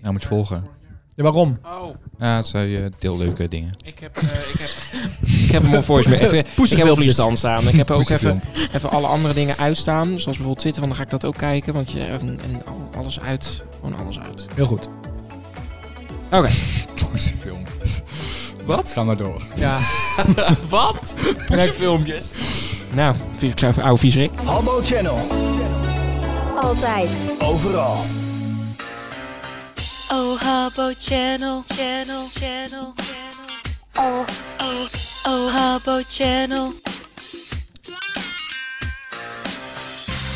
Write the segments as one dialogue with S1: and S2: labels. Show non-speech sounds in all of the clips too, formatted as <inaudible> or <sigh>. S1: Nou, moet je volgen.
S2: Ja, waarom?
S3: Oh,
S1: Ja, het zijn eh, deelleuke dingen.
S3: ik heb, eh, ik heb, ik heb hem op voice mail. Even- Ik heb
S2: Poesenbeeldjes.
S3: een vliegstand staan. Ik heb ook even,
S1: Poesenfilm.
S3: even alle andere dingen uitstaan. Zoals bijvoorbeeld Twitter, want dan ga ik dat ook kijken. Want je, en, en al- alles uit. Gewoon alles uit.
S2: Heel goed. <laughs>
S1: Poesenfilmpjes.
S3: Wat?
S1: Ga maar door.
S2: Ja.
S3: Wat? Poesenfilmpjes. Nou, Philip Kluiver, oude viezerik.
S4: Habbo Channel.
S5: Altijd.
S4: Overal.
S6: Oh, Habbo Channel, Channel, Channel, Channel.
S5: Oh,
S6: Oh, oh, Habbo Channel.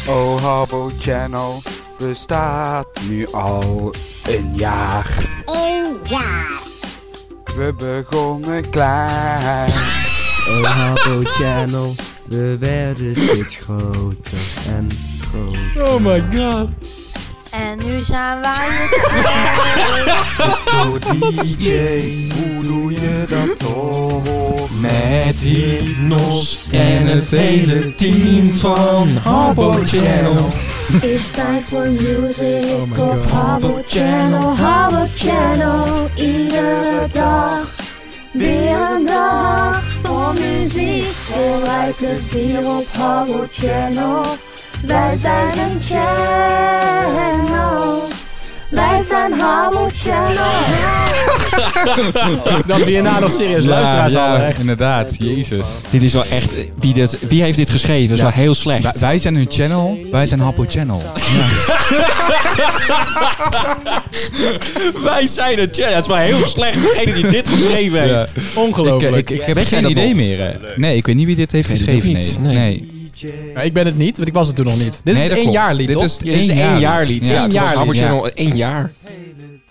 S7: Oh Habbo Channel bestaat nu al een jaar.
S5: één jaar.
S7: We begonnen klein.
S8: Oh Habbo Channel, we werden steeds groter en groter.
S2: Oh my god.
S5: En nu zijn wij het.
S7: Door DJ, hoe doe je dat toch?
S3: Met Hypnos
S8: en het hele
S3: team van Habbo Channel.
S5: <laughs> It's time for music
S2: Oh my op God.
S5: Habbo Channel, Habbo Channel. Iedere dag weer een dag voor muziek. Voor wij plezier op Habbo Channel. Wij zijn een channel. Wij zijn Habbo Channel.
S2: Dat we hierna nog
S1: Dus
S2: serieus luisteraars hadden. Echt.
S1: inderdaad. Jezus.
S3: Dit is wel echt... eh, Wie, dit- wie heeft dit geschreven? Dat is
S1: Ja.
S3: wel heel slecht.
S1: Dus Wij, wij zijn hun channel. Wij zijn Happo Channel.
S3: Wij zijn het channel. Dat is wel heel slecht. Degene die dit geschreven
S1: Ja.
S3: heeft.
S1: Ik,
S2: Ongelooflijk.
S1: ik, ik heb
S3: Weet jij
S1: geen
S3: dat
S1: idee
S3: nog?
S1: meer. hè. Nee, ik weet niet wie dit heeft
S3: Weet het
S1: geschreven.
S3: ook
S1: Nee.
S3: niet. Nee.
S1: Nee.
S2: Maar ik ben het niet, want ik was het toen nog niet. Dit
S1: Nee,
S2: is
S1: dat
S2: het één
S1: klopt.
S2: jaar lied,
S1: Dit
S2: toch?
S1: is het
S3: Dit is één jaar lied.
S1: Ja,
S3: Ja,
S1: toen
S3: toen
S1: was
S3: was
S1: Habbo
S3: Habbo
S1: Channel
S3: Channel één jaar.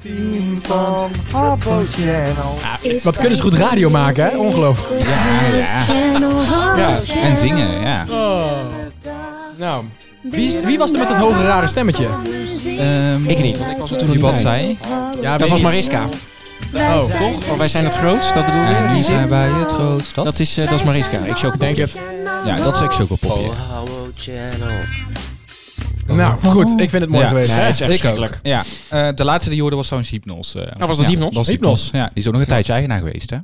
S7: Team van Habbo Channel.
S2: Wat kunnen ze goed radio maken, hè? Ongelooflijk.
S1: Ja, ja.
S2: Ja.
S1: En zingen, ja.
S2: Nou, wie, is, wie was er met dat hoge Eh, rare stemmetje?
S1: Ehm,
S3: Ik niet, want ik was er toen
S1: Die
S3: niet
S1: wat
S3: bij.
S1: zei?
S2: Ja,
S3: Dat was
S2: maar
S3: Mariska.
S2: Oh,
S3: Toch? Van wij zijn het grootst, dat bedoel je?
S1: En nu
S3: Die zin?
S1: zijn wij het grootst.
S3: Dat is, eh, dat is Mariska. Ik show
S2: denk het.
S1: Ja, dat is ik chocopopje.
S8: Habbo Channel.
S2: Nou, goed. Ik vind het mooi
S1: Ja.
S2: geweest.
S3: Ja, het is echt
S1: Ik
S3: verschrikkelijk.
S1: ook. Ja. Eh, de laatste die je hoorde was trouwens Hypnos. eh.
S3: was dat
S1: ja,
S3: Hypnos?
S2: Hypnos.
S1: was Hypnos. Ja, die is ook nog een tijdje eigenaar geweest, hè?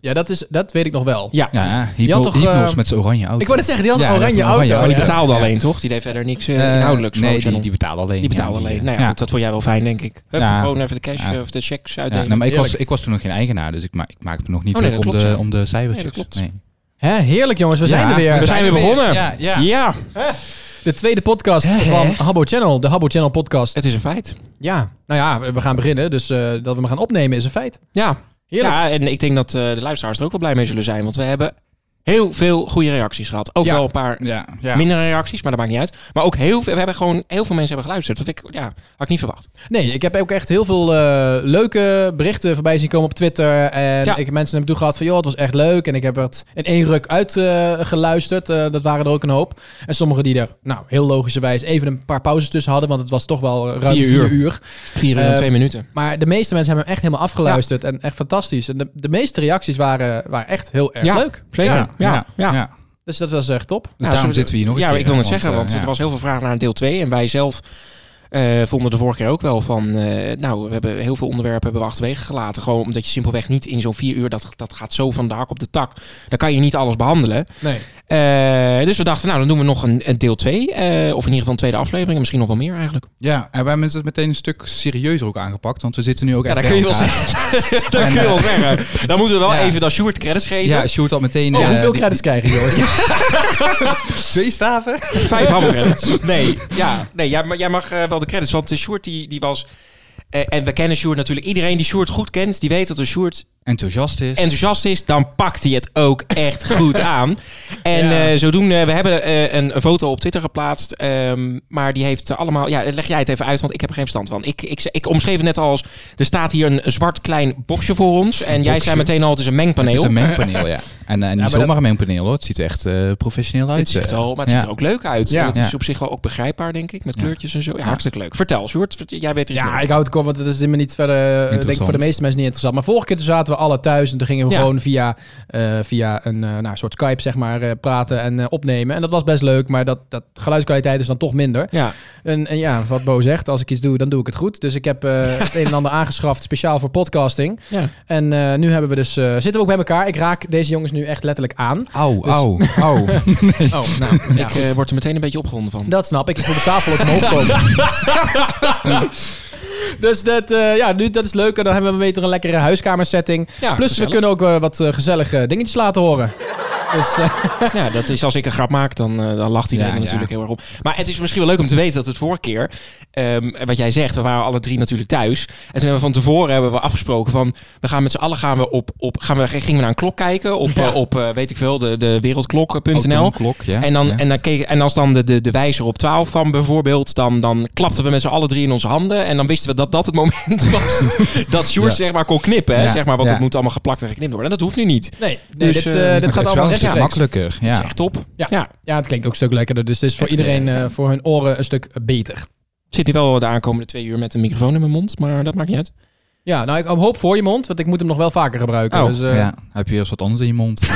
S2: Ja, dat, is, dat weet ik nog wel.
S3: Ja.
S1: Ja, ja. Hypno-
S2: had toch, eh,
S1: Hypnos met zijn oranje auto.
S2: Ik wou net zeggen, die had
S1: Ja,
S2: een
S1: dat
S2: oranje
S1: een oranje
S2: auto.
S3: Maar die
S1: auto.
S2: Ja.
S3: betaalde
S1: Oh, Ja.
S3: alleen, toch? Die deed verder niks eh,
S1: Eh,
S3: inhoudelijks.
S1: Nee,
S3: Habbo
S1: die,
S3: Channel.
S1: die betaalde alleen.
S3: Die betaalde
S1: Ja, die,
S3: alleen.
S1: eh,
S3: Nou ja, goed, dat vond jij wel fijn, denk ik. Hup,
S1: Ja.
S3: Gewoon even de cash
S1: Ja.
S3: eh, of de checks
S1: Ja,
S3: uitdelen.
S1: nou, maar ik was,
S2: Heerlijk.
S1: ik was toen nog geen eigenaar, dus ik, ma ik maakte me nog niet
S3: Oh, nee,
S1: druk
S3: dat
S1: om,
S3: klopt,
S1: de, om de cijfertjes.
S3: Nee, dat klopt.
S1: Nee.
S2: Hè, heerlijk jongens, we zijn
S1: Ja,
S2: er weer.
S1: we
S3: zijn weer begonnen.
S1: Ja, ja.
S3: Ja,
S2: De tweede podcast van Habbo Channel, de Habbo Channel podcast.
S3: het is een feit.
S2: Ja, nou ja, we gaan beginnen, dus eh, dat we hem gaan opnemen is een feit.
S3: Ja,
S2: Heerlijk.
S3: ja en ik denk dat eh, de luisteraars er ook wel blij mee zullen zijn. Want we hebben heel veel goede reacties gehad. Ook
S2: Ja.
S3: wel een paar
S1: Ja, ja.
S3: mindere reacties, maar dat maakt niet uit. Maar ook heel veel, we hebben gewoon heel veel mensen hebben geluisterd. Dat ik, ja, had ik niet verwacht.
S2: Nee, ik heb ook echt heel veel eh, leuke berichten voorbij zien komen op Twitter. En
S3: Ja.
S2: ik heb mensen naartoe gehad van, joh, het was echt leuk. En ik heb het in één ruk uitgeluisterd. Eh, dat waren er ook een hoop. En sommigen die er, nou, heel logischerwijs even een paar pauzes tussen hadden. Want het was toch wel ruim vier
S3: Vier
S2: uur.
S3: uur. Vier uur en
S2: Eh,
S3: twee minuten.
S2: Maar de meeste mensen hebben hem echt helemaal afgeluisterd. En echt fantastisch. En de, de meeste reacties waren, waren echt heel erg
S3: Ja,
S2: leuk.
S3: Zeker.
S2: Ja.
S3: Ja, ja.
S2: Dus dat was echt top.
S1: Dus
S3: Ja,
S1: daarom
S3: zo-
S1: zitten we hier nog een
S3: Ja,
S1: keer,
S3: ik wil
S1: hè,
S3: net zeggen, want
S1: eh,
S3: er was heel veel vraag naar een deel 2. En wij zelf eh, vonden de vorige keer ook wel van... eh, nou, we hebben heel veel onderwerpen hebben we achterwege gelaten. Gewoon omdat je simpelweg niet in zo'n vier uur... Dat, dat gaat zo van de hak op de tak. Dan kan je niet alles behandelen.
S2: Nee.
S3: Eh, dus we dachten, nou, dan doen we nog een, een deel 2. of in ieder geval een tweede aflevering. En misschien nog wel meer eigenlijk.
S1: Ja, en wij hebben het meteen een stuk serieuzer ook aangepakt, want we zitten nu ook
S3: Ja,
S1: echt
S3: dat kun je
S1: bij
S3: wel
S1: elkaar.
S3: zeggen. <laughs> dat kun je wel zeggen. Dan moeten we wel
S1: Ja.
S3: even dat Sjoerd credits geven.
S1: Ja, Sjoerd al meteen...
S2: Oh,
S1: eh,
S2: hoeveel
S1: die-
S2: credits krijgen <laughs> jongens?
S1: Twee staven?
S3: Vijf hamburgers. <laughs> Nee, ja, nee jij, ma- jij mag eh, wel de credits. Want de Sjoerd die, die was... eh, en we kennen Sjoerd natuurlijk. Iedereen die Sjoerd goed kent, die weet dat de Sjoerd
S1: Enthousiast is.
S3: enthousiast is. Dan pakt hij het ook echt goed aan. En
S2: Ja.
S3: eh, zodoende, we hebben eh, een, een foto op Twitter geplaatst. ehm, maar die heeft allemaal... Ja, leg jij het even uit, want ik heb er geen verstand van. Ik, ik, ik omschreef het net als... Er staat hier een zwart klein boxje voor ons. En jij zei meteen al, het is een mengpaneel.
S1: Het is een mengpaneel, ja. En, eh, en niet
S2: maar
S1: zomaar
S2: dat-
S1: een mengpaneel, hoor. Het ziet er echt eh, professioneel uit.
S3: Het ziet
S1: eh.
S3: er al, maar het ziet
S1: Ja.
S3: er ook leuk uit.
S2: Ja.
S3: En het is
S1: Ja.
S3: op zich wel ook begrijpbaar, denk ik, met
S1: Ja.
S3: kleurtjes en zo. Ja,
S1: Ja.
S3: Hartstikke leuk. Vertel, Sjoerd, vert- jij weet er iets
S2: Ja,
S3: meer.
S2: ik hou het kort, want het is helemaal niet verder, eh, denk ik, voor de
S1: Interessant.
S2: meeste mensen niet interessant. Maar vorige keer toen zaten we waren alle thuis en toen gingen we
S3: Ja.
S2: gewoon via, eh, via een eh, nou, soort Skype zeg maar, eh, praten en eh, opnemen. En dat was best leuk, maar dat, dat geluidskwaliteit is dan toch minder.
S3: Ja,
S2: En, en ja, wat Bo zegt, als ik iets doe, dan doe ik het goed. Dus ik heb <laughs> eh, het een en ander aangeschaft speciaal voor podcasting.
S3: ja.
S2: En eh, nu hebben we dus, eh, zitten we ook bij elkaar. Ik raak deze jongens nu echt letterlijk aan.
S1: Au,
S2: Dus-
S1: au, <laughs> au.
S2: Oh, nou, ja,
S3: ik
S2: goed.
S3: eh, word er meteen een beetje opgewonden van.
S2: Dat snap ik. Ik voel de tafel ook omhoog komen. <laughs> dus dat, eh, ja, nu, dat is leuk. En dan hebben we weer een lekkere huiskamersetting.
S3: Ja,
S2: Plus
S3: gezellig.
S2: we kunnen ook eh, wat eh, gezellige dingetjes laten horen. Dus eh,
S3: Ja, dat is als ik een grap maak, dan, eh, dan lacht iedereen
S1: Ja,
S3: er
S1: ja.
S3: natuurlijk heel erg op. Maar het is misschien wel leuk om te weten dat het vorige keer, ehm, wat jij zegt, we waren alle drie natuurlijk thuis. En toen hebben we van tevoren hebben we afgesproken van, we gaan met z'n allen gaan we op, op gaan we, gingen we naar een klok kijken op, eh, op eh, weet ik veel, de, de eh, wereldklok.nl.
S1: Klok, ja.
S3: En, dan,
S1: ja.
S3: en, dan keek, en als dan de, de, de wijzer op 12 kwam bijvoorbeeld, dan, dan klapten we met z'n allen drie in onze handen. En dan wisten we dat dat het moment <laughs> was dat Sjoerd
S1: Ja.
S3: zeg maar kon knippen. Hè?
S1: Ja,
S3: Zeg maar, want
S1: ja.
S3: het moet allemaal geplakt en geknipt worden. En dat hoeft nu niet.
S2: <laughs> nee, <laughs> nee,
S3: Dus,
S2: dit,
S3: eh,
S2: eh,
S3: maar
S2: dit gaat allemaal
S1: Het is wel een stuk
S2: rechtstreeks.
S1: makkelijker.
S3: Dat is
S1: Ja.
S3: echt top.
S2: Ja.
S3: ja.
S2: Ja, het klinkt ook een stuk lekkerder. Dus het is voor
S3: Echt,
S2: iedereen,
S3: eh,
S2: eh, voor hun oren, een stuk beter.
S3: zit hier wel de aankomende twee uur met een microfoon in mijn mond, maar dat maakt niet uit.
S2: Ja, nou, ik hoop voor je mond, want ik moet hem nog wel vaker gebruiken.
S3: Oh,
S2: dus, eh,
S1: ja. Heb je eerst wat anders in je <laughs> mond? Ja.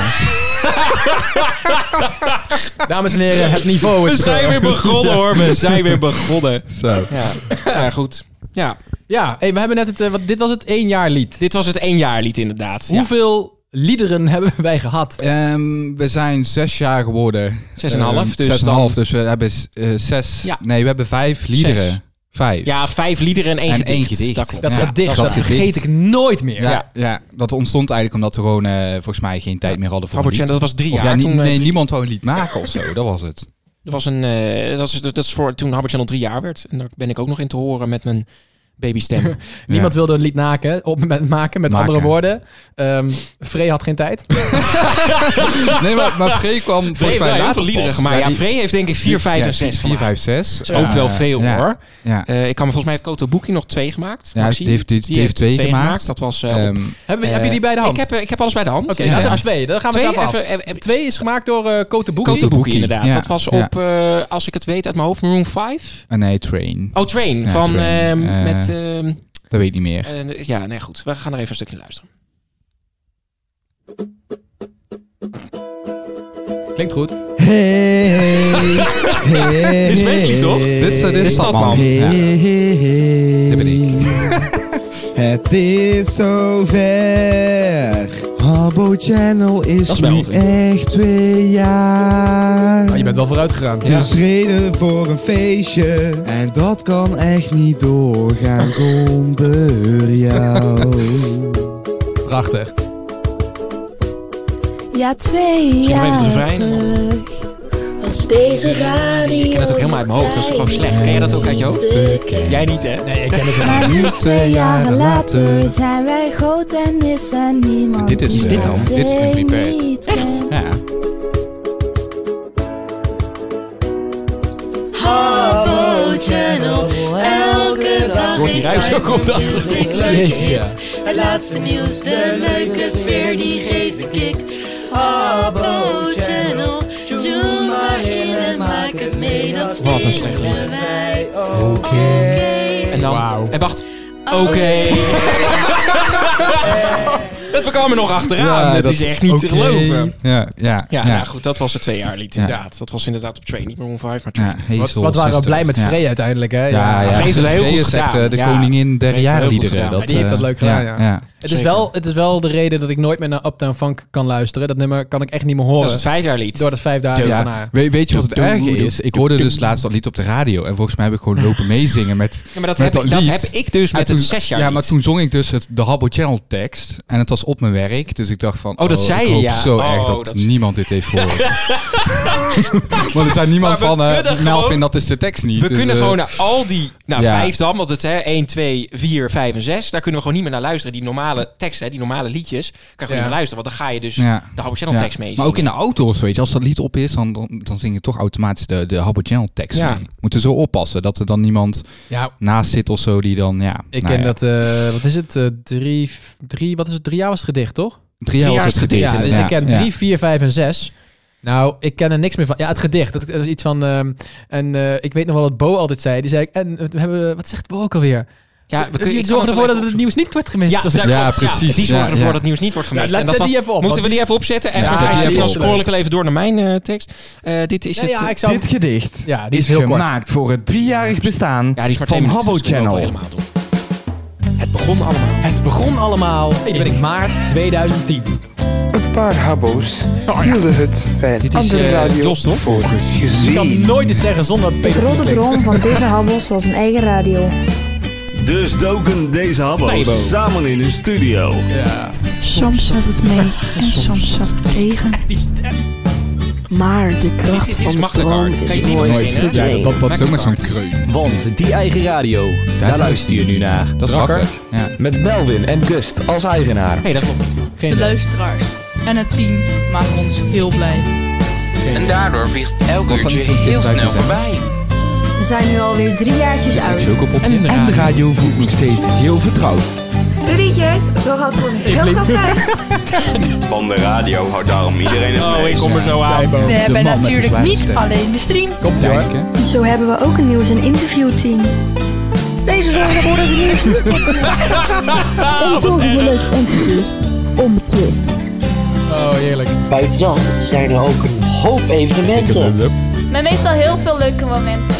S2: Dames en heren, het niveau <laughs> is... eh,
S3: weer begonnen hoor, we zijn weer begonnen.
S1: Zo.
S3: Ja, ja goed. Ja,
S2: ja, hey, we hebben net het... eh, wat, dit was het één jaar lied.
S3: dit was het één jaar lied inderdaad. Ja.
S2: Hoeveel liederen hebben wij gehad?
S1: Ehm, we zijn zes jaar geworden.
S3: Zes en een half,
S1: Ehm,
S3: dus
S1: zes en een
S3: dan-
S1: half, dus we hebben s- eh, zes...
S3: Ja.
S1: Nee, we hebben vijf liederen.
S3: Zes.
S1: Vijf.
S3: Ja, vijf liederen en één
S1: En
S3: gedicht.
S1: één gedicht.
S3: Dat klopt.
S2: Dat
S1: Ja,
S2: gedicht, dat,
S1: dat
S2: vergeet
S1: gedicht.
S2: ik nooit meer.
S1: Ja, ja. dat ontstond eigenlijk omdat we gewoon eh, volgens mij geen tijd meer hadden voor
S3: Robert
S1: een
S3: Jan,
S1: lied.
S3: dat was drie
S1: Of
S3: jaar.
S1: ja, nie-
S3: toen, eh,
S1: nee,
S3: drie-
S1: niemand wou een lied maken of
S3: <laughs>
S1: zo, dat was het.
S3: er was een, eh, dat, is, dat is voor toen Habert Channel drie jaar werd. En daar ben ik ook nog in te horen met mijn
S1: <laughs>
S3: babystem.
S2: Niemand wilde een lied naken, op, met, maken, met
S1: Maken.
S2: andere woorden. Ehm Free had geen tijd.
S1: Nee, maar, maar Free kwam volgens
S3: Vree heeft
S1: mij
S3: wel heel
S1: later
S3: veel liederen
S1: pas.
S3: gemaakt. Ja,
S1: die-
S3: Vree heeft denk ik vier, vijf en zes
S1: Vier,
S3: gemaakt.
S1: vijf, zes.
S3: Dat is ook
S1: Ja,
S3: wel veel
S1: ja,
S3: hoor.
S1: Ja.
S3: Eh, ik kan me volgens mij heeft Koto Boekie nog twee gemaakt.
S1: Ja,
S3: Maxime,
S1: die heeft- die- die heeft twee gemaakt.
S3: Dat was eh, op
S1: Ehm,
S2: Hebben we-
S3: Eh,
S2: heb je die bij de hand?
S3: Ik heb, eh, ik heb alles bij de hand.
S2: Oké,
S1: ja.
S2: laten we
S3: Inderdaad.
S2: twee. Dan gaan we
S3: Twee,
S2: Ah, zelf af.
S3: even, even, even,
S2: Twee is gemaakt door eh Kote Boekie.
S3: Koto Boekie, inderdaad.
S1: Ja,
S3: Dat was
S1: ja.
S3: op, eh, als ik het weet uit mijn hoofd, Maroon 5.
S1: eh, nee, Train.
S3: Oh, Train.
S1: Ja,
S3: van,
S1: Train.
S3: ehm,
S1: Eh.
S3: met, ehm,
S1: Dat weet ik niet meer.
S3: eh, ja, nee, goed. We gaan er even een stukje luisteren.
S2: Klinkt goed.
S8: Hey, hey,
S3: Dit is Wesley, toch?
S1: Dit is- dit is dat, man.
S8: Hey,
S1: Ja.
S8: hey, hey.
S1: Dit ben ik.
S8: Het is zover. Habbo Channel is,
S3: Dat is
S8: nu
S3: wel
S8: echt twee jaar.
S2: Maar Ah, je bent wel vooruit gegaan.
S8: Dus reden voor een feestje. En dat kan echt niet doorgaan zonder jou.
S2: Prachtig.
S5: Ja, twee
S3: Zullen we
S5: jaar
S3: even het refrein en dan-
S5: terug was deze radio...
S3: Ik ken het ook helemaal uit mijn hoofd. Dat is gewoon slecht. Ken jij dat ook uit je hoofd? Jij niet, hè? Nee, ik ken het
S5: Maar nu twee jaren later
S8: later
S5: zijn wij groot en is er niemand
S1: Dit is
S5: die
S1: dit
S5: ons
S1: dan. Dit is Unprepared.
S5: niet kent.
S1: Ja.
S6: Habbo Channel, elke dag
S3: Wordt die
S6: is
S3: ruis
S6: er
S3: ook op de achtergrond?
S6: music, leuke
S2: Jezus, ja.
S6: hits. Het laatste nieuws, de leuke sfeer, die geeft een kick. Habbo Channel, tune maar in en maak het mee. Dat
S3: Wat een slecht
S6: vinden
S3: lied.
S6: wij.
S2: Oké.
S3: En dan... En wacht. Oké. <laughs> dat we kwamen nog achteraan.
S1: Ja,
S3: het
S1: dat-
S3: is echt niet te
S1: Oké.
S3: geloven.
S1: Ja, ja,
S3: Ja,
S1: ja.
S3: nou goed, dat was het twee jaar lied
S1: Ja.
S3: inderdaad. Dat was inderdaad op Train. Niet Maroon 5, maar Train.
S1: Ja, Hazel
S2: Wat, wat waren we
S1: Sister.
S2: blij met
S1: Ja.
S2: Free uiteindelijk, hè?
S1: Ja, ja.
S3: Vrees heeft het heel
S1: Vrees
S3: goed
S1: is echt
S3: gedaan.
S1: eh, de
S3: Ja.
S1: koningin der
S3: Vrees heeft het heel goed
S1: jaarliederen.
S3: gedaan.
S2: Maar die heeft
S1: eh,
S2: dat leuk gedaan, ja.
S1: ja.
S2: Het, is
S3: Zeker.
S2: wel, het is wel de reden dat ik nooit meer naar Uptown Funk kan luisteren. Dat nummer kan ik echt niet meer
S3: Dat
S2: horen.
S3: is het vijf jaar lied.
S2: door dat vijfde
S1: Ja.
S2: jaar van haar.
S1: Weet, weet je wat het
S3: Doe, doe,
S1: erg
S3: doe,
S1: is? Ik hoorde dus laatst dat lied op de radio. En volgens mij heb ik gewoon lopen meezingen met
S3: Ja, maar dat,
S1: met
S3: heb, ik- dat
S1: lied.
S3: heb ik dus
S1: En
S3: met
S1: toen-
S3: het zes jaar
S1: Ja,
S3: lied.
S1: maar toen zong ik dus het, de Habbo Channel tekst. En het was op mijn werk. Dus ik dacht van...
S3: Oh, dat zei
S1: ik
S3: je,
S1: hoop
S3: ja.
S1: zo
S3: Oh,
S1: erg dat,
S3: dat-
S1: niemand dit heeft gehoord. <laughs> Want er zijn niemand
S3: Maar we
S1: van... eh
S3: kunnen
S1: Melvin,
S3: gewoon-
S1: dat is de tekst niet.
S3: We
S1: Dus,
S3: kunnen
S1: eh,
S3: gewoon naar al die... Nou,
S1: ja.
S3: vijf dan, want het hè, 1, 2, 4, 5 en 6. Daar kunnen we gewoon niet meer naar luisteren. Die normale teksten, hè, die normale liedjes. Kan je gewoon
S2: Ja.
S3: niet naar luisteren. Want dan ga je dus
S1: Ja.
S3: de Habbo Channel
S1: ja.
S3: tekst mee
S1: Maar ook in de auto of zo, weet je. Als dat lied op is, dan, dan, dan zing je toch automatisch de, de Habbo Channel tekst
S3: Ja.
S1: mee. Moeten zo oppassen dat er dan niemand
S2: Ja,
S1: naast zit of zo die dan... Ja,
S2: ik
S1: nou
S2: ken
S1: ja.
S2: dat, eh, wat is het, eh, drie, f- drie, wat is het, drie jaar was het gedicht, toch?
S1: Drie jaar was het gedicht.
S2: Ja, dus ik
S1: inderdaad.
S2: ken
S1: Ja.
S2: drie, vier, vijf en zes. Nou, ik ken er niks meer van. Ja, het gedicht. Dat is iets van. ehm, en eh, ik weet nog wel wat Bo altijd zei. Die zei ik. En we hebben. Wat zegt Bo ook alweer?
S3: Ja, we kunnen,
S2: Jullie
S3: ik kan
S2: zorgen ervoor
S3: wel
S2: dat
S3: even
S2: het nieuws niet wordt gemist.
S3: Ja,
S2: Dat-
S3: daar
S1: Ja,
S3: klopt.
S1: precies.
S3: die zorgen
S1: Ja,
S3: ervoor
S1: ja.
S3: dat het nieuws niet wordt gemist.
S2: Ja,
S3: En
S2: laat-
S3: dat
S2: zet die
S3: dat-
S2: even op,
S3: Moeten we
S2: want
S3: die even opzetten? En
S2: Ja,
S3: ja,
S1: zet die
S3: dan
S1: even op.
S3: scroll ik wel even door naar mijn eh, tekst. Eh, dit is
S2: Nee,
S3: het.
S2: ja,
S3: eh,
S2: ik zou...
S8: Dit gedicht
S2: Ja, die
S8: is,
S2: is heel kort.
S8: gemaakt voor het driejarig bestaan
S3: ja, die is maar
S8: van
S3: twee minuten,
S8: Habbo
S3: dus ik kan hem
S8: Channel.
S3: wel helemaal doen. Het begon allemaal.
S2: Het begon allemaal in ben ik maart 2010.
S7: Een paar habbo's hielden het bij een
S3: Dit is,
S7: andere
S3: eh,
S7: radio
S3: Jos, toch?
S7: voor het
S2: Ik kan
S7: gezien.
S2: nooit iets zeggen zonder dat
S5: De
S2: Peter
S5: grote droom van deze habbels was een eigen radio.
S4: Dus doken deze
S3: Tijbo.
S4: habbels samen in een studio.
S9: Soms zat het mee en soms zat het tegen. Maar de kracht
S3: Dit is- dit is
S9: van de droom
S3: Magdegaard.
S9: is
S3: Kan je die
S9: nooit
S3: nooit vinden, hè?
S9: verdwenen.
S1: dat, dat is ook met zo'n
S3: Maakt niet
S1: kreun.
S10: Want die eigen radio, daar luister je nu naar.
S1: Dat is
S2: Rakker.
S1: rakker. Ja.
S10: Met Melvin en Gust als eigenaar.
S3: Nee, dat klopt niet.
S2: Geen idee.
S11: luisteraars en het team maken ons heel blij.
S2: En
S6: daardoor vliegt elk
S1: Was dat niet zo'n heel snel
S6: voorbij.
S5: We zijn nu alweer drie jaartjes
S3: Dus
S5: uit.
S1: ook op op.
S3: En de
S8: En de
S3: radio.
S8: radio voelt nog steeds heel vertrouwd.
S5: De DJ's, zo gaat het gewoon heel
S3: <laughs>
S5: groot feest.
S4: Van de radio houdt daarom iedereen het
S3: Oh, ik kom er zo aan.
S8: We hebben natuurlijk niet
S11: Alleen de stream.
S2: Komt hoor.
S1: Kijk, hè.
S5: Zo hebben we ook een nieuws- en interviewteam. Deze zorgen ervoor dat het nieuws niet wordt
S1: <laughs>
S9: En zorgen voor leuke interviews. Onbetwist.
S2: Oh, heerlijk.
S11: Bij dat zijn er ook een hoop evenementen.
S5: Met meestal heel veel leuke momenten.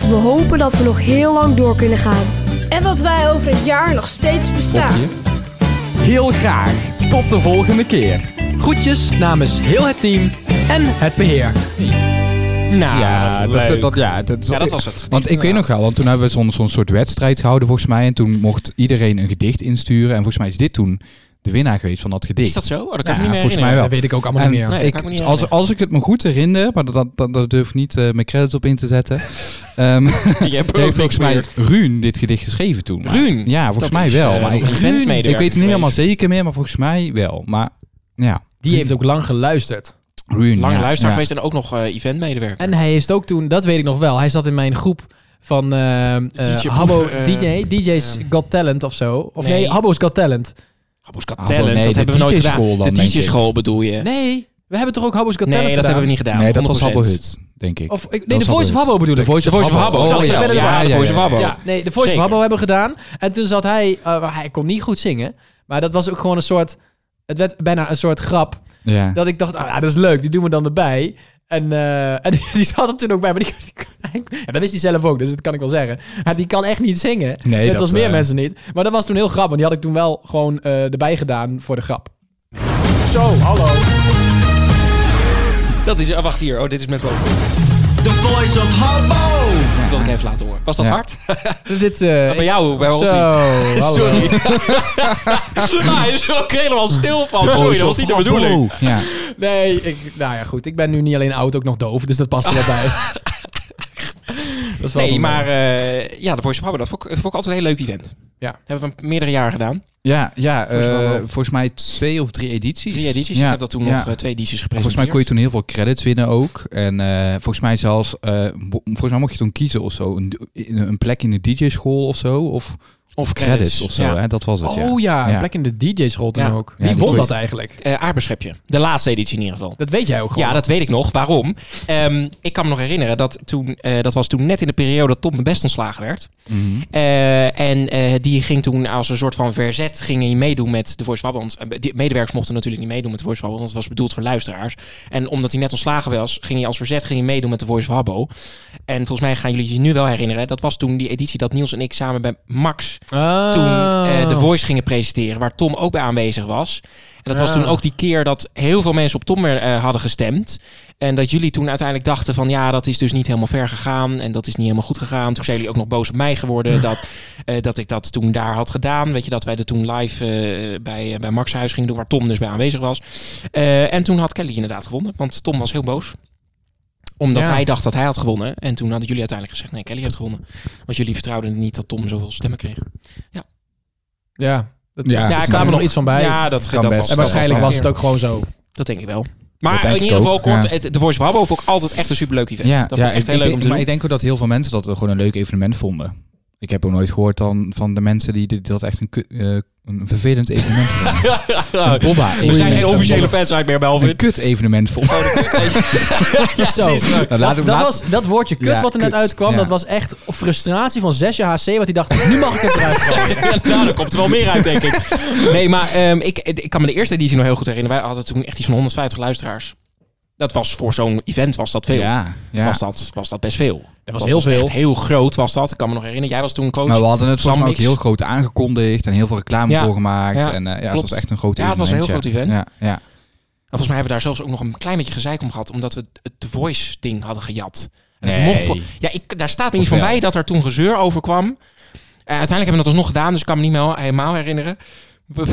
S1: Ja.
S5: We hopen dat we nog heel lang door kunnen gaan. En dat wij over een jaar nog steeds bestaan.
S1: Popje.
S8: Heel graag. Tot de volgende keer.
S2: Groetjes namens heel het team en het beheer.
S3: Nou,
S1: Ja,
S3: leuk.
S1: dat, dat, ja, dat, is-
S3: Ja, dat was het.
S1: Want ik weet nog wel, want toen hebben we zo'n zo'n soort wedstrijd gehouden volgens mij. En toen mocht iedereen een gedicht insturen. En volgens mij is dit toen de winnaar geweest van dat gedicht.
S3: Is dat zo? Oh, dat kan ik
S1: Ja,
S3: me niet meer
S1: volgens mij
S3: herinneren.
S2: Dat weet ik ook allemaal
S1: En
S2: niet meer.
S3: Nee, dat kan ik me
S1: ik,
S3: niet
S1: als,
S3: herinneren.
S1: als ik het me goed herinner, maar dat, dat, dat, dat durf ik niet eh, mijn credits op in te zetten. Ehm <laughs>
S3: <laughs> Je hebt ook
S1: heeft volgens
S3: niks
S1: mij
S3: meer.
S1: Ruun dit gedicht geschreven toen. Maar-
S3: Ruun?
S1: Ja, volgens
S3: Dat
S1: mij
S3: is,
S1: wel.
S3: eh,
S1: maar
S3: nog
S1: ik,
S3: een eventmedewerker
S1: ik weet het niet helemaal
S3: geweest.
S1: zeker meer, maar volgens mij wel. Maar ja,
S2: Die heeft ook lang geluisterd.
S1: Ruun.
S3: Lange
S1: ja, ja.
S3: luisteraar geweest en ook nog eh, eventmedewerker.
S2: En hij heeft ook toen, dat weet ik nog wel, hij zat in mijn groep van eh, eh,
S3: DJ
S2: Habbo
S3: Proef, eh,
S2: DJ, DJ's
S3: eh,
S2: Got Talent of zo. Of nee,
S3: Nee.
S2: Habbo's Got Talent.
S3: Habbo's Got
S1: Ah,
S3: Talent,
S1: nee,
S3: dat
S1: de
S3: hebben we nooit
S1: DJ-school
S3: gedaan.
S1: dan,
S3: de
S1: denk ik.
S3: DJ-school bedoel je?
S2: Nee, we hebben toch ook Habbo's Got
S3: Nee,
S2: Talent
S3: dat
S2: gedaan?
S3: hebben we niet gedaan.
S1: Nee, dat was
S3: 100%.
S1: Habbo Hut, denk ik.
S2: Of, ik, nee,
S1: Dat
S2: de
S1: was
S2: Voice of
S1: Habbo.
S2: Habbo bedoel
S1: De
S2: ik.
S1: Voice of Habbo.
S2: Zo,
S1: Oh,
S2: ik
S1: ja,
S2: ben er
S1: ja,
S2: wel.
S1: ja,
S3: de
S1: ja,
S3: Voice of
S1: ja.
S3: Habbo.
S2: Ja, nee, de Voice
S3: Zeker.
S2: van Habbo hebben we gedaan. En toen zat hij, eh, hij kon niet goed zingen, maar dat was ook gewoon een soort, het werd bijna een soort grap.
S1: Ja.
S2: Dat ik dacht, ah, ja, dat is leuk, die doen we dan erbij. En, eh, en <laughs> die, die zat er toen ook bij, maar die, die kan- ja, dat wist hij zelf ook, dus dat kan ik wel zeggen. Maar die kan echt niet zingen.
S1: Nee,
S2: Net
S1: dat,
S2: als meer
S1: eh,
S2: mensen niet. Maar dat was toen heel grappig, want die had ik toen wel gewoon eh, erbij gedaan voor de grap. Zo, hallo.
S3: Dat is, ah, wacht hier. Oh, dit is met wel.
S10: The voice of Habbo!
S3: Dat wil ik even laten horen. Was dat
S1: Ja.
S3: hard?
S2: Dit, eh,
S3: Bij jou, bij ons
S2: zo,
S1: <laughs>
S3: niet.
S2: hallo.
S3: Sorry. <laughs> nou, hij is er ook helemaal stil van. Oh, Sorry, dat was niet de bedoeling.
S1: Habbo. Ja.
S2: Nee, ik, nou ja, goed. Ik ben nu niet alleen oud, ook nog doof. Dus dat past er wel bij. dat is wel
S3: Nee,
S2: van mij.
S3: maar eh, ja, de Voice of Habbo, dat vond ik, dat vond ik altijd een heel leuk event.
S2: Ja.
S3: Hebben we meerdere jaren gedaan.
S1: Ja, ja eh,
S3: Volgens mij wel.
S1: volgens mij twee of drie edities.
S3: Drie edities.
S1: Ja,
S3: Ik heb dat toen
S1: ja.
S3: nog eh, twee edities
S1: Volgens
S3: gepresenteerd.
S1: mij kon je toen heel veel credits winnen ook. En eh, volgens mij zelfs, eh, bo- volgens mij mocht je toen kiezen of zo. Een, een plek in de DJ-school of zo. Of
S3: Of
S1: credits, of zo,
S3: Ja.
S1: hè? dat was het.
S2: Oh ja,
S1: Ja.
S2: plek in de DJ's rol toen
S3: Ja.
S2: ook.
S1: Ja,
S2: Wie
S1: die
S2: won
S1: kon je-
S2: dat eigenlijk?
S3: Eh, aardbeschepje. De laatste editie in ieder geval.
S2: Dat weet jij ook gewoon.
S3: Ja, dat weet ik nog. Waarom? Ehm, ik kan me nog herinneren dat toen, eh, dat was toen net in de periode dat Tom de Best ontslagen werd.
S1: Mhm.
S3: Eh, en eh, die ging toen als een soort van verzet ging hij meedoen met de Voice of Abba. Want, eh, die medewerkers mochten natuurlijk niet meedoen met de Voice of Abba, want het was bedoeld voor luisteraars. En omdat hij net ontslagen was, ging hij als verzet ging hij meedoen met de Voice of Abba. En volgens mij gaan jullie je nu wel herinneren, dat was toen die editie dat Niels en ik samen bij Max
S2: Ah.
S3: toen eh, The Voice gingen presenteren, waar Tom ook bij aanwezig was. En dat was
S2: Ah.
S3: toen ook die keer dat heel veel mensen op Tom weer, eh, hadden gestemd. En dat jullie toen uiteindelijk dachten van ja, dat is dus niet helemaal ver gegaan en dat is niet helemaal goed gegaan. Toen zijn jullie ook nog boos op mij geworden dat, eh, dat ik dat toen daar had gedaan. Weet je, dat wij dat toen live eh, bij, eh, bij Max Huis gingen doen, waar Tom dus bij aanwezig was. Eh, en toen had Kelly inderdaad gewonnen, want Tom was heel boos omdat
S2: Ja.
S3: hij dacht dat hij had gewonnen. En toen hadden jullie uiteindelijk gezegd, nee, Kelly heeft gewonnen. Want jullie vertrouwden niet dat Tom zoveel stemmen kreeg.
S2: Ja, dat
S1: Ja,
S2: ja,
S1: ik
S2: daar
S1: snap
S2: staan we nog
S1: het.
S2: iets van bij.
S3: Ja, dat,
S1: Kan
S3: dat
S1: best.
S3: was
S2: en waarschijnlijk
S3: dat
S2: was het ook gewoon zo.
S3: Dat denk ik wel. Maar
S1: denk
S3: in
S1: ik
S3: ieder geval,
S1: ook,
S3: kort,
S1: ja.
S3: het- de Voice of Habbo vond ik altijd echt een superleuk event.
S1: Ja,
S3: dat
S1: ja
S3: vond ik echt
S1: ik-
S3: heel
S1: ik
S3: leuk om
S1: denk-
S3: te
S1: maar
S3: doen.
S1: ik denk ook dat heel veel mensen dat gewoon een leuk evenement vonden. Ik Ik heb ook nooit gehoord dan van de mensen die dit- dat echt een, ku- eh, een vervelend evenement
S3: <laughs>
S1: vinden. Een bomba.
S3: We zijn geen officiële fansite meer,
S1: <laughs>
S3: Melvin. <laughs>
S1: Een kut evenement voor.
S2: Zo.
S1: Nou,
S2: Dat,
S1: laten we-
S2: dat
S1: laten-
S2: was, dat woordje kut
S1: Ja,
S2: wat er net
S1: kut.
S2: uitkwam,
S1: Ja.
S2: dat was echt frustratie van 6 jaar HC. Wat hij dacht, nu mag ik het <laughs> eruit gooien.
S3: nou, daar komt er wel meer uit, denk ik. Nee, maar ehm, ik, ik kan me de eerste editie nog heel goed herinneren. Wij hadden toen echt iets van 150 luisteraars. Dat was voor zo'n event was dat veel.
S1: Ja, ja.
S3: Was, dat, was dat best veel. Dat
S1: was heel veel. Nou,
S3: Echt heel groot was dat. Ik kan me nog herinneren. Jij was toen coach.
S1: Maar we hadden het volgens mij ook
S3: Sam X.
S1: heel groot aangekondigd en heel veel reclame
S3: Ja,
S1: voor gemaakt.
S3: ja,
S1: en eh, ja, het
S3: klopt.
S1: was echt een groot
S3: Ja, het was een heel
S1: evenement,
S3: groot event.
S1: Ja, ja.
S3: En volgens mij hebben we daar zelfs ook nog een klein beetje gezeik om gehad. Omdat we het The Voice ding hadden gejat. En het
S1: Nee.
S3: mocht voor- ja, ik, daar staat me niet
S1: Of
S3: van
S1: wel?
S3: bij dat er toen gezeur over kwam. Eh, uiteindelijk hebben we dat alsnog gedaan. Dus ik kan me niet meer helemaal herinneren. <laughs>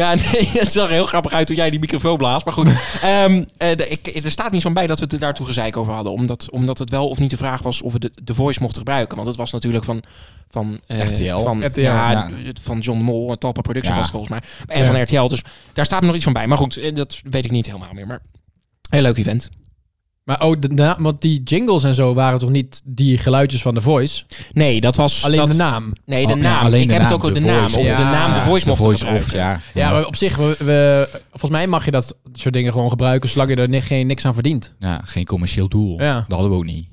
S3: ja, nee, <laughs> het zag er heel grappig uit toen jij die microfoon blaast. Maar
S1: <laughs>
S3: goed, Ehm, eh, de- ik, er staat niet van bij dat we het er daartoe gezeik over hadden. Omdat, omdat het wel of niet de vraag was of we de, de voice mochten gebruiken. Want het was natuurlijk van... van eh,
S1: RTL.
S3: Van,
S1: RTL,
S3: ja,
S1: ja.
S3: het- van John Mol en Talpa Productions
S1: Ja.
S3: was het volgens mij. En
S1: Ja.
S3: van RTL. Dus daar staat me nog iets van bij. Maar goed, eh, dat weet ik niet helemaal meer. Maar heel leuk event.
S2: Maar oh, de naam- want die jingles en zo waren toch niet die geluidjes van The Voice?
S3: Nee, dat was...
S2: Alleen
S3: dat-
S2: de naam.
S3: Nee, de naam. ik heb het ook over de naam. Of de naam de voice mochten gebruiken.
S2: Ja, maar op zich, we, we- volgens mij mag je dat soort dingen gewoon gebruiken... zolang je er ni- geen, niks aan <laughs> verdient.
S1: Ja, geen commercieel doel.
S2: Ja.
S1: Dat hadden we ook niet.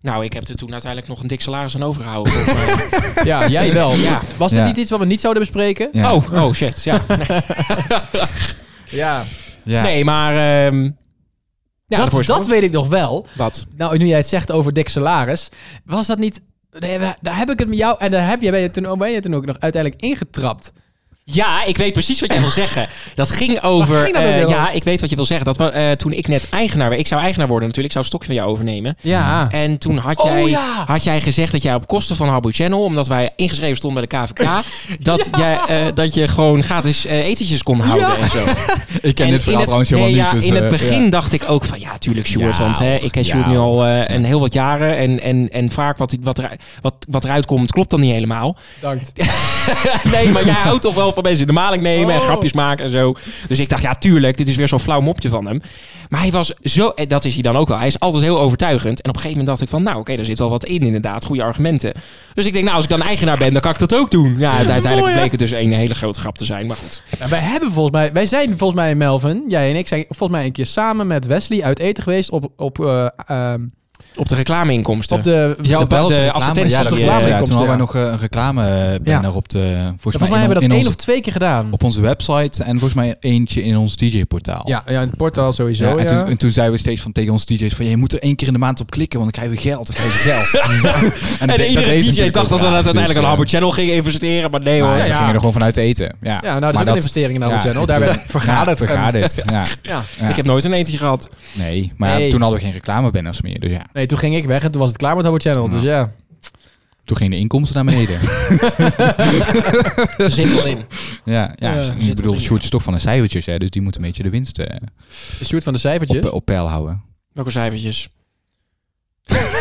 S3: Nou, ik heb er toen uiteindelijk nog een dik salaris aan overgehouden.
S2: Ja, jij wel.
S3: Ja.
S2: Was dit
S1: Ja.
S2: niet iets wat we niet zouden bespreken?
S1: Ja.
S3: Oh, oh shit, ja.
S2: ja.
S1: Ja.
S3: Nee, maar... ehm, ja, de
S2: dat,
S3: Voice
S2: dat
S3: toch?
S2: weet ik nog wel.
S3: Wat?
S2: Nou, nu jij het zegt over dik salaris. Was dat niet... nee, we- Daar heb ik het met jou... En daar heb jij, ben, je toen, ben je toen ook nog uiteindelijk ingetrapt.
S3: Ja, ik weet precies wat jij wil zeggen. Dat ging over.
S2: Waar ging dat ook
S3: eh,
S2: weer
S3: ja,
S2: over?
S3: ik weet wat je wil zeggen. Dat was, eh, toen ik net eigenaar werd. Ik zou eigenaar worden natuurlijk. Ik zou het stokje van jou overnemen.
S2: Ja.
S3: En toen had
S2: Oh,
S3: jij,
S2: ja.
S3: had jij gezegd dat jij op kosten van Habbo Channel, omdat wij ingeschreven stonden bij
S1: <laughs>
S3: de KVK, dat, jij, eh, dat je gewoon gratis eh, etentjes kon houden en zo.
S1: <laughs> Ik ken
S3: En
S1: dit verhaal
S3: in het-
S1: trouwens helemaal
S3: nee,
S1: niet.
S3: ja,
S1: dus,
S3: in
S1: eh,
S3: het begin
S1: ja.
S3: dacht ik ook van ja, tuurlijk Sjoerd.
S1: Ja,
S3: want hè, ik ken
S1: ja.
S3: Sjoerd nu al eh, een heel wat jaren. En, en, en vaak wat, wat, er, wat, wat eruit komt, klopt dan niet helemaal.
S2: Dank.
S3: <laughs> nee, maar jij houdt toch wel van mensen in de maling nemen en
S2: Oh.
S3: grapjes maken en zo. Dus ik dacht, ja, tuurlijk, dit is weer zo'n flauw mopje van hem. Maar hij was zo, en dat is hij dan ook wel, hij is altijd heel overtuigend. En op een gegeven moment dacht ik van, nou oké, daar zit wel wat in inderdaad, goede argumenten. Dus ik denk, nou, als ik dan eigenaar ben, dan kan ik dat ook doen. Ja, het- uiteindelijk
S2: Mooi, hè?
S3: bleek het dus een hele grote grap te zijn, maar goed.
S2: Ja, wij hebben volgens mij, wij zijn volgens mij, Melvin, jij en ik zijn volgens mij een keer samen met Wesley uit eten geweest op, op, eh, ehm,
S3: Op de reclameinkomsten.
S2: op de,
S3: Ja,
S2: de-
S3: op wel
S2: de-
S3: de
S2: de
S3: advertentie.
S1: Ja,
S2: op de
S1: dat-
S3: die, eh,
S1: ja,
S2: reclame-
S1: toen hadden
S2: ja.
S1: wij nog eh, een reclame
S2: Ja.
S1: op de...
S2: Volgens mij
S1: in-
S2: hebben we dat
S1: in
S2: één
S1: onze-
S2: of twee keer gedaan.
S1: Op onze website en volgens mij eentje in ons DJ-portaal.
S2: Ja, ja, in het portaal sowieso.
S1: Ja,
S2: Ja,
S1: en, toen, en toen zeiden we steeds van tegen onze DJ's van... je moet er één keer in de maand op klikken, want dan krijgen we geld. Dan krijgen we geld.
S3: En,
S1: dat deed- dat
S3: iedere
S1: deed ze
S3: DJ
S1: natuurlijk
S3: dacht dat we
S1: ook
S3: dat
S1: graag,
S3: uiteindelijk
S1: dus,
S3: aan
S1: eh,
S3: Habbo Channel gingen investeren, maar nee hoor.
S1: Maar
S3: Ja, dus
S1: we gingen er gewoon vanuit eten. Ja,
S2: ja nou, dat is ook
S1: Maar
S2: een investering in de
S1: ja.
S2: Channel. Daar werd vergaderd.
S1: Ja,
S3: <laughs>
S1: vergaderd. Ja.
S2: Ja.
S1: Ja.
S3: Ik heb nooit een eentje gehad.
S1: Nee, maar ja,
S2: Nee.
S1: toen hadden we geen reclamebanners meer. Dus ja,
S2: Nee, toen ging ik weg en toen was het klaar met Habbo Channel. Dus ja.
S1: toen gingen de inkomsten naar beneden.
S3: <laughs> Er zit wel in. <laughs>
S1: ja, ja,
S2: Ja,
S1: ik bedoel,
S3: in,
S1: Sjoerd is toch van de cijfertjes, hè, dus die moet een beetje de winsten eh,
S2: De Sjoerd van de cijfertjes.
S1: op, op peil
S3: <laughs>
S1: houden.
S3: Welke cijfertjes?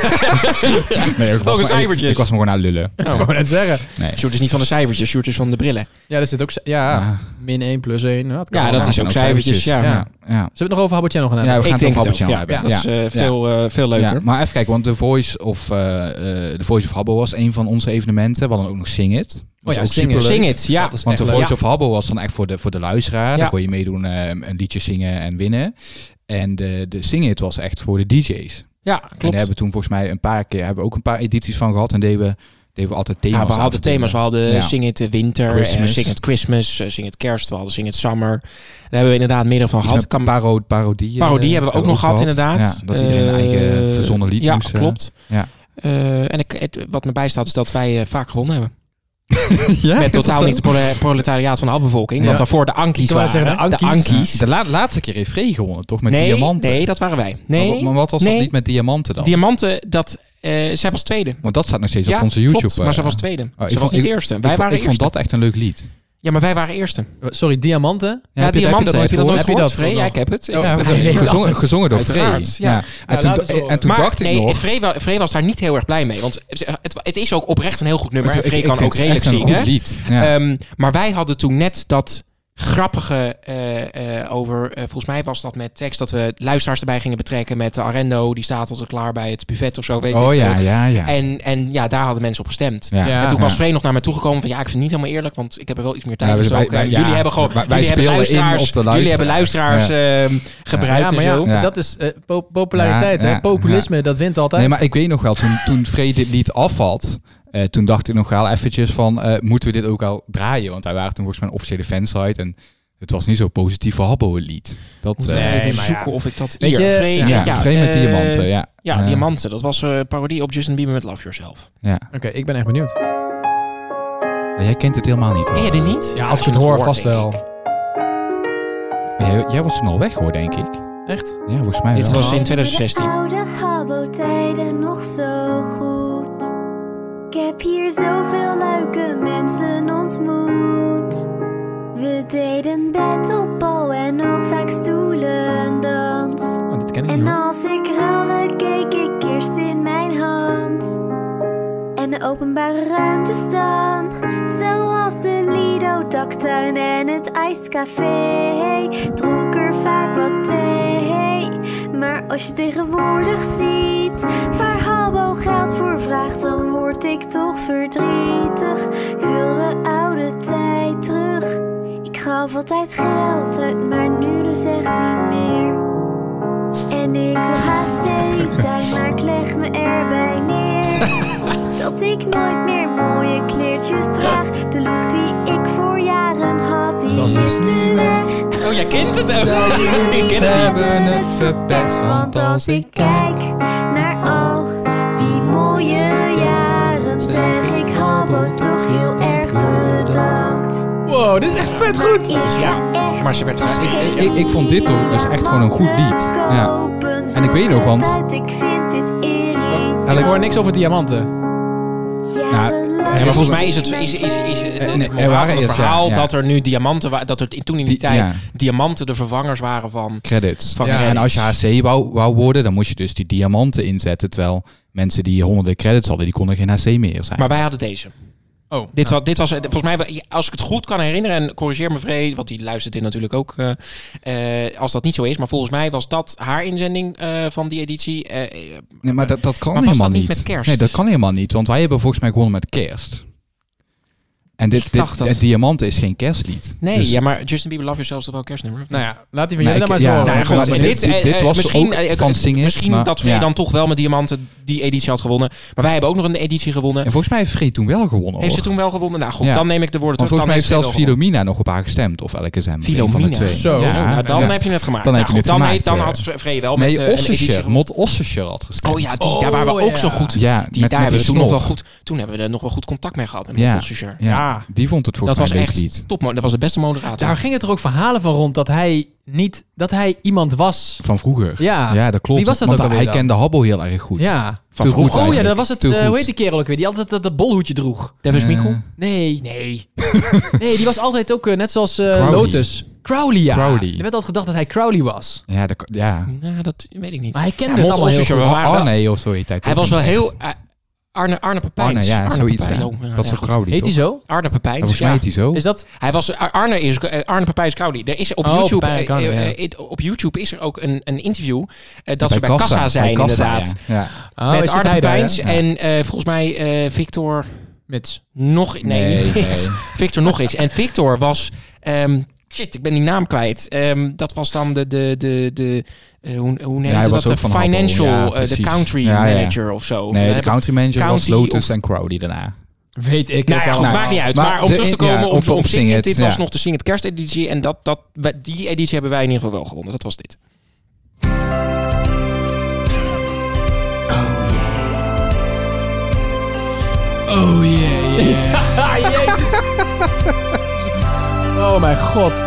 S1: Nee, ik
S3: Welke
S1: maar- ik-
S3: cijfertjes?
S1: Ik was me gewoon aan het lullen.
S2: Ik wou net zeggen.
S1: Nee.
S3: Sjoerd is niet van de cijfertjes, Sjoerd is van de brillen.
S2: Ja, dat zit ook... c- Ja,
S1: Ja.
S2: min 1 plus 1. Nou, dat kan
S3: Ja,
S2: allemaal.
S3: dat is
S1: zijn
S3: ook
S1: ook
S3: cijfertjes.
S1: cijfertjes.
S3: Ja.
S2: Ja.
S1: Ja, ja.
S2: Zullen we het nog over Habbo Channel gaan
S1: Ja,
S2: hebben?
S1: we gaan
S3: Ik
S1: het
S3: denk
S1: over
S3: het ook.
S1: Abbertjan
S3: Ja,
S1: hebben.
S3: dat is eh, veel, eh, veel leuker.
S1: Ja, maar even kijken, want The Voice of eh, eh, The Voice of Habbo was een van onze evenementen. We hadden ook nog Sing It. Was
S2: ja, Sing
S1: ook
S2: It.
S1: superleuk.
S3: Oh Sing it, ja.
S2: Dat is
S1: Want The
S2: echt
S1: Voice
S2: leuk.
S1: of Habbo was dan echt voor de, voor de luisteraar.
S3: Ja.
S1: Daar kon je meedoen, eh, een liedje zingen en winnen. En de, de Sing It was echt voor de DJ's.
S3: Ja,
S1: En
S3: klopt.
S1: daar hebben we toen volgens mij een paar keer, hebben we ook een paar edities van gehad. En deden we, deden we altijd thema's.
S3: Ja, we
S1: aan
S3: hadden
S1: te
S3: thema's. We hadden
S1: Ja.
S3: Sing It eh, Winter, eh,
S1: Christmas.
S3: Sing It Christmas, eh, Sing It Kerst, we hadden Sing It Summer. Daar hebben we inderdaad meerdere van
S1: Iets met
S3: gehad. Kan-
S1: paro- parodieën.
S3: Parodie
S1: eh,
S3: hebben we ook nog gehad, inderdaad.
S1: Ja, dat iedereen een
S3: Eh,
S1: eigen verzonnen lied
S3: ja,
S1: moest. eh,
S3: klopt.
S1: ja.
S3: Eh, en ik, het- wat me bijstaat is dat wij eh, vaak gewonnen hebben.
S1: ja,
S3: Met totaal niet de prole- proletariaat van de halbevolking. Want daarvoor de Ankies
S2: Ik wou
S3: waren.
S2: zeggen, de Ankies.
S3: Ankies.
S1: De la- laatste keer heeft Free gewonnen, toch? Met
S3: nee,
S1: diamanten.
S3: nee, dat waren wij. Nee,
S1: Maar, wat- maar wat was
S3: nee.
S1: dat niet met diamanten dan?
S3: Diamanten, dat, eh, zij was tweede.
S1: Want dat staat nog steeds
S3: Ja,
S1: op onze YouTube.
S3: klopt, maar
S1: eh.
S3: ze was tweede.
S1: Oh, ik
S3: ze was
S1: vond-
S3: niet
S1: ik-
S3: eerste.
S1: Ik,
S3: Wij
S1: vond-
S3: waren
S1: ik vond
S3: eerste.
S1: dat echt een leuk lied.
S3: Ja, maar wij waren eerste.
S2: Eh, Sorry, diamanten?
S3: Ja,
S1: heb je- heb je
S3: diamanten. Heb je dat nooit
S1: gehoord?
S2: Heb je dat
S3: gehoord, Free?
S2: nog?
S3: Ja, ik heb het. Ik
S1: Ja,
S3: heb
S1: we-
S3: het.
S1: we- gezongen, gezongen door Free.
S3: Uiteraard, ja.
S1: En toen,
S2: laat eens horen.
S1: en toen
S3: maar
S1: dacht ik
S3: nee,
S1: nog...
S3: Free, wa- Free was daar niet heel erg blij mee. Want het, het is ook oprecht een heel goed nummer.
S1: ik-
S3: en Free
S1: ik
S3: kan
S1: vind
S3: ook
S1: het
S3: redelijk Eh,
S1: echt een
S3: zingen.
S1: goed lied. Ja.
S3: Ehm, maar wij hadden toen net dat grappige eh, eh, over, eh, volgens mij was dat met tekst, dat we luisteraars erbij gingen betrekken met de Arendo, die staat tot klaar bij het buffet of zo, weet
S1: Oh
S3: ik
S1: ja,
S3: veel.
S1: ja, ja.
S3: En, en ja, daar hadden mensen op gestemd.
S1: Ja. Ja,
S3: en toen was
S1: ja.
S3: Vreen nog naar me toegekomen van, ja, ik vind het niet helemaal eerlijk, want ik heb er wel iets meer tijd
S1: Ja,
S3: ja,
S1: wij-
S3: gestoken.
S1: wij-
S3: En
S1: ja,
S3: jullie hebben gewoon,
S1: wij- wij
S3: jullie hebben
S1: spelen in
S3: luisteraars,
S1: op de
S3: jullie hebben
S1: luisteraar.
S3: luisteraars
S1: Ja.
S3: ehm, gebruikt
S2: Ja, maar
S3: en
S2: ja,
S3: zo.
S1: Ja.
S2: dat is eh, po- populariteit,
S1: Ja,
S2: hè?
S1: ja,
S2: Populisme, dat wint altijd.
S1: Nee, maar ik weet nog wel, toen, toen Vrede dit lied afvalt, eh, toen dacht ik nog wel eventjes van, eh, moeten we dit ook al draaien? Want wij waren toen volgens mij een officiële fansite en het was niet zo positief voor Habbo het lied. Dat,
S3: Moeten we
S1: eh,
S3: even zoeken of ik dat
S1: Weet
S3: hier,
S1: je-
S3: Vree-
S1: ja, Vree met
S3: eh,
S1: diamanten, ja.
S3: Ja,
S1: Ja.
S3: diamanten. Dat was eh parodie op Justin Bieber met Love Yourself.
S1: Ja.
S2: Oké, ik ben echt benieuwd.
S1: Maar Jij kent het helemaal niet. hoor.
S3: Ken je dit niet?
S2: Ja, als ik het hoor, vast
S3: denk
S2: wel.
S1: Jij, jij was toen al weg hoor, denk ik.
S2: Echt?
S1: Ja, volgens mij
S3: Dit
S1: wel.
S3: was in 2016.
S5: Oude habbo-tijden nog zo goed. Ik heb hier zoveel leuke mensen ontmoet. We deden battleball en ook vaak stoelendans.
S2: Oh, dit ken ik
S5: En
S2: niet. hoor.
S5: als ik ruilde, keek ik eerst in mijn hand. En de openbare ruimtes dan, zoals de Lido, daktuin en het ijscafé. Dronk er vaak wat thee. Maar als je tegenwoordig ziet waar Halbo geld voor vraagt, dan word ik toch verdrietig. Gulde oude tijd terug. Ik gaf altijd geld uit, maar nu dus echt niet meer. En ik wil HC zijn, maar ik leg me erbij neer. Dat ik nooit meer mooie kleertjes draag. De look die ik voor jaren had, die
S3: Dat
S5: is,
S3: is
S5: nu weg.
S3: Oh, jij kent het ook. ik ken het niet.
S5: We hebben het verpest, want als ik kijk naar al die mooie jaren, zeg ik Habbo toch heel erg bedankt.
S2: Wow, dit is echt vet goed.
S5: Het is
S3: ja, maar ze werd
S1: Ik, ik, ik, ik vond dit toch dus echt gewoon een goed lied. Ja. En ik weet nog, want...
S5: Ik vind dit irritant.
S2: ik hoor niks over diamanten.
S1: Nou,
S5: Jarenlang
S3: Ja, maar volgens mij is het is, is, is, is-
S1: Eh, nee, er
S3: het verhaal,
S1: waren
S3: van het
S1: eerst, ja,
S3: verhaal
S1: ja.
S3: dat er nu diamanten wa- dat er in- toen in die
S1: Die-
S3: tijd
S1: ja.
S3: diamanten de vervangers waren van.
S1: credits.
S3: Van
S1: Ja,
S3: credits.
S1: En als je HC wou, wou worden, dan moest je dus die diamanten inzetten. Terwijl mensen die honderden credits hadden, die konden geen HC meer zijn.
S3: Maar wij hadden deze.
S2: Oh,
S3: Dit, was, dit was eh, volgens mij, als ik het goed kan herinneren, en corrigeer me vrij, want die luistert dit natuurlijk ook, eh, eh, als dat niet zo is. Maar volgens mij was dat haar inzending eh, van die editie. eh, eh,
S1: nee, maar dat, dat kan
S3: Maar was
S1: helemaal
S3: dat niet
S1: niet.
S3: met kerst?
S1: Nee, dat kan helemaal niet. Want wij hebben volgens mij gewonnen met kerst. En dit,
S3: Ik dacht
S1: dit
S3: dat.
S1: het diamanten is geen kerstlied.
S3: nee,
S1: Dus-
S3: ja, maar Justin Bieber Love Yourself is toch wel een kerstnummer? of
S2: Nou ja, laat die van
S1: Nee,
S2: jullie dan maar
S1: ik-
S2: eens
S1: ja,
S2: horen.
S1: nou,
S2: Ik ben
S1: goed,
S2: wel
S1: maar
S2: benieuwd.
S1: dit-
S3: eh,
S1: dit
S3: eh,
S1: was ook
S3: eh, eh,
S1: van zingen,
S3: Misschien
S1: maar-
S3: dat we
S1: ja.
S3: dan toch wel met diamanten die editie had gewonnen. Maar wij hebben ook nog een editie gewonnen.
S1: En volgens mij heeft Freed toen wel gewonnen.
S3: Heeft ze
S1: hoor.
S3: toen wel gewonnen? Nou goed,
S1: Ja.
S3: dan neem ik de woorden
S1: Want
S3: terug.
S1: volgens mij heeft
S3: dan
S1: zelfs
S3: ze wel gewonnen.
S1: Filomina nog op haar gestemd. Of elke zijn van de
S3: Philomena.
S1: twee.
S2: Zo.
S1: Ja,
S2: Zo,
S3: Nou, dan
S1: ja.
S3: heb je het gemaakt.
S1: Dan
S3: Nou,
S1: heb je
S3: goed,
S1: het
S3: dan,
S1: gemaakt,
S3: heeft- dan
S1: eh.
S3: had Vre- Vree wel met
S1: Nee,
S3: eh, een editie
S1: Ossescher.
S3: gewonnen.
S1: Mot Ossescher had gestemd.
S3: Oh ja, die, daar waren we
S2: Oh,
S3: ook
S2: ja.
S3: zo goed.
S1: Ja,
S3: Die,
S1: met- met
S3: daar hebben
S1: die
S3: we toen nog wel
S1: snor.
S3: goed. Toen hebben we er nog wel goed contact mee gehad met
S1: Ja.
S3: Mot Ossescher.
S1: Ja,
S2: Ja.
S1: die vond het
S3: Dat
S1: volgens
S3: was
S1: mij een beetje
S3: echt top. Dat was de beste moderator.
S2: Ah. Daar gingen er ook verhalen van rond dat hij niet dat hij iemand was.
S1: van vroeger.
S2: Ja.
S1: ja dat klopt.
S2: Wie was dat
S1: Want
S2: ook alweer
S1: hij
S2: dan?
S1: kende Habbel heel erg goed.
S2: Ja.
S1: Van
S3: Te
S1: vroeger.
S2: Oh ja, dat
S1: eigenlijk.
S2: was het.
S1: Te
S2: eh,
S1: goed.
S2: hoe heet die kerel ook weer? Die altijd dat, dat bolhoedje droeg.
S3: Dennis
S1: Eh,
S3: Michel?
S2: Nee, nee. Nee, die was altijd ook eh, net zoals eh,
S1: Crowley.
S2: Lotus. Crowley, ja.
S1: Crowley.
S2: Er werd altijd gedacht dat hij Crowley was.
S1: Ja, dat, ja.
S3: Nou, dat weet ik niet.
S2: Maar hij kende
S3: Ja,
S2: het
S3: Mot
S2: allemaal heel
S3: Ossescher,
S2: goed.
S3: we waren wel-
S1: Arne of zo heet hij
S3: Hij
S1: toch
S3: was wel
S1: niet
S3: heel...
S1: echt?
S3: eh, Arne, Arne
S1: Arne,
S3: Pepijns.
S1: ja, zoiets.
S3: Pepijn,
S1: ja.
S3: oh, ja,
S1: Dat is
S3: ja,
S1: een
S3: goed.
S1: Crowley,
S2: Heet hij
S1: toch?
S2: zo?
S3: Arne
S1: Ja,
S3: Pepijns,
S1: Volgens mij
S3: ja.
S1: heet hij zo.
S2: Is dat?
S3: Hij was Ar- Arne is eh, Arne Papijs Crowley. Er is op
S2: Oh,
S3: YouTube
S2: Pepijn
S3: eh,
S2: Crowley,
S3: eh,
S2: ja.
S3: eh, eh, op YouTube is er ook een, een interview eh, dat ze bij kassa, zijn
S1: bij kassa,
S3: inderdaad.
S1: ja. Ja.
S2: Oh,
S3: Met
S2: is dit
S3: Arne
S2: hij daar,
S3: Pepijns
S2: hè?
S1: hè?
S3: en eh, volgens mij eh, Victor
S2: Mits.
S3: nog nee,
S1: Nee,
S3: niet
S1: nee.
S3: Victor. Victor nog iets. En Victor was ehm, shit, ik ben die naam kwijt. Ehm, dat was dan de de de de eh, hoe, hoe
S1: hij
S3: heet
S1: was
S3: dat de
S1: ook van Happel,
S3: financial
S1: ja,
S3: eh, de
S1: precies.
S3: country
S1: Ja, ja.
S3: manager of zo.
S1: Nee, de
S3: Heb ik-
S1: country manager was
S3: County
S1: Lotus
S3: of-
S1: en Crowley daarna.
S2: Weet ik
S3: Nou
S2: het
S3: ja, goed,
S2: allemaal.
S3: maakt niet uit. Maar,
S1: Maar
S3: om
S1: de-
S3: terug te
S1: ja,
S3: komen
S1: om-
S3: op, op,
S1: op
S3: Sing
S1: Sing
S3: It,
S1: It,
S3: Dit
S1: ja.
S3: was nog de Sing It kersteditie. En dat, dat, die editie hebben wij in ieder geval wel gewonnen. Dat was dit.
S2: Oh yeah,
S3: <laughs>
S2: Jezus. Oh mijn god.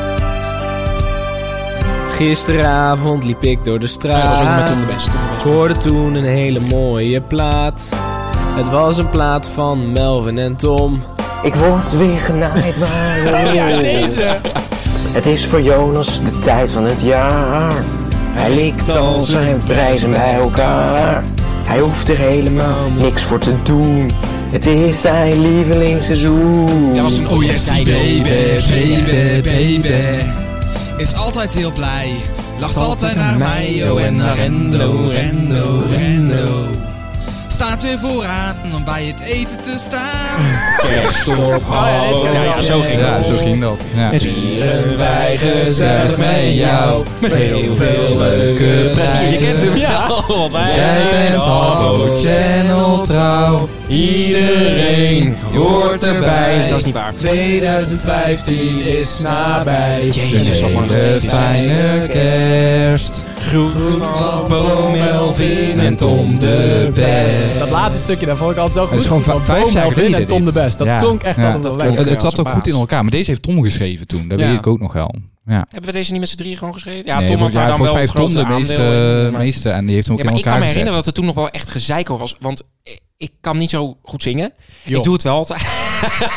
S12: Gisteravond liep ik door de straat.
S3: dat was ook nog met Toen de Best. Toen de Best.
S12: Ik hoorde toen een hele mooie plaat. Het was een plaat van Melvin en Tom.
S11: Ik word weer
S12: <laughs>
S11: genaaid waar.
S2: Ja, deze.
S11: Het is voor Jonas de tijd van het jaar. Hij likt al zijn prijzen bij elkaar. Hij hoeft er helemaal niks voor te doen. Het is zijn lievelingsseizoen.
S13: Ja, was een oh yes, die baby, baby, baby. Is altijd heel blij. Lacht altijd naar mij, oh en naar Rendo, Rendo, Rendo. Staat weer vooraan om bij het eten te <laughs> staan. Oh,
S1: Kerststop,
S13: hallo.
S1: Ja, ja, zo ging
S13: Ja,
S1: dat.
S13: zo ging
S1: dat. Ja.
S13: Vieren wij gezellig met jou. Met heel veel
S1: leuke
S13: prijzen.
S1: Je kent
S12: <laughs>
S1: hem.
S13: Ja.
S12: Oh,
S1: Jij bent Habbo
S13: Channel
S1: trouw.
S13: Iedereen hoort erbij.
S3: Dus dat is niet waar.
S13: 2015 is nabij.
S1: Jezus,
S13: Een
S1: wat lang
S13: hele
S1: geleden is.
S13: fijne kerst. Groet van Bo Melvin en Tom de Best.
S2: Dat laatste stukje daarvoor ik altijd zo goed.
S1: Het is gewoon va-
S2: Van
S1: vijf
S2: Boom,
S1: jaar
S2: Melvin
S1: geleden.
S2: en Tom de
S1: dit.
S2: Best. Dat
S1: Ja.
S2: klonk echt
S1: Ja.
S2: altijd wel lekker.
S1: Het, het zat ook
S2: Ja.
S1: goed in elkaar, maar deze heeft Tom geschreven toen. Dat
S2: Ja.
S1: weet ik ook nog wel. Ja.
S3: Hebben we deze niet met z'n drieën gewoon geschreven?
S1: Nee,
S3: Tom
S1: vol-
S3: had daar
S1: volgens
S3: dan wel
S1: mij
S3: het
S1: heeft Tom
S3: grootste
S1: de
S3: aandeel
S1: meeste,
S3: in, maar-
S1: meeste en die heeft hem ook
S3: ja, maar
S1: in
S3: ik kan
S1: elkaar gezet.
S3: me herinneren dat er toen nog wel echt gezeik over was. Want i- ik kan niet zo goed zingen.
S1: Joh.
S3: Ik doe het wel altijd.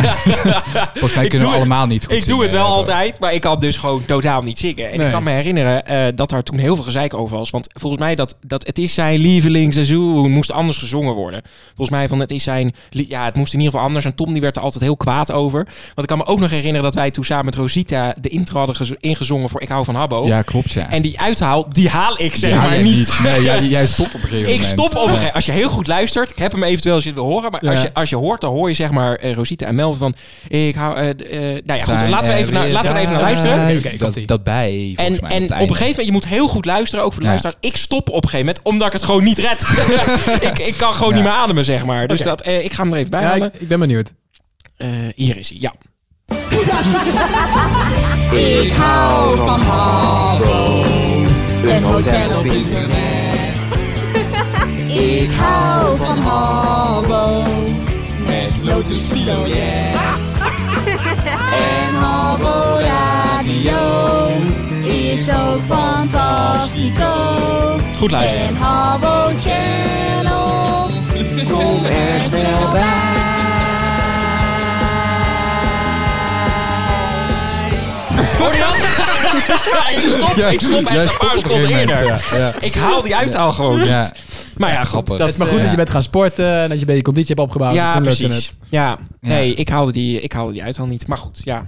S1: Volgens mij kunnen we
S3: Ik doe het-
S1: allemaal niet goed
S3: Ik doe het
S1: zingen.
S3: wel altijd, maar ik kan dus gewoon totaal niet zingen. En
S1: Nee.
S3: ik kan me herinneren eh, dat daar toen heel veel gezeik over was. Want volgens mij dat, dat het is zijn lievelingsseizoen moest anders gezongen worden. Volgens mij van het is zijn... lie- Ja, het moest in ieder geval anders. En Tom die werd er altijd heel kwaad over. Want ik kan me ook nog herinneren dat wij toen samen met Rosita de intro hadden gezo- ingezongen voor Ik hou van Habbo.
S1: Ja, klopt ja.
S3: En die uithaal, die haal ik zeg
S1: Ja,
S3: maar
S1: jij
S3: niet.
S1: Nee, jij, jij stopt op een gegeven
S3: Ik
S1: moment.
S3: stop op een
S1: Ja.
S3: gegeven Als je heel goed luistert, ik heb hem eventueel als je het wil horen. Maar
S1: Ja.
S3: als, je, als je hoort, dan hoor je zeg maar eh, Rosita en Melvin van... Ik hou... eh, d- eh, nou ja, goed.
S1: Zijn
S3: Laten we
S1: er
S3: even naar,
S1: weer
S3: laten we er even naar
S1: daar-
S3: luisteren.
S1: dat, dat bij, volgens
S3: En,
S1: mij,
S3: en op
S1: het
S3: een
S1: einde.
S3: gegeven moment, je moet heel goed luisteren, ook voor de
S1: Ja.
S3: luisteraars. Ik stop op een gegeven moment, omdat ik het gewoon niet red. <laughs> ik, ik kan gewoon
S2: Ja.
S3: niet meer ademen, zeg maar. Dus
S2: Oké.
S3: dat, eh, ik ga hem er even bij
S2: Ja,
S3: halen.
S2: ik, ik ben benieuwd.
S3: hier is hij, ja.
S13: Ik hou van Habbo. Een hotel op internet. Ik hou van Habbo. Met Lotus Filojet. En Habbo Radio is ook fantastico.
S3: Goed luisteren.
S13: En Habbo
S3: <laughs>
S13: Channel. Kom er snel bij.
S3: Hoor je dat? Ja, ik stop,
S13: Ja,
S3: ik stop echt
S13: jij
S3: een
S13: stopt
S3: paar
S13: op een
S3: seconden
S13: gegeven
S3: eerder.
S13: moment, ja, ja.
S3: Ik haal die uithaal gewoon niet.
S1: Ja.
S3: Maar ja, goed. dus-
S1: grappig.
S2: Dat is maar goed dat je bent gaan sporten en dat je een beetje conditie hebt opgebouwd.
S3: eh, Ja,
S2: Toen lukte
S3: precies.
S2: het.
S3: Ja, nee, Ik, haalde die, ik haalde die uithaal niet. Maar goed, ja.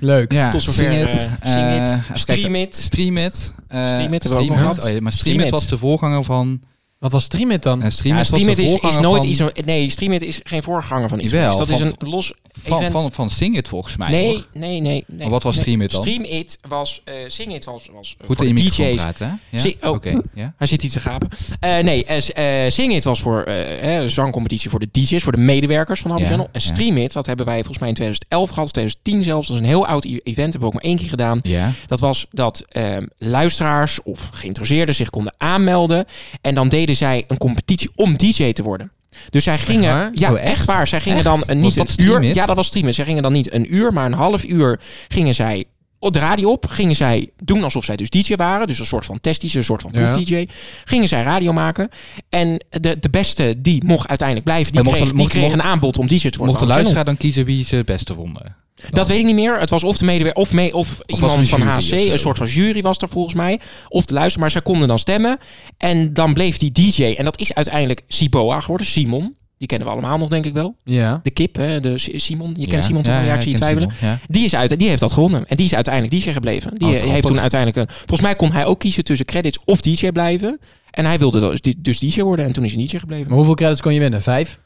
S2: Leuk.
S1: Ja,
S3: Tot zover,
S1: Sing it,
S3: eh, Sing
S1: eh,
S3: It,
S1: even kijken.
S3: Stream It.
S1: Stream it. eh,
S3: Stream It hebben we
S1: Stream
S3: ook nog
S1: It.
S3: gehad.
S1: Oh ja, maar stream
S3: Stream
S1: it
S3: It.
S1: was de voorganger van...
S2: Wat was Stream It dan?
S1: En stream
S3: ja,
S1: it was
S3: Stream
S1: de
S3: It is, is
S1: voorganger
S3: nooit
S1: van-
S3: iets... Nee, Stream It is geen voorganger van iets.
S1: Jawel,
S3: geweest. dat
S1: van-
S3: is een los
S1: Van,
S3: event.
S1: van, van, Sing It volgens mij.
S3: nee,
S1: toch?
S3: nee, nee, nee.
S1: Maar wat was
S3: nee.
S1: Stream It dan?
S3: Stream It was... eh Sing It was... was eh,
S1: Goed
S3: voor
S1: in je
S3: DJ's.
S1: microfoon praten, hè? Ja?
S3: Zie- oh,
S1: Oké, ja.
S3: Hij zit iets te gapen. Eh, nee, eh, s- eh, Sing It was voor eh, eh, zangcompetitie voor de DJ's, voor de medewerkers van Habbo
S1: Ja,
S3: Channel. En
S1: ja.
S3: Stream It, dat hebben wij volgens mij in 2011 gehad, of 2010 zelfs. Dat is een heel oud i- event, hebben we ook maar één keer gedaan.
S1: Ja.
S3: Dat was dat ehm, luisteraars of geïnteresseerden zich konden aanmelden. En dan deden zij een competitie om DJ te worden. Dus zij gingen,
S1: waar?
S3: ja,
S1: Oh, echt?
S3: echt? waar. Zij gingen
S1: Echt?
S3: dan een, niet
S1: Was dat
S3: een uur.
S1: Stream It?
S3: Ja, dat was streamen. Zij gingen dan niet een uur, maar een half uur gingen zij op de radio op. Gingen zij doen alsof zij dus DJ waren. Dus een soort van testdj, een soort van
S1: Ja.
S3: proef-DJ. Gingen zij radio maken. En de, de beste die mocht uiteindelijk blijven. Die
S1: En mochten-
S3: kreeg, die
S1: mochten-
S3: kreeg een
S1: mochten-
S3: aanbod om DJ te worden.
S1: Mocht de
S3: van Channel.
S1: luisteraar dan kiezen wie ze het beste vonden?
S3: Dat weet ik niet meer. Het was of de medewerker of, mee, of,
S1: was
S3: iemand
S1: er een
S3: van
S1: jury
S3: HC.
S1: of zo?
S3: Een soort van jury was er volgens mij. Of de luisteraar. Maar zij konden dan stemmen. En dan bleef die DJ. En dat is uiteindelijk Siboa geworden. Simon. Die kennen we allemaal nog, denk ik wel.
S2: Ja.
S3: De kip, hè, de S- Simon. Je kent
S1: Ja,
S3: Simon toch?
S1: ja,
S3: Ja,
S1: ja,
S3: ik zie je
S1: ik ken
S3: twijfelen.
S1: Simon, ja.
S3: Die, is uit, die heeft dat gewonnen. En die is uiteindelijk DJ gebleven.
S1: Oh,
S3: Die
S1: wat
S3: heeft
S1: grappig.
S3: toen uiteindelijk... Een, volgens mij kon hij ook kiezen tussen credits of DJ blijven. En hij wilde dus, dus DJ worden. En toen is hij DJ gebleven.
S2: Maar hoeveel credits kon je winnen? Vijf?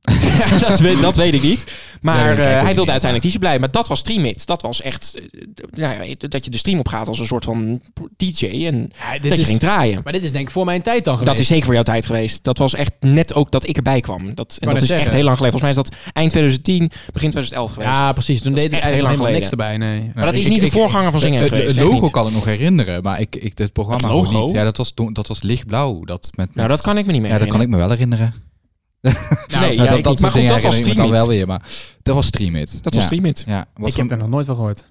S3: <laughs> dat, weet, dat weet ik niet.
S2: Ja,
S3: Maar
S2: dat
S3: eh,
S2: kijk ik
S3: hij
S2: niet.
S3: wilde uiteindelijk DJ blijven. Maar dat was Stream It. Dat was echt eh, d- nou ja, dat je de stream op gaat als een soort van DJ. En
S2: dit
S3: dat je
S2: is-
S3: ging draaien.
S2: Maar dit is denk ik voor mijn tijd dan geweest.
S3: Dat is zeker voor jouw tijd geweest. Dat was echt net ook dat ik erbij kwam. Dat, en
S2: net
S3: dat is
S2: zeggen.
S3: echt heel lang geleden. Volgens mij is dat eind 2010, begin 2011 geweest.
S2: Ja, precies. Toen
S3: Dat
S2: deed
S3: is
S2: ik
S3: echt
S2: eigenlijk
S3: heel
S2: helemaal
S3: lang
S2: niks erbij. Nee.
S3: Maar dat is niet de voorganger van Zing Het
S1: Het,
S3: geweest,
S1: het
S3: echt
S1: logo
S3: niet.
S1: kan ik nog herinneren, maar ik, ik het programma
S3: Het
S1: gewoon
S3: logo?
S1: niet. Ja, dat was, toen- dat was lichtblauw. Dat met,
S3: Nou, dat kan ik me niet meer
S1: Ja, dat kan ik me wel herinneren.
S3: ja, ik niet.
S1: soort
S3: Maar goed,
S1: dingen
S3: dat was
S1: herinner ik me
S3: Stream
S1: dan
S3: It.
S1: wel weer, maar dat was Stream It.
S3: Dat was
S1: Ja.
S3: Stream It.
S1: Ja, was
S2: ik heb
S1: een-
S2: er nog nooit van gehoord.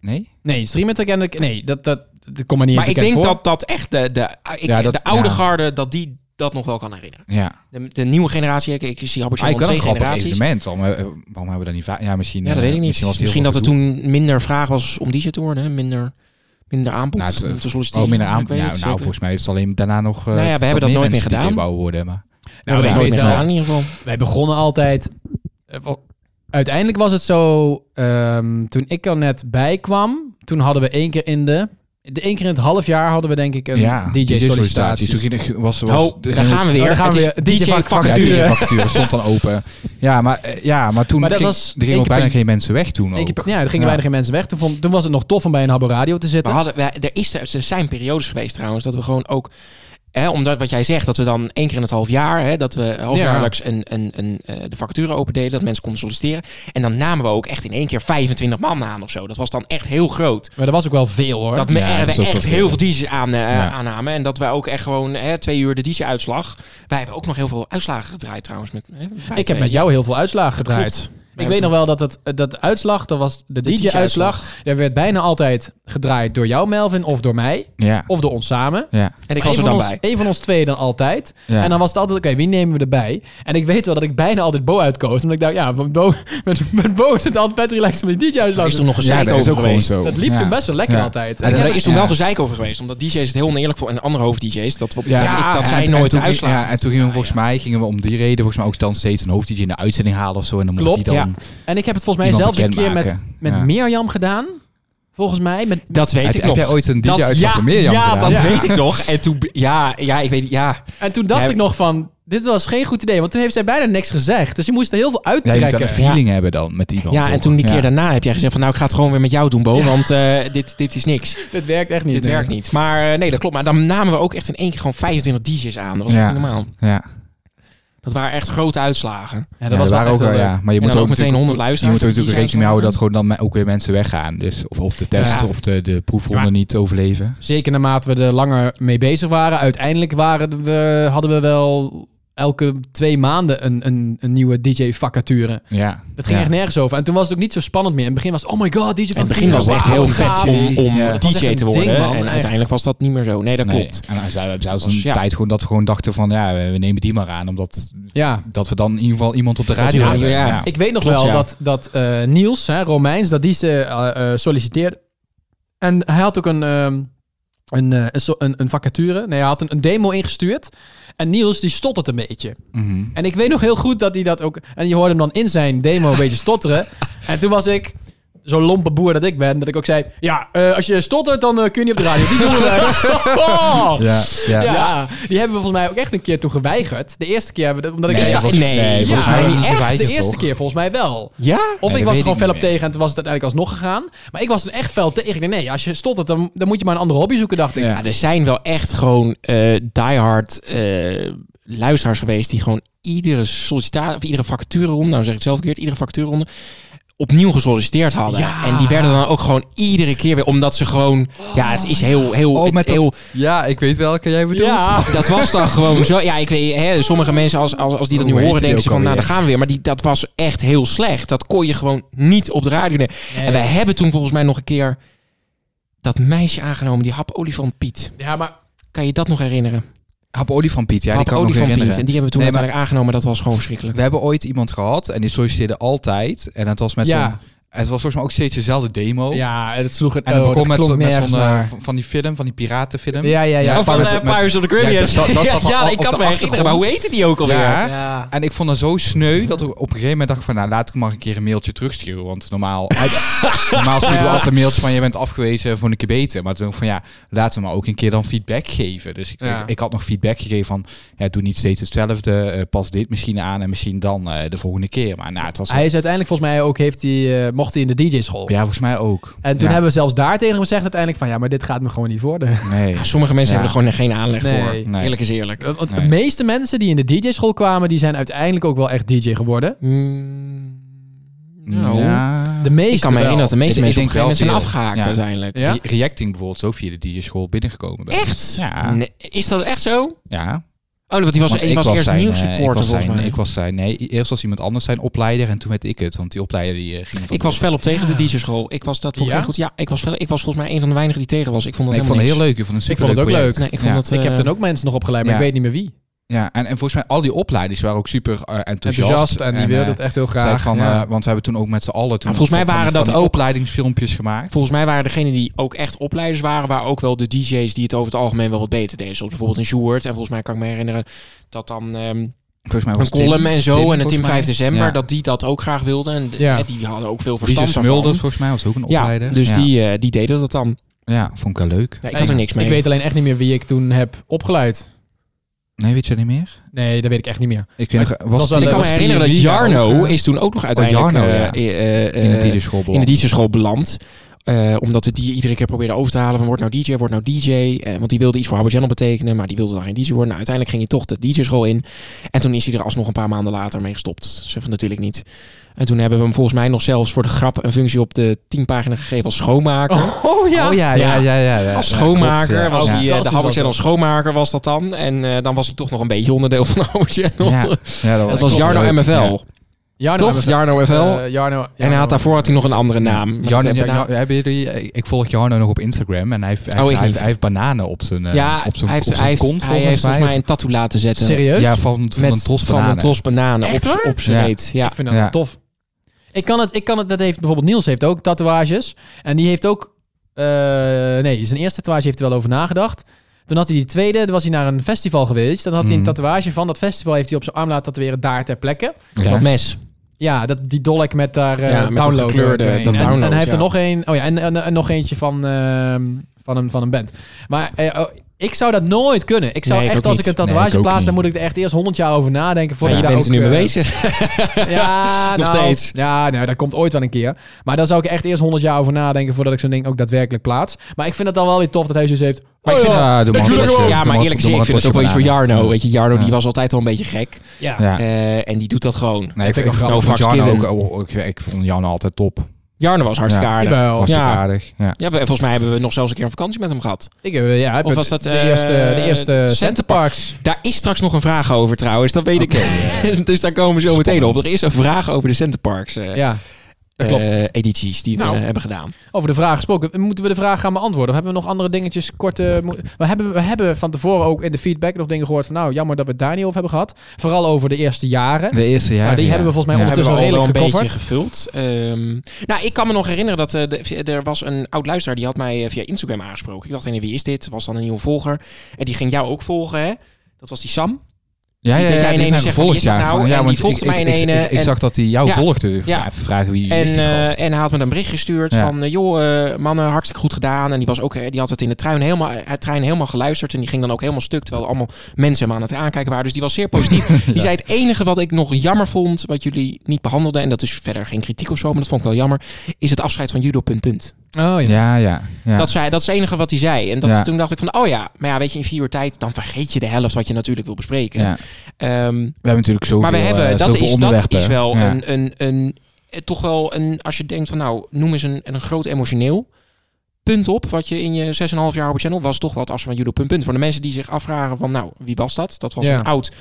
S1: Nee?
S2: Nee, Stream It herkende ik... Nee, dat, dat, dat komt me niet
S3: maar
S2: eens
S3: ik denk
S2: bekend voor.
S3: dat dat echt de, de, ik-
S1: Ja, dat-
S3: de oude
S1: ja.
S3: garde, dat die dat nog wel kan herinneren.
S1: Ja.
S3: De, de nieuwe generatie, ik, ik zie Habbo
S1: Ah, ik
S3: Channel
S1: wel een
S3: twee
S1: grappig
S3: generaties.
S1: evenement. Waarom, eh, waarom hebben we dat niet vaak? Ja, misschien.
S3: Ja, dat
S1: eh,
S3: weet ik niet. Misschien,
S1: was het heel
S3: dat
S1: veel
S3: er toen minder vraag was om DJ te worden. hè? Minder, minder aanbod
S1: Nou, het-
S3: om te solliciteren.
S1: Oh, minder aan.
S3: Ik weet
S1: Nou,
S3: het
S1: nou,
S3: zeker.
S1: volgens mij is het alleen daarna nog. eh,
S3: Nou ja, we hebben dat nooit meer
S1: mensen
S3: gedaan.
S1: DJ wouden worden, maar.
S2: Nou, ik
S3: hebben dat nooit
S2: weet
S3: meer
S2: wel.
S3: gedaan in ieder geval.
S2: Wij begonnen altijd. eh, wel, Uiteindelijk was het zo. ehm, toen ik er net bij kwam, toen hadden we één keer in de. De één keer in het half jaar hadden we denk ik een
S1: Ja,
S2: DJ-sollicitatie.
S1: Toen ging er- was, was,
S3: Nou,
S2: Oh,
S1: er
S2: daar
S1: ging-
S2: gaan we weer.
S1: daar gaan
S2: Het
S1: we
S2: is
S1: weer.
S2: DJ
S1: vac-
S2: vacature.
S1: Ja, DJ vacature stond dan open. Ja, maar, eh, ja, maar toen
S2: Maar dat
S1: ging,
S2: was
S1: er
S2: één
S1: gingen ook
S2: keer
S1: bijna
S2: per-
S1: geen mensen weg
S3: Oh.
S1: toen ook.
S2: Eén keer per- ja, er gingen weinig mensen weg. Toen, vond- toen was het nog tof om bij een Habbo Radio te
S3: We
S2: zitten.
S3: hadden, we, er, is, er zijn periodes geweest trouwens dat we gewoon ook... Hè, omdat wat jij zegt, dat we dan één keer in het half jaar... Hè, dat we hoogjaarlijks een, een, een, eh, de vacature opendeden, dat mensen konden solliciteren. En dan namen we ook echt in één keer 25 man aan of zo. Dat was dan echt heel groot.
S2: Maar dat was ook wel veel hoor.
S3: Dat we
S2: Ja,
S3: er
S2: dat is ook
S3: echt
S2: wel
S3: heel veel
S2: veel.
S3: DJ's aan, eh,
S2: Ja.
S3: aannamen. En dat wij ook echt gewoon hè, twee uur de DJ-uitslag. Wij hebben ook nog heel veel uitslagen gedraaid trouwens. Met, hè, bij
S2: Ik heb
S3: twee.
S2: met jou heel veel uitslagen gedraaid.
S3: Klopt.
S2: Ik weet nog wel dat het, dat de uitslag, dat was de, DJ-uitslag. Daar werd bijna altijd gedraaid door jou, Melvin, of door mij.
S1: Ja.
S2: Of door ons samen.
S1: Ja.
S3: En ik
S2: Maar
S3: was er
S2: één van
S3: dan
S2: ons-
S3: bij.
S2: Eén van ons twee dan altijd.
S1: Ja.
S2: En dan was het altijd, oké, wie nemen we erbij? En ik weet wel dat ik bijna altijd Bo uitkoos. Omdat ik dacht, ja, van Bo, <laughs> met, met Bo is het altijd vet relaxed met die DJ-uitslag.
S3: Er is toen nog een zeik over geweest.
S2: Dat liep toen best wel lekker altijd.
S3: En er is toen wel
S2: gezegd.
S3: gezeik over geweest. Omdat DJ's het heel oneerlijk voor en andere hoofd-DJ's. Dat, dat,
S1: Ja,
S3: dat, ik- dat
S1: en-
S3: zij
S1: en
S3: nooit
S1: toen-
S3: uitslagen.
S1: Ja, en toen gingen we volgens mij gingen we om die reden volgens mij ook dan steeds een hoofd in de uitzending halen of zo. En dan mocht
S2: Klopt.
S1: hij
S2: Ja.
S1: dan...
S2: En ik heb het volgens mij
S1: iemand
S2: zelfs een keer met,
S1: bekendmaken.
S2: met
S1: Ja.
S2: Mirjam gedaan. Volgens mij. Met,
S3: Dat weet
S1: Heb-
S3: ik
S1: heb
S3: nog.
S1: jij ooit een
S3: Dat-
S1: DJ-uitslag
S3: ja,
S1: van Mirjam
S3: Ja,
S1: gedaan? Ja.
S3: dat weet ik nog. En toen, ja, ja, ik weet, ja.
S2: En toen dacht
S3: Ja.
S2: ik nog van, dit was geen goed idee. Want toen heeft zij bijna niks gezegd. Dus je moest er heel veel
S1: Ja, je moet wel
S2: uittrekken.
S1: een feeling hebben dan met iemand.
S3: Ja, en
S1: toch?
S3: toen die keer
S1: Ja.
S3: daarna heb jij gezegd van, nou, ik ga het gewoon weer met jou doen, Bo, want eh, dit, dit is niks.
S2: Dit werkt echt niet.
S3: dit
S2: nee.
S3: werkt niet. Maar eh, nee, dat klopt. Maar dan namen we ook echt in één keer gewoon 25 DJ's aan. Dat was
S1: Ja.
S3: echt niet normaal.
S1: Ja.
S3: Dat waren echt grote uitslagen.
S1: Ja, dat
S3: waren
S1: waren ook wel, ja. Maar je
S3: En
S1: moet
S3: dan
S1: er
S3: ook meteen
S1: natuurlijk-
S3: 100 luisteraars.
S1: Je moet er natuurlijk
S3: DJ's
S1: rekening mee houden dat gewoon dan me- ook weer mensen weggaan. Dus of, of de test
S2: Ja.
S1: of de, de proefronde
S2: Ja.
S1: niet overleven.
S2: Zeker naarmate we er langer mee bezig waren. Uiteindelijk waren we, hadden we wel elke twee maanden een, een, een nieuwe DJ-vacature.
S1: Ja.
S2: Dat ging
S1: Ja.
S2: echt nergens over. En toen was het ook niet zo spannend meer. In het begin was het, oh my god, DJ van
S3: In het begin was het echt heel vet om, om DJ te worden. en uiteindelijk was dat niet meer zo. Nee, dat
S1: Nee.
S3: klopt.
S1: En zij hebben zelfs
S3: was-
S1: een
S3: ja.
S1: tijd gewoon dat we gewoon dachten van ja, we we nemen die maar aan. Omdat
S2: Ja.
S1: dat we dan in ieder geval iemand op de
S2: Dat
S1: radio
S2: is-
S1: hebben.
S2: ja. Ik weet nog
S1: Klopt,
S2: wel
S1: ja.
S2: dat, dat eh, Niels, hè, Romeins, dat die ze eh, eh, solliciteerde. En hij had ook een, ehm, een, eh, een, so- een, een vacature. Nee, hij had een, een demo ingestuurd. En Niels, die stottert een beetje.
S1: Mhm.
S2: En ik weet nog heel goed dat hij dat ook... En je hoorde hem dan in zijn demo een beetje
S1: <laughs>
S2: stotteren. En toen was ik... Zo'n lompe boer dat ik ben, dat ik ook zei... Ja, eh, als je stottert, dan eh, kun je niet op de radio. Die doen
S1: <laughs>
S2: we wel."
S1: Ja, ja.
S2: Ja, die hebben we volgens mij ook echt een keer toen geweigerd. De eerste keer hebben we... Omdat ik
S1: Nee,
S2: zei,
S1: volgens-
S2: ja,
S1: nee, volgens
S2: ja,
S1: mij niet
S2: echt.
S1: geweigerd,
S2: De eerste
S1: toch?
S2: keer volgens mij wel.
S3: Ja?
S2: Of
S1: Nee,
S2: ik
S1: dat
S2: was er
S1: weet
S2: gewoon
S1: ik
S2: fel
S1: niet
S2: op tegen en toen was het uiteindelijk alsnog gegaan. Maar ik was toen echt fel tegen. Ik dacht, nee, als je stottert, dan, dan moet je maar een andere hobby zoeken, dacht ik.
S3: Ja, er zijn wel echt gewoon eh diehard eh, luisteraars geweest die gewoon iedere sollicitatie of iedere vacatureronde, nou zeg ik het zelf een keer, iedere vacatureronde opnieuw gesolliciteerd hadden.
S1: Ja.
S3: En die werden dan ook gewoon iedere keer weer, omdat ze gewoon, ja, het is heel, heel,
S1: Oh, met dat-
S3: heel
S1: Ja, ik weet welke jij bedoelt.
S3: ja, <laughs> dat was dan gewoon zo. Ja, ik weet, hè, sommige mensen als, als, als die dat
S1: Hoe
S3: nu
S1: heet
S3: horen,
S1: die
S3: denken ze
S1: ook
S3: van, nou, daar
S1: alweer?
S3: gaan we weer. Maar die, dat was echt heel slecht. Dat kon je gewoon niet op de radio nemen.
S2: Nee.
S3: En wij hebben toen volgens mij nog een keer dat meisje aangenomen, die hap olifant Piet.
S2: Ja, maar
S3: Kan je dat nog herinneren?
S1: Hap Olifant Piet, ja,
S3: Hap
S1: die kan ik nog
S3: Olifant
S1: herinneren.
S3: Piet. En die hebben we toen
S1: Nee, maar
S3: uiteindelijk aangenomen. Dat was gewoon verschrikkelijk.
S1: We hebben ooit iemand gehad en die solliciteerde altijd. En het was met
S2: Ja.
S1: zo'n... Het was volgens mij ook steeds dezelfde demo.
S2: Ja, het sloeg het,
S1: En dan
S2: oh,
S1: begon
S2: het
S1: met,
S2: klonk
S1: zo'n- met
S2: nergens
S1: zo'n, eh,
S2: naar.
S1: van- van die film, van die piratenfilm.
S2: Ja, ja, ja.
S1: Met
S2: Van,
S1: Pirates-
S2: eh,
S1: met-
S2: Pirates of the Caribbean.
S1: Ja, dat-
S2: <laughs>
S1: dat
S2: Ja,
S1: zat
S2: ja,
S1: al
S2: ik
S1: op
S2: kan
S1: de
S2: me herinneren,
S3: maar
S1: achtergrond.
S3: hoe heette die ook alweer,
S1: Ja.
S3: hè?
S2: Ja.
S1: En ik vond dat zo sneu dat ik op een gegeven moment dacht van... Nou, laat ik maar een keer een mailtje terugsturen. Want
S2: <laughs>
S1: normaal, uit- normaal sturen we altijd een mailtje van... Je bent afgewezen voor een keer beter. Maar toen dacht ik van ja, laten we maar ook een keer dan feedback geven. Dus ik,
S2: Ja.
S1: ik, ik had nog feedback gegeven van... Ja, doe niet steeds hetzelfde. eh, pas dit misschien aan en misschien dan eh, de volgende keer. Maar nou, het was...
S2: Hij is uiteindelijk volgens mij ook, heeft hij, eh, mocht hij in de DJ-school.
S1: Ja, volgens mij ook.
S2: En toen
S1: Ja.
S2: hebben we zelfs daar tegen hem gezegd uiteindelijk van, ja, maar dit gaat me gewoon niet
S1: <laughs>
S2: worden.
S1: Nee.
S3: Ja, sommige mensen
S1: Ja.
S3: hebben er gewoon geen aanleg
S2: Nee.
S3: voor.
S1: Nee.
S3: Eerlijk is eerlijk.
S2: Want
S1: Nee.
S2: de meeste mensen die in de DJ-school kwamen, die zijn uiteindelijk ook wel echt DJ geworden.
S3: Nou,
S1: Ja.
S2: De meeste
S3: Mm, ik kan me
S2: wel.
S3: herinneren dat de
S1: Ik-
S3: meeste
S1: ik
S3: mensen op een
S1: denk
S3: gegeven moment zijn
S1: wel
S3: afgehaakt
S1: veel. Ja.
S3: uiteindelijk.
S2: Ja?
S1: Re- Reacting bijvoorbeeld zo via de DJ-school binnengekomen. ben.
S3: Echt?
S1: Ja.
S3: Nee, Is dat echt zo?
S1: Ja.
S3: Oh, want die was,
S1: Want
S3: die was, eerst
S1: zijn, eh,
S3: nieuws
S1: ik
S3: supporter
S1: was
S3: volgens
S1: zijn,
S3: mij.
S1: Ik was zijn, nee, eerst was iemand anders zijn opleider en toen werd ik het. Want die opleider die eh, ging
S3: Ik was fel op tegen de DJ-school. Ik was dat vond ik
S2: Ja?
S3: heel goed. Ja, ik was, fel, ik was volgens mij een van de weinigen die tegen was. Ik vond dat
S1: Nee, ik vond het
S3: helemaal
S1: heel leuk. Ik vond het een
S2: Ik vond het ook
S1: superleuk
S2: leuk.
S1: project.
S3: Nee, ik vond
S1: ja.
S3: dat, eh,
S2: ik heb toen ook mensen nog opgeleid, maar
S1: ja.
S2: ik weet niet meer wie.
S1: Ja, en, en volgens mij al die opleiders waren ook super eh, enthousiast.
S2: Enthousiast en die wilden
S1: eh,
S2: het echt heel
S1: zei
S2: graag,
S1: Van,
S2: ja.
S1: eh, want we hebben toen ook met z'n allen toen
S3: Maar volgens mij
S1: van die-
S3: waren
S1: van
S3: dat
S1: die
S3: ook-
S1: opleidingsfilmpjes gemaakt.
S3: Volgens mij waren degenen die ook echt opleiders waren, waren ook wel de DJ's die het over het algemeen wel wat beter deden. Zoals bijvoorbeeld een Sjoerd. En volgens mij kan ik me herinneren dat dan ehm,
S1: Volgens mij
S3: Een
S1: was Tim-
S3: column en zo.
S1: Tim,
S3: en een
S1: volgens
S3: Team
S1: mij.
S3: 5 december,
S1: Ja.
S3: dat die dat ook graag wilden. En
S1: Ja.
S3: eh, die hadden ook veel
S1: Liesje
S3: verstand daarvan.
S1: Smulders, volgens mij, was ook een opleider.
S3: Ja, dus
S1: Ja.
S3: Die, eh, die deden dat dan.
S1: Ja, vond ik wel leuk.
S3: Ja, ik had er niks mee.
S2: Ik weet alleen echt niet meer wie ik toen heb opgeleid.
S1: Nee, weet je dat niet meer?
S2: Nee, dat weet ik echt niet meer.
S1: Ik, weet nog, was het-
S3: ik kan me
S1: was
S3: herinneren dat
S1: Pionieria
S3: Jarno
S1: ook, eh,
S3: is toen ook nog
S1: oh,
S3: uiteindelijk
S1: Jarno,
S3: eh,
S1: ja.
S3: eh, eh,
S1: In de DJ-school
S3: in de
S1: beland.
S3: DJ-school beland. Eh, omdat het die iedere keer probeerde over te halen van word nou DJ, word nou DJ. Eh, want die wilde iets voor Howard Channel betekenen, maar die wilde dan geen DJ worden. Nou, uiteindelijk ging hij toch de DJ-school in. En toen is hij er alsnog een paar maanden later mee gestopt. Ze van natuurlijk niet. En toen hebben we hem volgens mij nog zelfs voor de grap een functie op de 10 pagina gegeven als schoonmaker.
S2: Oh ja.
S1: Oh ja, ja, ja, ja. ja.
S3: Als
S1: Ja,
S3: schoonmaker
S1: klopt, ja.
S3: was
S1: Ja.
S3: hij, eh, de
S1: Fantastisch
S3: Howard
S1: was
S3: Channel
S1: dat.
S3: schoonmaker was dat dan. En eh, dan was hij toch nog een beetje onderdeel van <laughs> de Howard Channel.
S1: Ja. Ja, dat
S3: dat,
S1: was-
S3: was
S1: klopt
S3: Jarno
S1: ook,
S3: MFL.
S1: ja.
S2: Jarno
S3: Toch?
S2: MFL.
S3: Ah, Jarno MFL.
S2: Eh, Jarno-
S3: en hij had daarvoor had hij nog een andere naam. Maar
S1: Jarno,
S3: dat
S1: ja,
S3: hebben we
S1: Jarno- hebben jullie, ik volg Jarno nog op Instagram en hij heeft, hij
S3: Oh, ik
S1: heeft, hij
S3: niet.
S1: heeft, hij heeft bananen op zijn, eh,
S3: Ja,
S1: op zijn,
S3: hij heeft-
S1: op zijn
S3: hij heeft-
S1: kont.
S3: hij heeft volgens mij een tattoo laten zetten. Serieus?
S1: Ja, van, van
S3: Met-
S1: een tros
S3: van een
S1: bananen.
S3: tros bananen op
S1: Echt
S3: z'n-
S1: waar?
S3: op z'n reet, ja.
S2: Ik vind dat
S1: Ja.
S2: tof. Ik kan het, ik kan het, dat heeft bijvoorbeeld Niels heeft ook tatoeages. En die heeft ook, eh, nee, zijn eerste tatoeage heeft er wel over nagedacht. Toen had hij die tweede, toen was hij naar een festival geweest. Dan had hij een
S3: Mhm.
S2: tatoeage van dat festival, heeft hij op zijn arm laten tatoeëren daar ter plekke.
S3: gedaan. Dat mes.
S2: Ja, dat, die dolk met daar eh
S3: Ja, met dat
S2: download.
S3: gekleurde,
S2: erheen.
S3: dat
S2: en,
S3: download,
S2: en hij heeft er
S3: ja.
S2: nog een. Oh ja, en, en, en nog eentje van, ehm, van, een, van een band. Maar eh, oh, ik zou dat nooit kunnen. Ik zou
S3: Nee, ik
S2: echt,
S3: ook
S2: als
S3: niet.
S2: ik een
S3: Nee,
S2: tatoeage
S3: ik ook
S2: plaats, dan
S3: niet.
S2: moet ik er echt eerst honderd jaar over nadenken.
S3: Ja,
S2: Voordat
S3: je
S2: ik daar
S3: bent er
S2: ook,
S3: nu mee
S2: eh,
S3: bezig.
S2: <laughs> Ja,
S3: <laughs> Nog
S2: nou,
S3: steeds.
S2: Ja, nou, dat komt ooit wel een keer. Maar daar zou ik echt eerst honderd jaar over nadenken voordat ik zo'n ding ook daadwerkelijk plaats. Maar ik vind het dan wel weer tof dat hij zoiets heeft.
S3: Maar
S2: oh
S3: ik vind
S2: ja,
S3: het,
S2: ik
S3: ik
S2: wil
S3: vind
S2: er
S3: het-
S2: gewoon-
S3: ja, maar eerlijk gezegd, ik vind het ook wel iets voor Jarno. Weet je, Jarno die was altijd al een beetje gek.
S2: Ja.
S3: Eh, en die doet dat gewoon.
S1: Nee, ik, ik,
S3: No
S1: vond
S3: fucks
S1: Jarno
S3: given.
S1: ook, ook- ook- ik, ik vond Jarno altijd top.
S3: Jarno was hartstikke
S1: Ja,
S3: aardig.
S1: jawel. Hartstikke aardig, ja.
S3: we- volgens mij hebben we nog zelfs een keer een vakantie met hem gehad.
S2: Ik, eh, ja,
S3: of was dat
S2: de,
S3: eh,
S2: eerste, de eerste Centerparks.
S3: Daar is straks nog een vraag over trouwens, dat weet ik. <laughs> dus daar komen we zo meteen op. Er is een vraag over de Centerparks eh
S2: Ja, dat klopt.
S3: eh, edities die
S2: Nou.
S3: we eh, hebben gedaan.
S2: Over de vraag gesproken. Moeten we de vraag gaan beantwoorden? Of hebben we nog andere dingetjes kort... eh, mo- we, hebben, we hebben van tevoren ook in de feedback nog dingen gehoord van... Nou, jammer dat we het daar niet over hebben gehad. Vooral over de eerste jaren.
S1: De eerste jaren,
S2: Maar die
S1: ja.
S2: hebben we volgens mij
S1: Ja.
S2: ondertussen
S1: Hebben we
S2: al
S1: al
S2: redelijk
S1: wel een
S2: gecoverd.
S1: beetje
S3: gevuld. Ehm, nou, ik kan me nog herinneren dat eh, de- er was een oud luisteraar die had mij eh, via Instagram aangesproken. Ik dacht, hey, wie is dit? Was dan een nieuwe volger. En die ging jou ook volgen, hè? Dat was die Sam.
S1: Ja,
S3: Die
S1: ja,
S3: deed
S1: ja,
S3: jij
S1: die
S3: ineens
S1: heeft mij
S3: zeggen,
S1: gevolgd,
S3: wie is dat
S1: ja.
S3: nou?
S1: Van- ja,
S3: en die
S1: want
S3: volgde
S1: ik-
S3: mij
S1: ik-
S3: ineens.
S1: ik- ik- ik zag dat hij jou volgde. Ja, vragen wie is
S3: en,
S1: die
S3: eh,
S1: gast?
S3: en hij had me een bericht gestuurd
S1: Ja.
S3: van, eh, joh, eh, mannen, hartstikke goed gedaan. En die, was ook, eh, die had het in de trein helemaal, het trein helemaal geluisterd. En die ging dan ook helemaal stuk, terwijl allemaal mensen hem aan het aankijken waren. Dus die was zeer positief.
S1: <laughs>
S3: Die zei, het enige wat ik nog jammer vond, wat jullie niet behandelden... en dat is verder geen kritiek of zo, maar dat vond ik wel jammer... is het afscheid van judo, punt, punt.
S2: Oh, ja.
S1: Ja, ja. ja.
S3: Dat, zei, dat is het enige wat hij zei. En dat,
S1: Ja.
S3: toen dacht ik van, oh ja, maar ja, weet je, in vier uur tijd... dan vergeet je de helft wat je natuurlijk wil bespreken.
S1: Ja.
S3: Ehm,
S1: we hebben natuurlijk zoveel,
S3: maar we hebben,
S1: eh,
S3: dat,
S1: zoveel
S3: is, dat
S1: onderwerpen.
S3: is wel
S1: Ja.
S3: een, een, een, eh, toch wel een, als je denkt van nou, noem eens een, een groot emotioneel punt op, wat je in je 6,5 jaar op het channel was toch wat als van Judo Punt Punt. Voor de mensen die zich afvragen van nou, wie was dat? Dat was
S1: Ja.
S3: een oud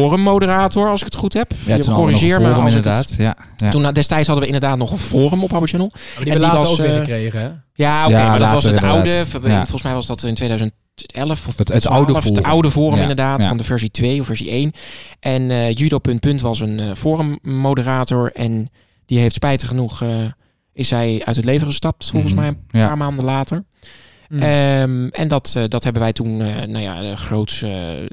S3: forummoderator, als ik het goed heb.
S1: Ja,
S3: Je
S1: toen
S3: corrigeer me
S1: hadden we nog een forum
S3: als ik het-
S1: inderdaad, ja, ja.
S3: Toen, nou, destijds hadden we inderdaad nog een forum op Howard Channel.
S2: die hebben we later ook
S1: eh,
S2: weer gekregen, hè?
S3: Ja, oké,
S1: Ja,
S3: maar dat
S1: later
S3: was het
S1: inderdaad.
S3: oude. ver-
S1: Ja.
S3: Volgens mij was dat in 2011 of
S1: Het- het oude
S3: 12, Het
S1: forum.
S3: oude forum
S1: Ja,
S3: inderdaad,
S1: ja.
S3: van de versie 2 of versie 1. En eh Judo Punt Punt was een eh, forummoderator en die heeft spijtig genoeg... eh, is hij uit het leven gestapt, volgens
S1: Mhm.
S3: mij een paar
S1: Ja.
S3: maanden later.
S2: Mhm.
S1: Mm.
S3: Ehm, en dat, eh, dat hebben wij toen, eh, nou ja, eh, groots... eh, eh,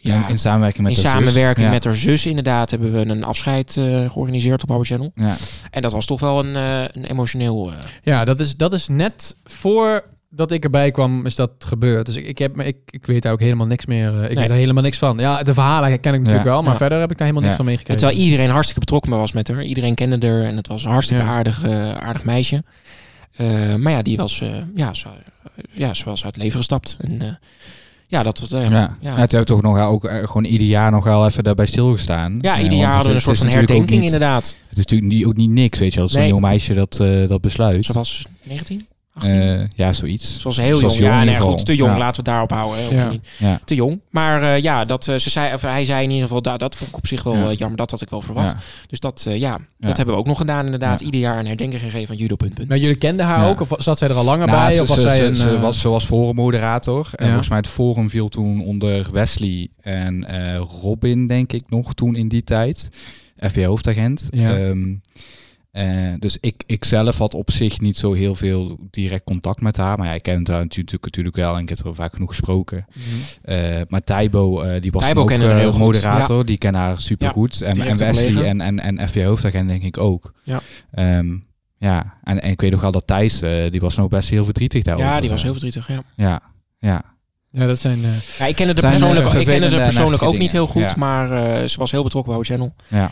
S1: Ja, in samenwerking met
S3: in
S1: haar zus.
S3: samenwerking
S1: Ja.
S3: met haar zus inderdaad hebben we een afscheid eh, georganiseerd op Howard Channel.
S1: Ja.
S3: En dat was toch wel een, eh, een emotioneel... eh,
S2: Ja, dat is, dat is net voordat ik erbij kwam, is dat gebeurd. Dus ik, ik, heb, me- ik, ik weet daar ook helemaal niks meer. eh, Ik
S3: Nee.
S2: weet er helemaal niks van. Ja, de verhalen ken ik natuurlijk wel, maar
S3: Ja.
S2: verder heb ik daar helemaal niks van meegekregen.
S3: Terwijl iedereen hartstikke betrokken was met haar. Iedereen kende haar en het was een hartstikke aardig, eh, aardig meisje. Eh, maar ja, die was, eh, ja, zo, ja, ze was uit het leven gestapt. En, eh, ja, dat was...
S1: Ja.
S3: eh, ja.
S1: Ja, toen hebben we toch nog wel ook eh, gewoon ieder jaar nog wel even daarbij stilgestaan. Eh,
S3: Ja, ieder
S1: want
S3: jaar
S1: het-
S3: hadden we een
S1: het
S3: soort
S1: is
S3: van
S1: natuurlijk ook
S3: herdenking
S1: niet-
S3: inderdaad.
S1: Het is natuurlijk niet, ook niet niks, weet je, wel, als zo'n
S3: Nee.
S1: jong meisje dat, eh, dat besluit.
S3: Ze was 19?
S1: Eh, ja, zoiets.
S3: Ze was heel jong.
S1: in
S3: Ja,
S1: ieder
S3: nee,
S1: geval.
S3: goed, te jong.
S1: Ja.
S3: Laten we het daarop houden. hè, Of
S1: Ja.
S3: niet.
S1: Ja.
S3: Te jong. Maar eh, ja, dat, eh, ze zei, of hij zei in ieder geval, dat, dat vond ik op zich wel
S1: Ja.
S3: eh, jammer. Dat had ik wel verwacht.
S1: Ja.
S3: Dus dat, eh, ja,
S1: Ja.
S3: dat hebben we ook nog gedaan inderdaad. Ieder jaar een herdenking gegeven van judo. Punt, punt.
S2: Maar jullie kenden haar
S1: Ja.
S2: ook? Of zat zij er al langer
S1: Nou,
S2: bij?
S1: ze-
S2: Of was
S1: ze,
S2: zij
S1: ze-
S2: een,
S1: ze
S2: eh,
S1: was, ze was forummoderator. En
S2: Ja.
S1: volgens mij het forum viel toen onder Wesley en eh, Robin, denk ik nog, toen in die tijd. FBI-hoofdagent.
S2: Ja.
S1: Ehm, Eh, dus ik, ik zelf had op zich niet zo heel veel direct contact met haar. Maar ja, ik kende haar natuurlijk, natuurlijk wel en ik heb er wel vaak genoeg gesproken. Eh, maar Taibo, eh, die was dan
S3: Taibo
S1: ook
S3: kende haar
S1: eh,
S3: heel goed.
S1: moderator.
S3: Ja.
S1: Die kent haar supergoed.
S3: Ja,
S1: en, en
S3: directe
S1: Wesley
S3: collega.
S1: en, en, en FJ Hoofdagent denk ik ook.
S3: Ja.
S1: Ehm, ja. En, en ik weet nog wel dat Thijs, eh, die was nog best heel verdrietig daarover. eh.
S3: Ja, die was heel verdrietig, ja.
S1: Ja, ja.
S2: Ja, dat zijn... eh,
S3: Ja, ik kende de
S1: Zijn, eh,
S3: persoonlijk, ik kende
S1: vervelende
S3: de
S1: en
S3: persoonlijk
S1: heftige
S3: ook niet
S1: dingen.
S3: heel goed,
S1: Ja.
S3: maar eh, ze was heel betrokken bij Channel. Eh,
S1: Ja.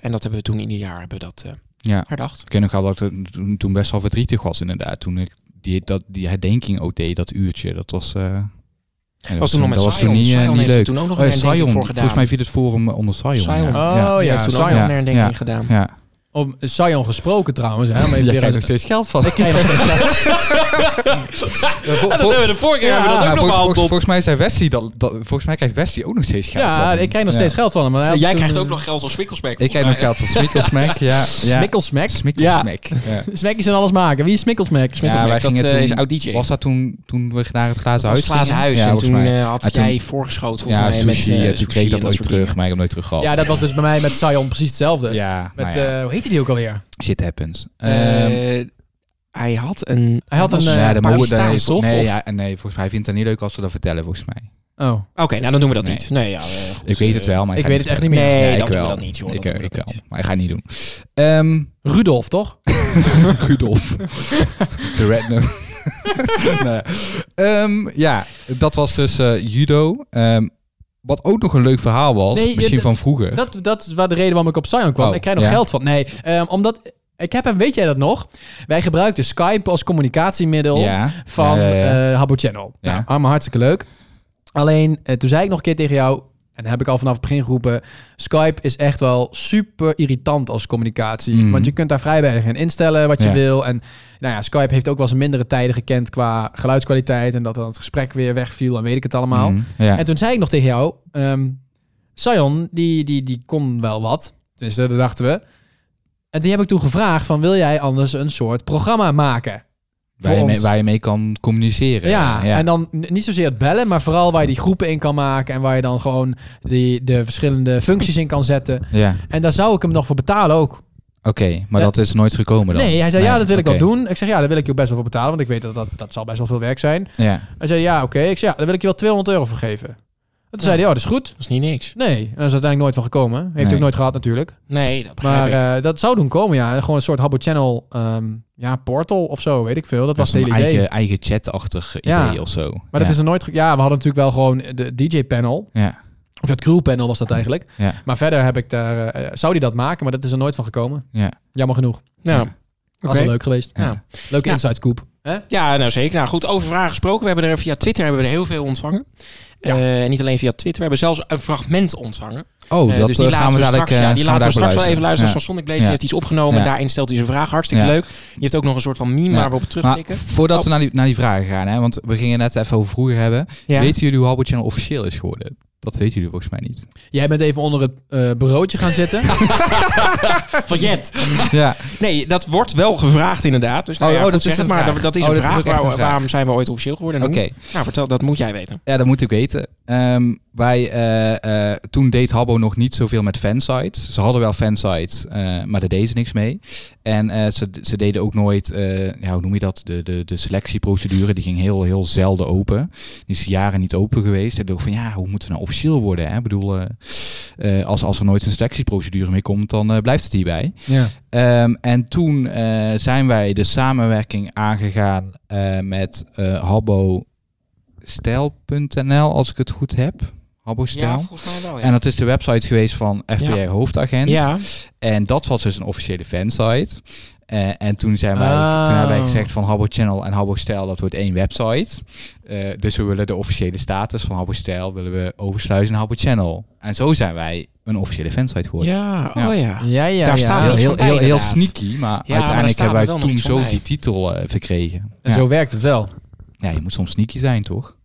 S3: en dat hebben we toen in die jaar hebben we dat eh,
S1: Ja.
S3: herdacht.
S1: Ik ken nog wel dat ik toen, toen best wel verdrietig was, inderdaad. Toen ik die, dat, die herdenking ook deed, dat uurtje, dat was... eh, ja, dat
S3: toen nog met
S1: dat was
S3: Sion.
S1: toen niet, eh,
S3: Sion
S1: niet
S3: heeft er
S1: leuk.
S3: toen ook nog
S1: Oh ja,
S3: een herdenking
S1: Sion.
S3: voor gedaan.
S1: Volgens mij viel het forum eh, onder Sion.
S3: Sion.
S1: Ja.
S2: Oh ja,
S1: toen
S2: Sion.
S1: ook-
S2: Ja, ja.
S3: gedaan.
S1: Ja.
S2: Om Sion gesproken trouwens. Hè, om even
S1: Jij
S2: weer
S1: krijgt
S2: uit-
S1: nog steeds
S3: <laughs>
S1: geld van.
S2: Ik krijg nog steeds geld.
S3: Ah, dat hebben we de vorige keer
S1: Ja,
S3: hebben we dat
S1: maar
S3: ook nog
S1: volgens,
S3: behandeld.
S1: volgens, volgens mij zei Wesley dat, dat- volgens mij krijgt Wesley ook nog steeds geld van.
S2: Ja,
S1: hem.
S2: ik krijg nog
S1: Ja.
S2: steeds geld van hem. maar hij had
S3: Jij
S2: toen-
S3: krijgt ook nog geld als Smikkelsmack.
S1: Ik krijg nog geld van Smikkelsmack, ja. ja.
S2: Smikkelsmack?
S1: Smikkelsmack, ja.
S2: Smekkies en alles maken. Wie is Smikkelsmack?
S1: Ja, wij gingen
S3: eh,
S1: toen,
S3: is oud DJ.
S1: Was dat toen, toen we naar het glazen huis
S3: Dat was het glazen
S1: gingen?
S3: huis.
S1: Ja,
S3: en
S1: volgens
S3: toen
S1: mij.
S3: eh, had
S1: En toen-
S3: jij voorgeschoten volgens
S1: Ja,
S3: mij met
S1: sushi.
S3: eh,
S1: en toen kreeg ik
S3: en
S1: dat ooit
S3: soort
S1: terug,
S3: dingen.
S1: maar ik heb hem nooit teruggehad.
S2: Ja, dat was dus bij mij met Sion precies hetzelfde.
S1: Ja,
S2: met,
S1: nou ja.
S2: eh, hoe heette die ook alweer?
S1: Shit happens. Ehm,
S3: Eh, hij had een...
S2: Hij had een, eh,
S1: ja, de
S2: Pakistaans,
S1: moeder, nee,
S2: toch?
S1: Nee,
S2: Of-
S1: ja, nee, volgens mij vindt hij het niet leuk als we dat vertellen, volgens mij.
S2: Oh.
S3: Oké, nou dan doen we dat niet. Nee, ja, eh, goed,
S1: ik weet
S3: eh,
S1: het wel, maar
S3: ik
S1: ga
S3: weet het echt niet meer.
S1: vertellen.
S3: Nee,
S1: ik
S3: dan doen we
S1: wel.
S3: dat niet, joh,
S1: Ik,
S3: dan
S1: eh,
S3: doen
S1: ik
S3: we dat
S1: wel,
S3: niet.
S1: maar ik ga het niet doen. Ehm
S2: Rudolf, toch?
S1: Rudolf. De Rednum. <laughs> nee. Ehm, ja, dat was dus eh, judo. Ehm, wat ook nog een leuk verhaal was,
S2: Nee,
S1: misschien
S2: d-
S1: van vroeger.
S2: Dat, dat is waar de reden waarom ik op Sion kwam.
S1: Oh,
S2: ik krijg nog
S1: ja.
S2: geld van. Nee, ehm, omdat... Ik heb hem, weet jij dat nog? Wij gebruikten Skype als communicatiemiddel
S1: Ja.
S2: van
S1: Ja, ja, ja.
S2: eh, Habbo Channel.
S1: Ja.
S2: Nou, allemaal hartstikke leuk. Alleen, eh, toen zei ik nog een keer tegen jou... en heb ik al vanaf het begin geroepen... Skype is echt wel super irritant als communicatie.
S1: Mhm.
S2: Want je kunt daar vrij weinig in instellen wat je
S1: Ja.
S2: wil. En nou ja, Skype heeft ook wel eens mindere tijden gekend... qua geluidskwaliteit en dat dan het gesprek weer wegviel... en weet ik het allemaal.
S1: Mhm, ja.
S2: En toen zei ik nog tegen jou... ehm, Sion, die, die, die kon wel wat. Dus dat dachten we. En die heb ik toen gevraagd van... wil jij anders een soort programma maken?
S1: waar, je
S2: voor
S1: mee,
S2: ons?
S1: waar je mee kan communiceren.
S2: Ja, en dan n- niet zozeer het bellen, maar vooral waar je die groepen in kan maken en waar je dan gewoon die, de verschillende functies in kan zetten.
S1: Ja.
S2: En daar zou ik hem nog voor betalen ook.
S1: Oké, maar dat is nooit gekomen dan?
S2: Nee, hij zei ja, dat wil ik
S1: oké.
S2: wel doen. Ik zeg ja, daar wil ik je ook best wel voor betalen, want ik weet dat dat, dat zal best wel veel werk zijn.
S1: Ja.
S2: Hij zei ja, oké. Ik zei ja, daar wil ik je wel 200 euro voor geven. En toen zei hij ja, dat is goed. Dat
S3: is niet niks.
S2: Nee, en dat is uiteindelijk nooit van gekomen. Heeft hij
S3: Nee.
S2: ook nooit gehad natuurlijk.
S3: Nee, dat begrijp
S2: Maar
S3: ik.
S2: eh, dat zou doen komen, ja. Gewoon een soort Habbo Channel ehm, ja, portal of zo, weet ik veel. Dat, was het
S1: een
S2: hele idee.
S1: eigen, eigen chat-achtig
S2: Ja.
S1: idee of zo.
S2: Maar
S1: ja.
S2: dat is er nooit... ge- Ja, we hadden natuurlijk wel gewoon de DJ-panel.
S1: Ja.
S2: Of dat crewpanel was dat eigenlijk.
S1: Ja.
S2: Maar verder heb ik daar... eh, eh, zou die dat maken, maar dat is er nooit van gekomen.
S1: Ja.
S2: Jammer genoeg.
S3: Ja.
S2: Was
S3: Oké.
S2: wel leuk geweest.
S3: Ja.
S2: Leuke
S3: Ja.
S2: inside scoop.
S3: Ja, nou zeker. Nou goed, over vragen gesproken. We hebben er via Twitter hebben we er heel veel ontvangen. Eh, niet alleen via Twitter. We hebben zelfs een fragment ontvangen.
S1: Oh,
S3: Eh,
S1: dat,
S3: dus die
S1: eh,
S3: laten
S1: gaan we
S3: we
S1: dadelijk,
S3: straks,
S1: eh,
S3: ja,
S1: gaan we
S3: die laten we
S1: dadelijk
S3: straks wel
S1: beluisteren.
S3: even
S1: Ja.
S3: luisteren. Van Sonic Blaze die
S1: Ja.
S3: heeft iets opgenomen.
S1: Ja.
S3: Daarin stelt hij zijn vraag. Hartstikke
S1: Ja.
S3: leuk. Je heeft ook nog een soort van meme
S1: Ja.
S3: waar we op
S1: <laughs>
S3: terugblikken.
S1: Maar voordat we naar die, naar die vragen gaan, hè, want we gingen net even over vroeger hebben.
S3: Ja. <laughs>
S1: Weten jullie hoe Habbo Channel officieel is geworden? Dat weten jullie volgens mij niet.
S2: Jij bent even onder het eh, bureautje gaan zitten.
S3: van Jet.
S1: <laughs> Ja.
S3: Nee, dat wordt wel gevraagd inderdaad. Dus nou
S1: Oh,
S3: ja,
S1: oh,
S3: goed
S1: dat is
S3: zeg het
S1: een
S3: maar
S1: vraag.
S3: dat- dat is
S1: Oh,
S3: een
S1: dat is
S3: vraag.
S1: ook echt een
S3: Waar-
S1: vraag.
S3: Waarom zijn we ooit officieel geworden? en
S1: Oké.
S3: hoe? Nou, vertel, dat moet jij weten.
S1: Ja, dat moet ik weten. Ehm, wij, eh, eh, toen deed Habbo nog niet zoveel met fansites. Ze hadden wel fansites, eh, maar daar deden ze niks mee. En eh, ze, ze deden ook nooit, eh, ja, hoe noem je dat, de, de, de selectieprocedure. Die ging heel, heel zelden open. Die is jaren niet open geweest. En ik dacht van, ja, hoe moeten we nou officieel worden? Hè? Ik bedoel, eh, eh, als, als er nooit een selectieprocedure meer komt, dan eh, blijft het hierbij.
S2: Ja.
S1: Ehm, en toen eh, zijn wij de samenwerking aangegaan eh, met eh, Habbo stijl.nl, als ik het goed heb. Habbo Stijl.
S3: Ja, volgens mij wel, ja.
S1: En dat is de website geweest van FBI
S3: Ja.
S1: Hoofdagent.
S3: Ja.
S1: En dat was dus een officiële fansite. Eh, en toen, zijn wij,
S3: Oh.
S1: toen hebben wij gezegd van Habbo Channel en Habbo Stijl, dat wordt één website. Eh, dus we willen de officiële status van Habbo Stijl willen we oversluizen naar Habbo Channel. En zo zijn wij een officiële fansite geworden.
S3: Ja, oh ja.
S2: Ja, ja, ja.
S3: Daar staan
S1: Heel,
S3: we
S1: heel,
S3: heel,
S1: heel, heel sneaky, maar uiteindelijk hebben wij toen zo die
S3: die
S1: titel eh, verkregen.
S2: En zo werkt het wel.
S1: Ja, je moet soms sneaky zijn, toch?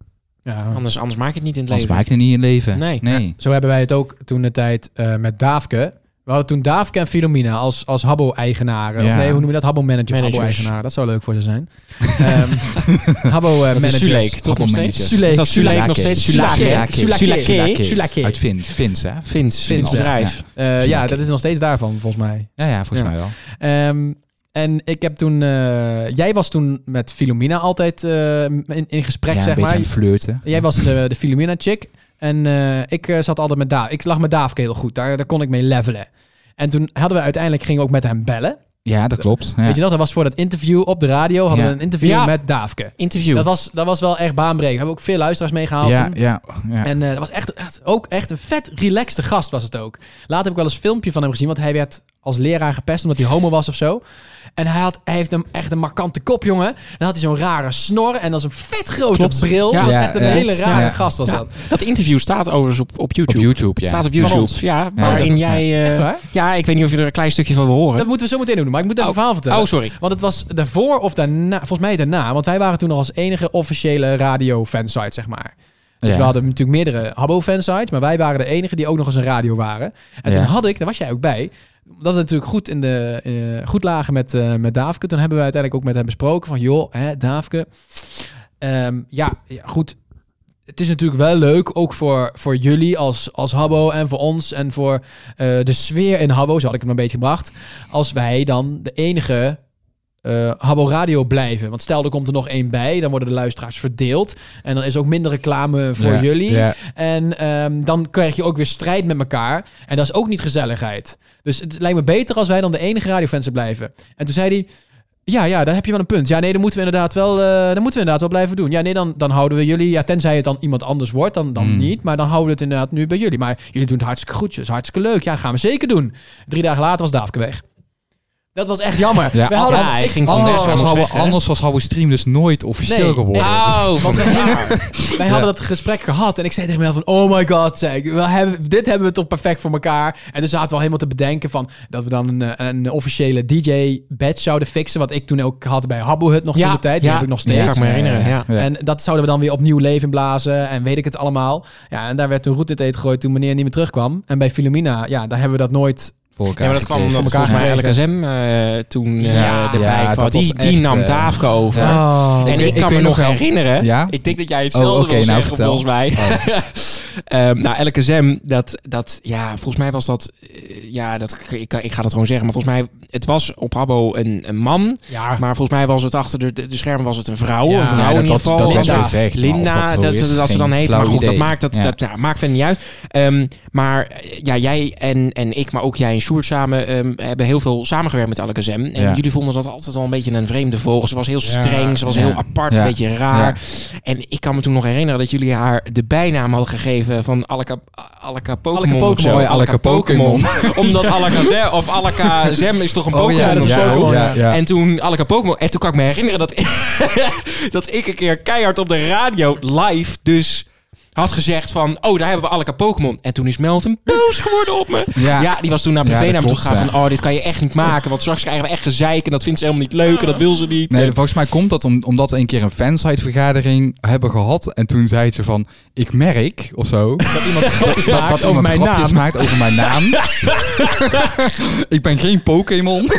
S3: Anders, anders maak je het niet in het
S1: Anders
S3: leven.
S1: maak je het niet in leven.
S3: Nee.
S1: nee.
S2: Zo hebben wij het ook toen de tijd eh, met Daafke. We hadden toen Davik en Filomena als, als Habbo-eigenaren. Of
S1: Ja.
S2: nee, hoe noem je dat? Habbo-managers.
S1: Managers.
S2: Habbo-eigenaren. Dat zou leuk voor ze zijn. Ehm eh, Habbo-managers.
S1: Dat is Suleik, toch nog steeds? Is dat Suleik nog steeds? Sulake. Sulake.
S2: Sulake.
S1: Sulake.
S2: Sulake.
S1: Uit Vins. Vins, hè? Vins.
S2: Vins, ja.
S1: bedrijf.
S2: Ja. Eh, ja, dat is nog steeds daarvan, volgens mij.
S1: Ja, ja, volgens mij wel.
S2: Ehm, en ik heb toen... eh, jij was toen met Filomena altijd eh, in, in gesprek,
S1: Ja, een
S2: zeg
S1: beetje
S2: maar.
S1: aan het flirten.
S2: Jij was eh, de Filomena-chick. En eh, ik eh, zat altijd met Daaf. Ik lag met Daaf heel goed. Daar, daar kon ik mee levelen. En toen hadden we uiteindelijk... gingen we ook met hem bellen.
S1: Ja, dat klopt. Ja.
S2: Weet je nog, dat was voor dat interview op de radio. Hadden
S1: Ja.
S2: we een interview
S1: Ja.
S2: met Daafke.
S1: Interview.
S2: Dat was, dat was wel echt baanbrekend. Hebben we ook veel luisteraars meegehaald
S1: Ja,
S2: toen.
S1: ja, ja.
S2: En eh, dat was echt, echt, ook echt een vet relaxte gast was het ook. Later heb ik wel eens een filmpje van hem gezien. Want hij werd als leraar gepest omdat hij homo was of zo. En hij, had, hij heeft hem echt een markante kop, jongen. Dan had hij zo'n rare snor en dan zo'n vet grote bril.
S3: Ja,
S2: dat was
S3: ja,
S2: echt een
S3: ja.
S2: hele
S3: Ja.
S2: rare
S3: Ja.
S2: gast was
S3: Ja.
S2: dat.
S3: Dat interview staat overigens op, op YouTube.
S1: Op YouTube, ja.
S3: Staat op
S1: Van
S3: YouTube,
S1: ons.
S3: ja.
S1: Ja.
S3: Waarin
S1: Ja.
S3: jij... eh,
S2: Echt waar?
S3: ja, ik weet niet of je er een klein stukje van wil horen.
S2: Dat moeten we zo meteen doen, maar ik moet even een verhaal vertellen.
S3: oh, sorry.
S2: Want het was daarvoor of daarna, volgens mij daarna, want wij waren toen nog als enige officiële radio-fansite, zeg maar. Dus
S1: Ja.
S2: we hadden natuurlijk meerdere Habbo-fansites, maar wij waren de enige die ook nog eens een radio waren. En
S1: Ja.
S2: toen had ik, daar was jij ook bij, dat we natuurlijk goed, in de, eh, goed lagen met, eh met Daafke. Toen hebben we uiteindelijk ook met hem besproken van, joh, hè, Daafke, ehm, ja, ja, goed. Het is natuurlijk wel leuk, ook voor, voor jullie als, als Habbo en voor ons en voor eh, de sfeer in Habbo, zo had ik hem een beetje gebracht, als wij dan de enige eh, Habbo Radio blijven. Want stel, er komt er nog één bij, dan worden de luisteraars verdeeld en dan is ook minder reclame voor
S1: Ja,
S2: jullie.
S1: ja.
S2: En ehm, dan krijg je ook weer strijd met elkaar. En dat is ook niet gezelligheid. Dus het lijkt me beter als wij dan de enige radiofans blijven. En toen zei hij... Ja, ja, daar heb je wel een punt. Ja, nee, dan moeten we inderdaad wel, eh dan moeten we inderdaad wel blijven doen. Ja, nee, dan, dan houden we jullie... Ja, tenzij het dan iemand anders wordt, dan, dan
S1: Hmm.
S2: niet. Maar dan houden we het inderdaad nu bij jullie. Maar jullie doen het hartstikke goed. Het is hartstikke leuk. Ja, dat gaan we zeker doen. Drie dagen later was Daafke weg. Dat was echt jammer.
S1: Ja,
S2: we hadden,
S1: ja, hij
S2: ik- Oh,
S1: ging toen
S2: anders
S1: weg,
S2: was
S1: was
S2: Habbo-
S1: Habbo- anders was Habbo Stream dus nooit officieel
S2: Nee,
S1: geworden.
S3: Oh.
S2: echt.
S1: Dus-
S2: Want wij hadden- wij
S1: Ja.
S2: hadden dat gesprek gehad en ik zei tegen mezelf van... Oh my god, zei ik, we hebben, dit hebben we toch perfect voor elkaar. En toen zaten we al helemaal te bedenken van... dat we dan een, eh, een officiële DJ-badge zouden fixen. Wat ik toen ook had bij Habbo Hut nog
S3: Ja,
S2: toen de tijd. Die
S3: ja.
S2: heb ik nog steeds.
S3: Ja, kan ik me herinneren, ja. Ja.
S2: En dat zouden we dan weer opnieuw leven in blazen. En weet ik het allemaal. Ja, en daar werd toen roet in het eten gegooid toen meneer niet meer terugkwam. En bij Filomena, ja, daar hebben we dat nooit...
S1: Voor dus
S3: Ja, maar dat kwam omdat volgens mij
S2: gekregen.
S3: LKSM eh toen eh,
S1: Ja,
S3: erbij
S1: ja,
S3: kwam.
S1: dat
S3: Die,
S1: was
S3: die
S1: echt,
S3: nam
S1: eh,
S3: Daafke over.
S1: ja. Oh.
S3: En
S1: Ik
S3: ik,
S1: weet- ik
S3: kan me
S1: weet
S3: nog
S1: nog wel-
S3: herinneren.
S1: Ja?
S3: Ik denk dat jij hetzelfde
S1: Oh, oké,
S3: wil
S1: nou,
S3: zeggen,
S1: vertel. Oh.
S3: volgens mij. <laughs> Ehm nou, LKSM, dat, dat, ja, volgens mij was dat, eh, ja, dat, ik, ik ga dat gewoon zeggen, maar volgens mij, het was op Habbo een, een man,
S2: Ja.
S3: maar volgens mij was het achter de, de, de schermen was het een vrouw,
S1: Ja.
S3: een vrouw
S1: Ja,
S3: in
S1: dat-
S3: ieder
S1: dat-
S3: geval.
S1: dat werd
S3: Linda,
S1: gezegd, maar
S3: Linda,
S1: of dat zo
S3: dat,
S1: is,
S3: dat, dat ze
S1: geen
S3: dan heet,
S1: flauw
S3: maar goed, dat
S1: idee.
S3: maakt, dat,
S1: Ja.
S3: dat, nou, maakt verder niet uit. Ehm, maar eh, ja, jij en, en ik, maar ook jij en Sjoerd samen ehm, hebben heel veel samengewerkt met LKSM. En
S1: Ja.
S3: jullie vonden dat altijd al een beetje een vreemde vogel. Ze was heel
S1: Ja.
S3: streng, ze was
S1: Ja.
S3: heel apart,
S1: Ja.
S3: een beetje raar. En ik kan me toen nog herinneren dat jullie haar de bijnaam hadden gegeven van Alaka, Alaka Pokémon.
S1: Pokémon.
S3: of zo.
S1: Oh ja, Alaka Pokémon.
S3: <laughs> Omdat
S1: Ja.
S3: Alaka Zem, of Alaka Zem is toch een
S1: Oh ja,
S3: Pokémon?
S1: dat is
S3: of
S1: een
S3: zo?
S1: Pokémon, ja. Ja.
S3: En toen Alaka Pokémon. En toen kan ik me herinneren dat, dat ik <laughs> een keer keihard op de radio live dus had gezegd van, oh, daar hebben we Alaka Pokémon. En toen is Melvin boos geworden op me.
S1: Ja.
S3: Ja, die was toen naar
S1: Ja,
S3: privé
S1: dat
S3: naar me toe
S1: klopt,
S3: gegaan
S1: ja.
S3: van, oh, dit kan je echt niet maken. Want straks krijgen we echt gezeik en dat vindt ze helemaal niet leuk en dat wil ze niet. eh,
S1: Nee,
S3: En-
S1: volgens mij komt dat om, omdat we een keer een fansitevergadering hebben gehad. En toen zei ze van, ik merk, of
S3: <laughs>
S1: zo, <laughs> dat iemand
S2: grapjes maakt over
S1: iemand
S2: mijn
S1: grapjes
S2: naam.
S1: maakt over mijn naam. ik ben geen
S3: <laughs>
S1: Pokémon.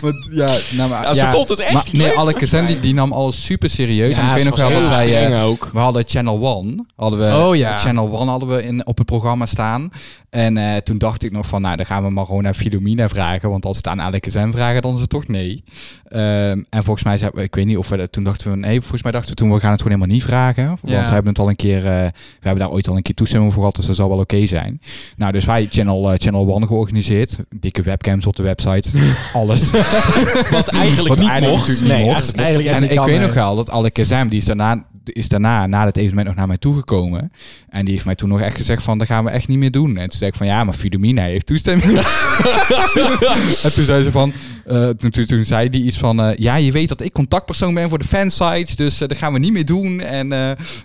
S1: Want ja, nou maar,
S3: Ja, ze vond het echt
S1: maar,
S3: niet
S1: Nee,
S3: leuk.
S1: alle Kazem die, die nam alles super serieus.
S3: Ja,
S1: en ik weet
S3: ze
S1: nog
S3: was
S1: wel dat
S3: heel
S1: wij... eh,
S3: streng ook.
S1: We hadden Channel One. Hadden we,
S2: Oh, ja.
S1: Channel One hadden we in, op het programma staan. En eh, toen dacht ik nog van, nou, dan gaan we maar gewoon naar Filomena vragen. Want als we het aan Alex M vragen, dan is het toch nee. Ehm, en volgens mij, zei, ik weet niet of we dat, toen dachten we, nee, volgens mij dachten we toen, we gaan het gewoon helemaal niet vragen. Want
S2: Ja.
S1: we hebben het al een keer, eh, we hebben daar ooit al een keer toestemming voor gehad, dus dat zal wel oké zijn. Nou, dus wij Channel, eh, Channel One georganiseerd. Dikke webcams op de website.
S3: <laughs>
S1: Alles.
S3: Wat eigenlijk niet
S1: natuurlijk
S3: mocht. Nee,
S1: niet
S3: eigenlijk- eigenlijk echt
S1: en
S3: niet
S1: ik
S3: kan, eh,
S1: weet
S3: hè.
S1: nog wel dat Alle Kazem, die is daarna, is daarna, na het evenement nog naar mij toegekomen. En die heeft mij toen nog echt gezegd van, dat gaan we echt niet meer doen. En toen zei ik van, ja, maar Filomena heeft toestemming. en toen zei ze van, Eh, toen, toen, toen zei hij iets van, eh, ja, je weet dat ik contactpersoon ben voor de fansites, dus eh, dat gaan we niet meer doen. En eh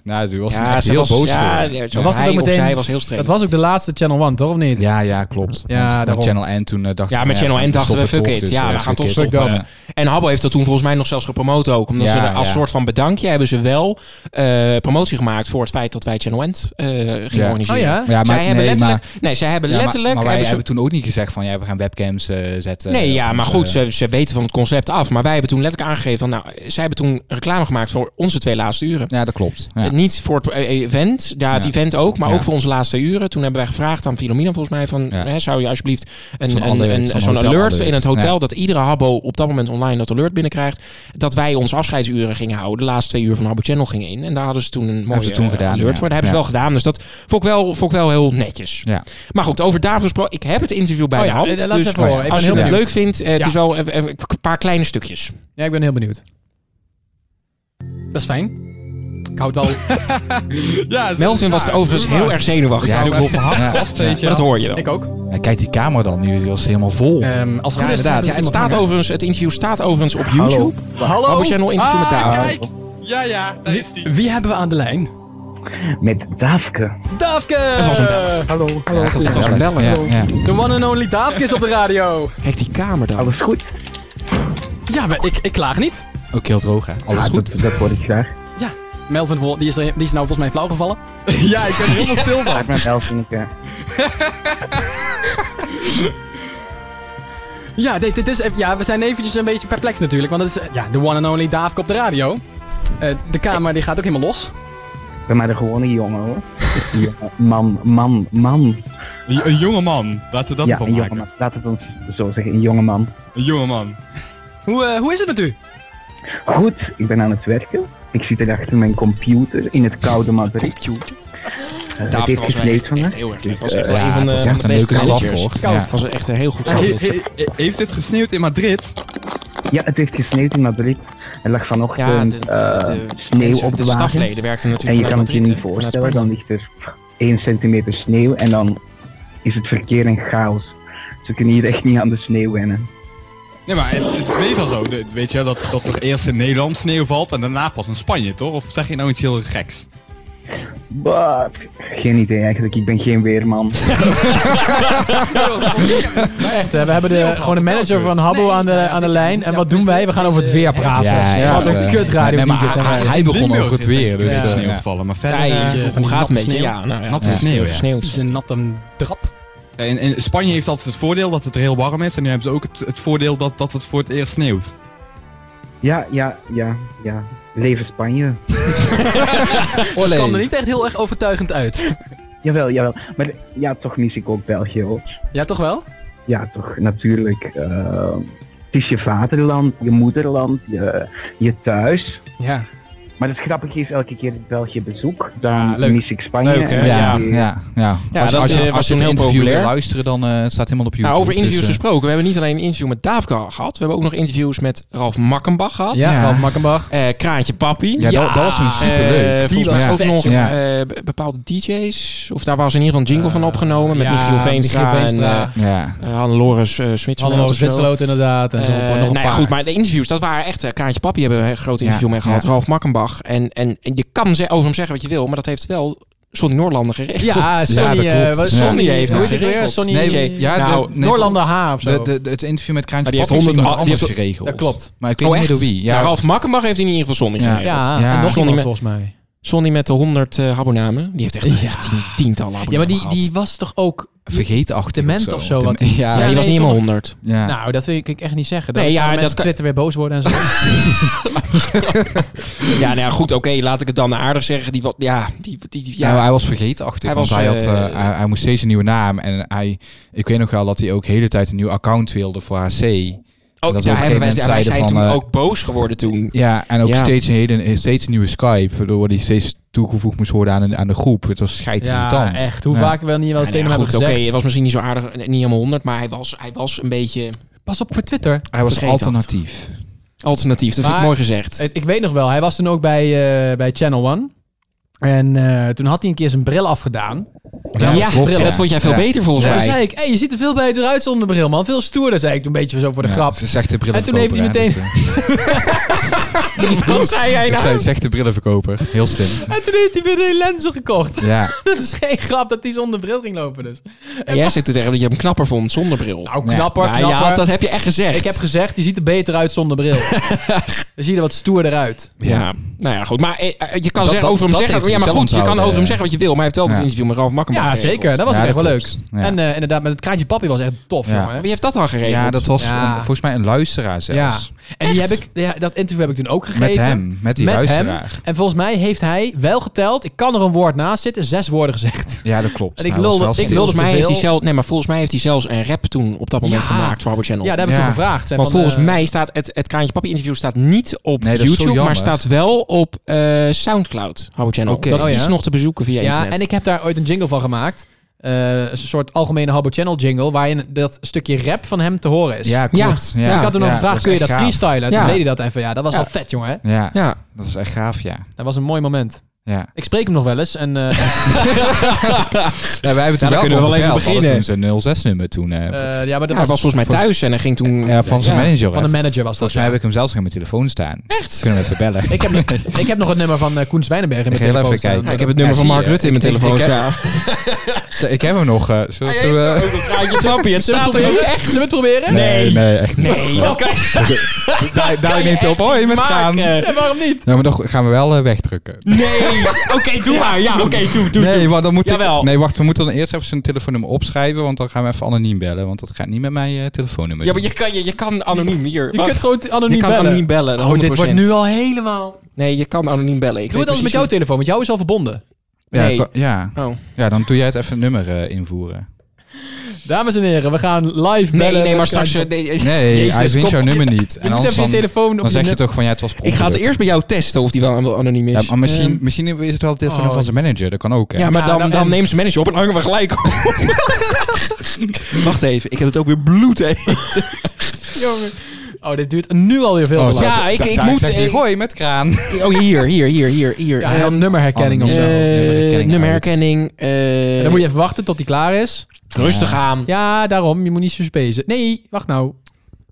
S1: nou, toen was hij
S3: Ja,
S1: echt
S3: ze
S1: heel
S3: was-
S1: boos
S3: ja,
S1: geworden.
S3: ja, zo Was het hij ook of meteen- zij was heel streng.
S2: Dat was ook de laatste Channel One, toch? Of niet?
S1: Ja, ja, klopt.
S2: Ja,
S1: Ja,
S2: daarom.
S1: Channel N toen eh, dacht
S3: Ja,
S1: ik,
S3: met Channel N dachten we,
S1: stoppen
S3: fuck
S1: toch,
S3: it.
S1: dus,
S3: ja,
S1: eh,
S3: we gaan
S1: fuck
S3: toch
S1: it.
S3: stoppen.
S1: Ja.
S3: En Habbo heeft dat toen volgens mij nog zelfs gepromoot ook. Omdat
S1: Ja,
S3: ze er als
S1: ja.
S3: soort van bedankje hebben ze wel eh, promotie gemaakt voor het feit dat wij Channel N eh, gingen
S1: Ja.
S3: organiseren.
S1: Oh ja? Ja, maar-
S3: zij hebben
S1: nee,
S3: letterlijk...
S1: maar-
S3: nee, zij hebben
S1: Ja, maar-
S3: letterlijk...
S1: maar wij
S3: hebben ze-
S1: hebben toen ook niet gezegd van, ja, we gaan webcams eh, zetten.
S3: Nee,
S1: eh,
S3: ja,
S1: op
S3: maar
S1: ons, eh,
S3: goed, ze, ze weten van het concept af. Maar wij hebben toen letterlijk aangegeven van, nou, zij hebben toen reclame gemaakt voor onze twee laatste uren.
S1: Ja, dat klopt. ja.
S3: Eh, Niet voor het eh, event, ja, het
S1: Ja.
S3: event ook, maar
S1: Ja.
S3: ook voor onze laatste uren. Toen hebben wij gevraagd aan Filomena volgens mij van, hè, zou je alsjeblieft een,
S1: Zo'n
S3: een,
S1: alert,
S3: een-
S1: zo'n
S3: zo'n alert,
S1: hotel alert.
S3: in het hotel,
S1: Ja.
S3: dat iedere Habbo op dat moment online dat alert binnenkrijgt, dat wij onze afscheidsuren gingen houden. De laatste twee uur van Habbo Channel gingen in. En daar hadden ze toen een mooie
S1: ze toen
S3: eh,
S1: gedaan,
S3: alert
S1: ja.
S3: voor. Dat hebben ze
S1: Ja.
S3: wel gedaan, dus dat vond ik wel, vond ik wel heel netjes.
S1: Ja.
S3: Maar goed, over David gesproken, ik heb het interview bij
S2: Oh
S3: de
S2: ja,
S3: hand.
S2: eh, laat
S3: dus
S2: eens even horen. Ik ben
S3: als je
S2: heel
S3: het
S2: benieuwd.
S3: leuk vindt, eh, het
S2: Ja.
S3: is wel even- even een paar kleine stukjes.
S2: Ja, ik ben heel benieuwd. Dat is fijn. Ik houd wel.
S3: <laughs> Melvin was overigens heel erg zenuwachtig.
S1: Ja,
S3: Hij is ook
S1: maar-
S3: op een hak
S1: Ja.
S3: vast, weet je
S1: Ja.
S3: wel. Dat hoor je wel.
S2: Ik ook.
S1: En kijk die kamer dan, die was helemaal vol.
S2: als
S3: Ja, inderdaad. Ja, Ehm, het, staat overigens, het interview staat overigens op YouTube.
S2: Hallo?
S3: Habbo Channel interview met David.
S2: Ja, ja, daar is die. Wie hebben we aan de lijn?
S11: Met Daafke.
S2: Daafke!
S11: Het was een
S2: Hallo, hallo.
S11: het was- het was een beller.
S2: Hallo.
S11: Ja,
S2: De one and only Daafke is op de radio.
S3: Kijk die kamer dan.
S11: Alles goed?
S2: Ja, maar ik, ik klaag niet.
S1: Ook heel droog, hè? Alles
S11: Ja,
S1: goed.
S11: Dat, dat word ik graag.
S2: Melvin, Vol- die is, er, die is nou volgens mij flauw
S14: <laughs>
S2: gevallen.
S11: Ja, ik ben helemaal stil van. Ik ben
S2: <laughs>
S11: Elfinke.
S2: Ja, dit, dit is even- ja, we zijn eventjes een beetje perplex natuurlijk. Want het is eh, ja, de one and only Daafke op de radio. Eh, de kamer die gaat ook helemaal los.
S11: Ik ben maar de gewone jongen hoor. <laughs> Ja, man, man, man.
S14: Een jonge man. Laten we dat
S11: ja,
S14: ervan
S11: een
S14: maken.
S11: jongeman. Laten we het zo zeggen, een jonge man.
S14: Een jonge man.
S2: Hoe, eh, hoe is het met u?
S11: Goed, ik ben aan het werken. Ik zit er achter mijn computer in het koude Madrid. Eh,
S3: Computer?
S11: het
S3: David
S11: heeft
S3: was wel
S11: gesleed
S3: echt,
S11: vandaag.
S3: echt heel erg leuk.
S11: Dus,
S3: was echt
S11: eh,
S3: wel een van de, van de beste managers. Koud.
S11: Ja.
S3: was echt een heel goed
S14: He-
S3: voorbeeld.
S14: he- he- heeft het gesneeuwd in Madrid?
S11: Ja, het heeft gesneeuwd in Madrid. Er lag vanochtend
S14: Ja, de-
S11: eh,
S14: de-
S11: sneeuw
S14: mensen-
S11: op de,
S14: de
S11: wagen.
S14: stafleden werkten natuurlijk
S11: En
S14: vanuit
S11: je kan het je
S14: Madrid,
S11: niet
S14: hè, vanuit
S11: voorstellen, dan
S14: Spanje.
S11: ligt er 1 centimeter sneeuw en dan is het verkeer een chaos. Ze kunnen hier echt niet aan de sneeuw wennen.
S14: Nee, maar het, het is meestal zo. de- weet je, dat, dat er eerst in Nederland sneeuw valt en daarna pas in Spanje, toch? Of zeg je nou iets heel geks?
S11: But, geen idee eigenlijk, ik ben geen weerman.
S2: Maar echt, hè, Eh, we hebben de, gewoon de manager van Habbo aan de, aan dus de lijn. En wat doen wij? We gaan over het weer praten. wat een
S1: eh,
S2: kut radio
S1: nee, maar
S2: DJ's zijn
S1: hij,
S2: wij.
S1: hij begon over het weer, dus
S14: geen
S1: eh,
S14: sneeuw
S1: ja.
S14: gevallen, maar verder, eh,
S3: Ja, hoe gaat het met je? Ja, nou ja.
S14: Natte sneeuw, ja.
S3: sneeuw.
S2: Het is een natte drap.
S14: En, en Spanje heeft altijd het voordeel dat het er heel warm is. En nu hebben ze ook het, het voordeel dat, dat het voor het eerst sneeuwt.
S11: Ja, ja, ja, ja. Leven Spanje.
S2: Het eh, kwam er niet echt heel erg overtuigend uit.
S11: Jawel, jawel. Maar ja, toch mis ik ook België hoor.
S2: Ja, toch wel?
S11: Ja, toch, natuurlijk. eh, het is je vaderland, je moederland, je, je thuis.
S2: Ja.
S11: Maar het grappige is, elke keer dat ik België bezoek, dan mis ik Spanje.
S1: Leuk, hè?
S11: en
S1: Ja,
S11: dan-
S1: ja, ja.
S3: Ja,
S1: als,
S3: dat,
S1: als
S3: eh,
S1: je,
S3: was
S1: als je
S3: toen
S1: het
S3: heel
S1: interview wil
S3: populair.
S1: luisteren, dan eh, het staat helemaal op YouTube.
S3: Nou, over interviews
S1: dus, eh,
S3: gesproken. We hebben niet alleen een interview met Daaf gehad. We hebben ook nog interviews met Ralf Makkenbach gehad.
S2: Ja, Ja. Ralf Makkenbach.
S3: Eh, Kraantje Papi.
S1: Ja, dat- dat was een superleuk. Die
S3: Eh, volgens mij
S1: was
S3: ook
S1: vet,
S3: nog
S1: ja.
S3: eh, be- bepaalde DJ's. Of daar was in ieder geval een jingle van opgenomen. Met
S2: ja,
S3: Michiel Veenstra,
S2: Michiel Veenstra.
S3: en eh,
S1: Ja.
S3: eh, Hannelores eh, Smitsloot.
S2: Hallo
S3: of zo.
S2: Zwitserloot inderdaad. En zo,
S3: Eh,
S2: nog een
S3: nou ja,
S2: paar.
S3: goed, maar de interviews, dat waren echt... eh, Kraantje Papi hebben we een groot interview
S2: Ja,
S3: mee gehad.
S2: ja.
S3: Ralf Makkenbach. En, en, en je kan ze- over hem zeggen wat je wil, maar dat heeft wel... Sonny Noorlander geregeld. <laughs>
S2: Ja, Sonny,
S3: dat klopt.
S2: eh, wat-
S3: Sonny
S2: Sonny-
S3: heeft
S2: hoe heet
S3: dat
S2: die weer?
S3: geregeld.
S2: Sonny-
S3: nee,
S1: ja,
S3: nou,
S1: de- nee,
S2: Noorlander H of zo.
S1: De, de, de- het interview met
S3: Maar
S1: Kraantje
S3: die heeft
S1: Pap is
S3: 100
S1: iemand
S3: al- die
S1: anders
S3: heeft-
S1: geregeld.
S2: Dat klopt.
S1: Maar ik weet niet meer door wie.
S3: Ja.
S1: Oh, Ja,
S3: Nou, Ralf Makkenbach heeft in ieder geval Sonny
S1: Ja.
S3: geregeld.
S1: Ja, Ja. en nog
S3: Sonny
S2: iemand
S3: met-
S2: volgens mij.
S3: Sonny met de 100 eh abonnamen. Die heeft echt tien- tientallen abonnamen
S2: Ja, maar die,
S3: gehad.
S2: die was toch ook...
S1: Vergeet achter
S2: Dement of zo.
S1: <laughs>
S2: Wat,
S3: Ja, die was niet helemaal 100.
S1: Ja.
S2: Nou, dat wil ik echt niet zeggen. Dan
S3: Nee, ja,
S2: gaan mensen
S3: dat
S2: op
S3: kan-
S2: Twitter weer boos worden en zo.
S3: Ja, nou ja, goed, oké, laat ik het dan aardig zeggen. Die, wat, ja, die, die, die- ja.
S1: Nou, hij was vergeetachtig,
S3: Hij
S1: hij want
S3: was,
S1: hij, had,
S3: eh,
S1: eh, hij, hij moest steeds een nieuwe naam. En hij, ik weet nog wel dat hij ook de hele tijd een nieuw account wilde voor HC.
S3: Oh,
S1: Dat we op een gegeven
S3: daar hebben wij,
S1: moment
S3: ja, wij
S1: zeiden
S3: zijn
S1: van,
S3: toen
S1: eh,
S3: ook boos geworden toen.
S1: Ja, nou en ook
S3: Ja.
S1: steeds, een hele, steeds een nieuwe Skype, waardoor hij steeds toegevoegd moest worden aan, een- aan de groep. Het was
S2: <laughs>
S1: scheid
S2: Ja, echt. Hoe
S1: Ja.
S2: vaak we niet wel eens
S3: Ja, nou ja,
S2: tegen hem hebben
S3: goed,
S2: gezegd.
S3: Oké, het was misschien niet zo aardig, eh, niet helemaal 100, maar hij was, hij was een beetje
S2: Pas op voor Twitter.
S1: Hij was
S3: Vergeetachtig.
S1: alternatief.
S3: alternatief. Dat vind ik
S2: Maar- Eh,
S3: mooi gezegd.
S2: Het- Ik weet nog wel, hij was toen ook bij, eh, bij Channel One. En eh, toen had hij een keer zijn bril afgedaan.
S3: Ja, ja, en dat vond jij veel beter volgens
S2: Ja,
S3: mij.
S2: Toen zei ik, hey, je ziet er veel beter uit zonder bril, man. Veel stoerder, zei ik toen een beetje zo voor de
S1: Ja,
S2: grap.
S1: ze is echt de
S2: en toen heeft hij
S1: brillenverkoper, dus, eh,
S2: meteen... <laughs>
S3: Wat zei jij
S1: Ik
S2: nou?
S1: zei, zegt de brillenverkoper. Heel slim.
S2: En toen heeft hij weer een lenzen gekocht. <laughs>
S1: Ja.
S2: dat is geen grap dat hij zonder bril ging lopen dus.
S3: En jij zegt toen tegen dat je hem knapper vond zonder bril. Nou,
S2: Knapper, knapper.
S3: Ja, dat heb je echt gezegd.
S2: Ik heb gezegd, je ziet er beter uit zonder
S1: <laughs>
S2: bril. Dan zie je er wat stoerder uit.
S3: Ja, nou ja, goed. Maar eh, eh, je kan
S2: Dat-
S3: zeggen,
S2: dat-
S3: over hem
S2: dat heeft hij
S3: zeggen... Ja, maar
S2: zelf
S3: goed, je kan
S2: onthouden,
S3: over
S2: ja.
S3: hem zeggen wat je wil... maar hij heeft wel dat
S2: Ja.
S3: interview met Ralf Makkenbach
S2: Ja,
S3: geregeld.
S2: zeker. Dat was
S1: Ja,
S2: echt
S1: dat
S2: wel leuk.
S1: klopt. Ja.
S2: En eh, inderdaad, met het kraantje papi was echt tof,
S1: Ja.
S2: jongen.
S3: Wie heeft dat dan geregeld?
S1: Ja, dat was
S2: Ja.
S1: een- volgens mij een luisteraar
S2: Ja,
S1: zelfs.
S2: en die heb ik, ja, dat interview heb ik toen ook gegeven.
S1: hem, met die luisteraar.
S2: En volgens mij heeft hij wel geteld, ik kan er een woord naast zitten, zes woorden gezegd.
S1: Ja, dat klopt.
S2: En ik
S1: Nou, dat
S2: lulde-
S1: was
S2: ik
S1: wel
S2: lulde
S1: slim.
S3: Volgens mij, heeft hij
S2: veel.
S3: zelf, nee, maar volgens mij heeft hij zelfs een rap toen op dat moment
S2: Ja.
S3: gemaakt voor Harbour
S2: <laughs>
S3: Channel.
S2: Ja, daar heb ik toen gevraagd. Zei
S3: Want
S2: van,
S3: volgens
S2: eh,
S3: mij staat het, het Kraantje Papi interview staat niet op
S1: Nee, dat is zo
S3: YouTube, maar
S1: jammer.
S3: staat wel op eh, Soundcloud, Harbour Channel.
S1: Oké.
S3: Dat
S1: Oh, ja.
S3: is nog te bezoeken via
S2: ja,
S3: internet.
S2: en ik heb daar ooit een jingle van gemaakt. Eh, een soort algemene Habbo Channel jingle, waarin dat stukje rap van hem te horen is.
S1: Ja, klopt. Ja.
S2: Ik had toen nog
S1: Ja,
S2: gevraagd,
S1: dat
S2: kun je dat
S1: was echt gaaf.
S2: freestylen? En
S1: Ja.
S2: Toen deed hij dat even. Ja, dat was
S1: Ja.
S2: wel vet, jongen. Hè?
S1: Ja.
S3: ja,
S1: dat was echt gaaf, ja.
S2: Dat was een mooi moment.
S1: Ja.
S2: Ik spreek hem nog wel eens. En, eh, <laughs>
S1: Ja, wij hebben toen
S3: Ja, dan kunnen we wel even
S1: Toen zijn 06-nummer toen. eh,
S2: Eh, ja, maar dat
S1: voor-
S2: was-
S3: was volgens mij thuis en hij ging toen...
S1: Ja, van zijn
S2: Ja.
S1: manager.
S2: Van de manager was dat,
S1: Volgens mij
S2: ja.
S1: heb ik hem zelfs nog in mijn telefoon staan. Echt? Kunnen we even bellen.
S2: ik, heb, nog- ik heb nog het nummer van eh, Koen Zwijnenberg in mijn
S1: heel
S2: telefoon
S1: even
S2: staan.
S1: kijken.
S2: Maar
S1: Ja,
S2: dat-
S1: ik heb het nummer
S2: Ja,
S1: van
S2: zie
S1: Mark
S2: je.
S1: Rutte in
S2: Ik-
S1: mijn
S2: ik-
S1: telefoon
S2: ik heb-
S1: staan.
S2: <laughs>
S1: ik heb hem nog. eh, zullen, zullen we...
S3: Kraantje Papi, het
S2: Zullen we
S3: staat
S2: het
S3: er ook
S2: proberen?
S3: echt.
S2: Zullen we het proberen?
S1: Nee, nee, echt niet.
S3: Nee, eh, dat kan je
S1: <laughs> Daar, daar neemt hij op. Hoi, met gaan.
S2: Ja, waarom niet?
S1: Nou, maar dan gaan we wel eh, wegdrukken.
S3: Nee, <laughs> oké, doe maar. Ja, oké, doe, doe,
S1: nee,
S3: doe.
S1: want dan moet
S3: Jawel.
S1: ik, nee, wacht, we moeten dan eerst even zijn telefoonnummer opschrijven, want dan gaan we even anoniem bellen, want dat gaat niet met mijn eh, telefoonnummer.
S3: Ja, maar je kan, je, je kan anoniem hier.
S2: Je
S3: wacht.
S2: kunt gewoon anoniem
S3: Je kan
S2: bellen.
S3: anoniem bellen,
S2: Oh, dit wordt
S3: 100%.
S2: nu al helemaal...
S3: Nee, je kan anoniem bellen. Ik
S2: Doe het
S3: weet
S2: als met
S3: precies
S2: jouw telefoon, want jou is al verbonden.
S1: ja,
S3: nee.
S1: kan- ja.
S3: Oh.
S1: ja, dan doe jij het even een nummer eh, invoeren.
S2: Dames en heren, we gaan live
S3: Nee,
S2: bellen.
S3: nee,
S2: met
S3: maar
S2: Kraantje
S3: straks, eh, nee,
S2: Papi.
S1: Nee,
S3: Jezus,
S1: hij vindt
S3: kom
S1: jouw
S3: op.
S1: nummer niet.
S2: moet
S1: En anders
S2: even je
S1: dan,
S2: hoe
S1: dan zeg je toch van ja, het was per
S3: Ik ga het
S1: ongeluk.
S3: eerst bij jou testen of die wel anoniem
S1: Ja,
S3: is.
S1: maar misschien, misschien is het wel het telefoon
S3: Oh.
S1: van zijn manager, dat kan ook. Hè?
S3: Ja, maar
S2: Ja,
S3: dan,
S2: nou,
S3: dan
S2: en-
S3: neemt zijn manager op en hangen we gelijk <laughs> op. Wacht even, ik heb het ook weer bloedheet.
S2: Jongen. Oh, dit duurt nu alweer veel
S1: Oh,
S2: te lang.
S3: ja, ik, ik moet... eh,
S1: Gooi met <laughs> kraan.
S3: oh, hier, hier, hier, hier. hier.
S2: Ja, en dan nummerherkenning of zo.
S1: Anoniem.
S3: Eh,
S1: Nummerherkenning
S3: nummerherkenning. eh,
S2: En dan moet je even wachten tot die klaar is.
S3: Rustig aan.
S2: Ja, daarom. Je moet niet zo spezen. Nee, wacht nou.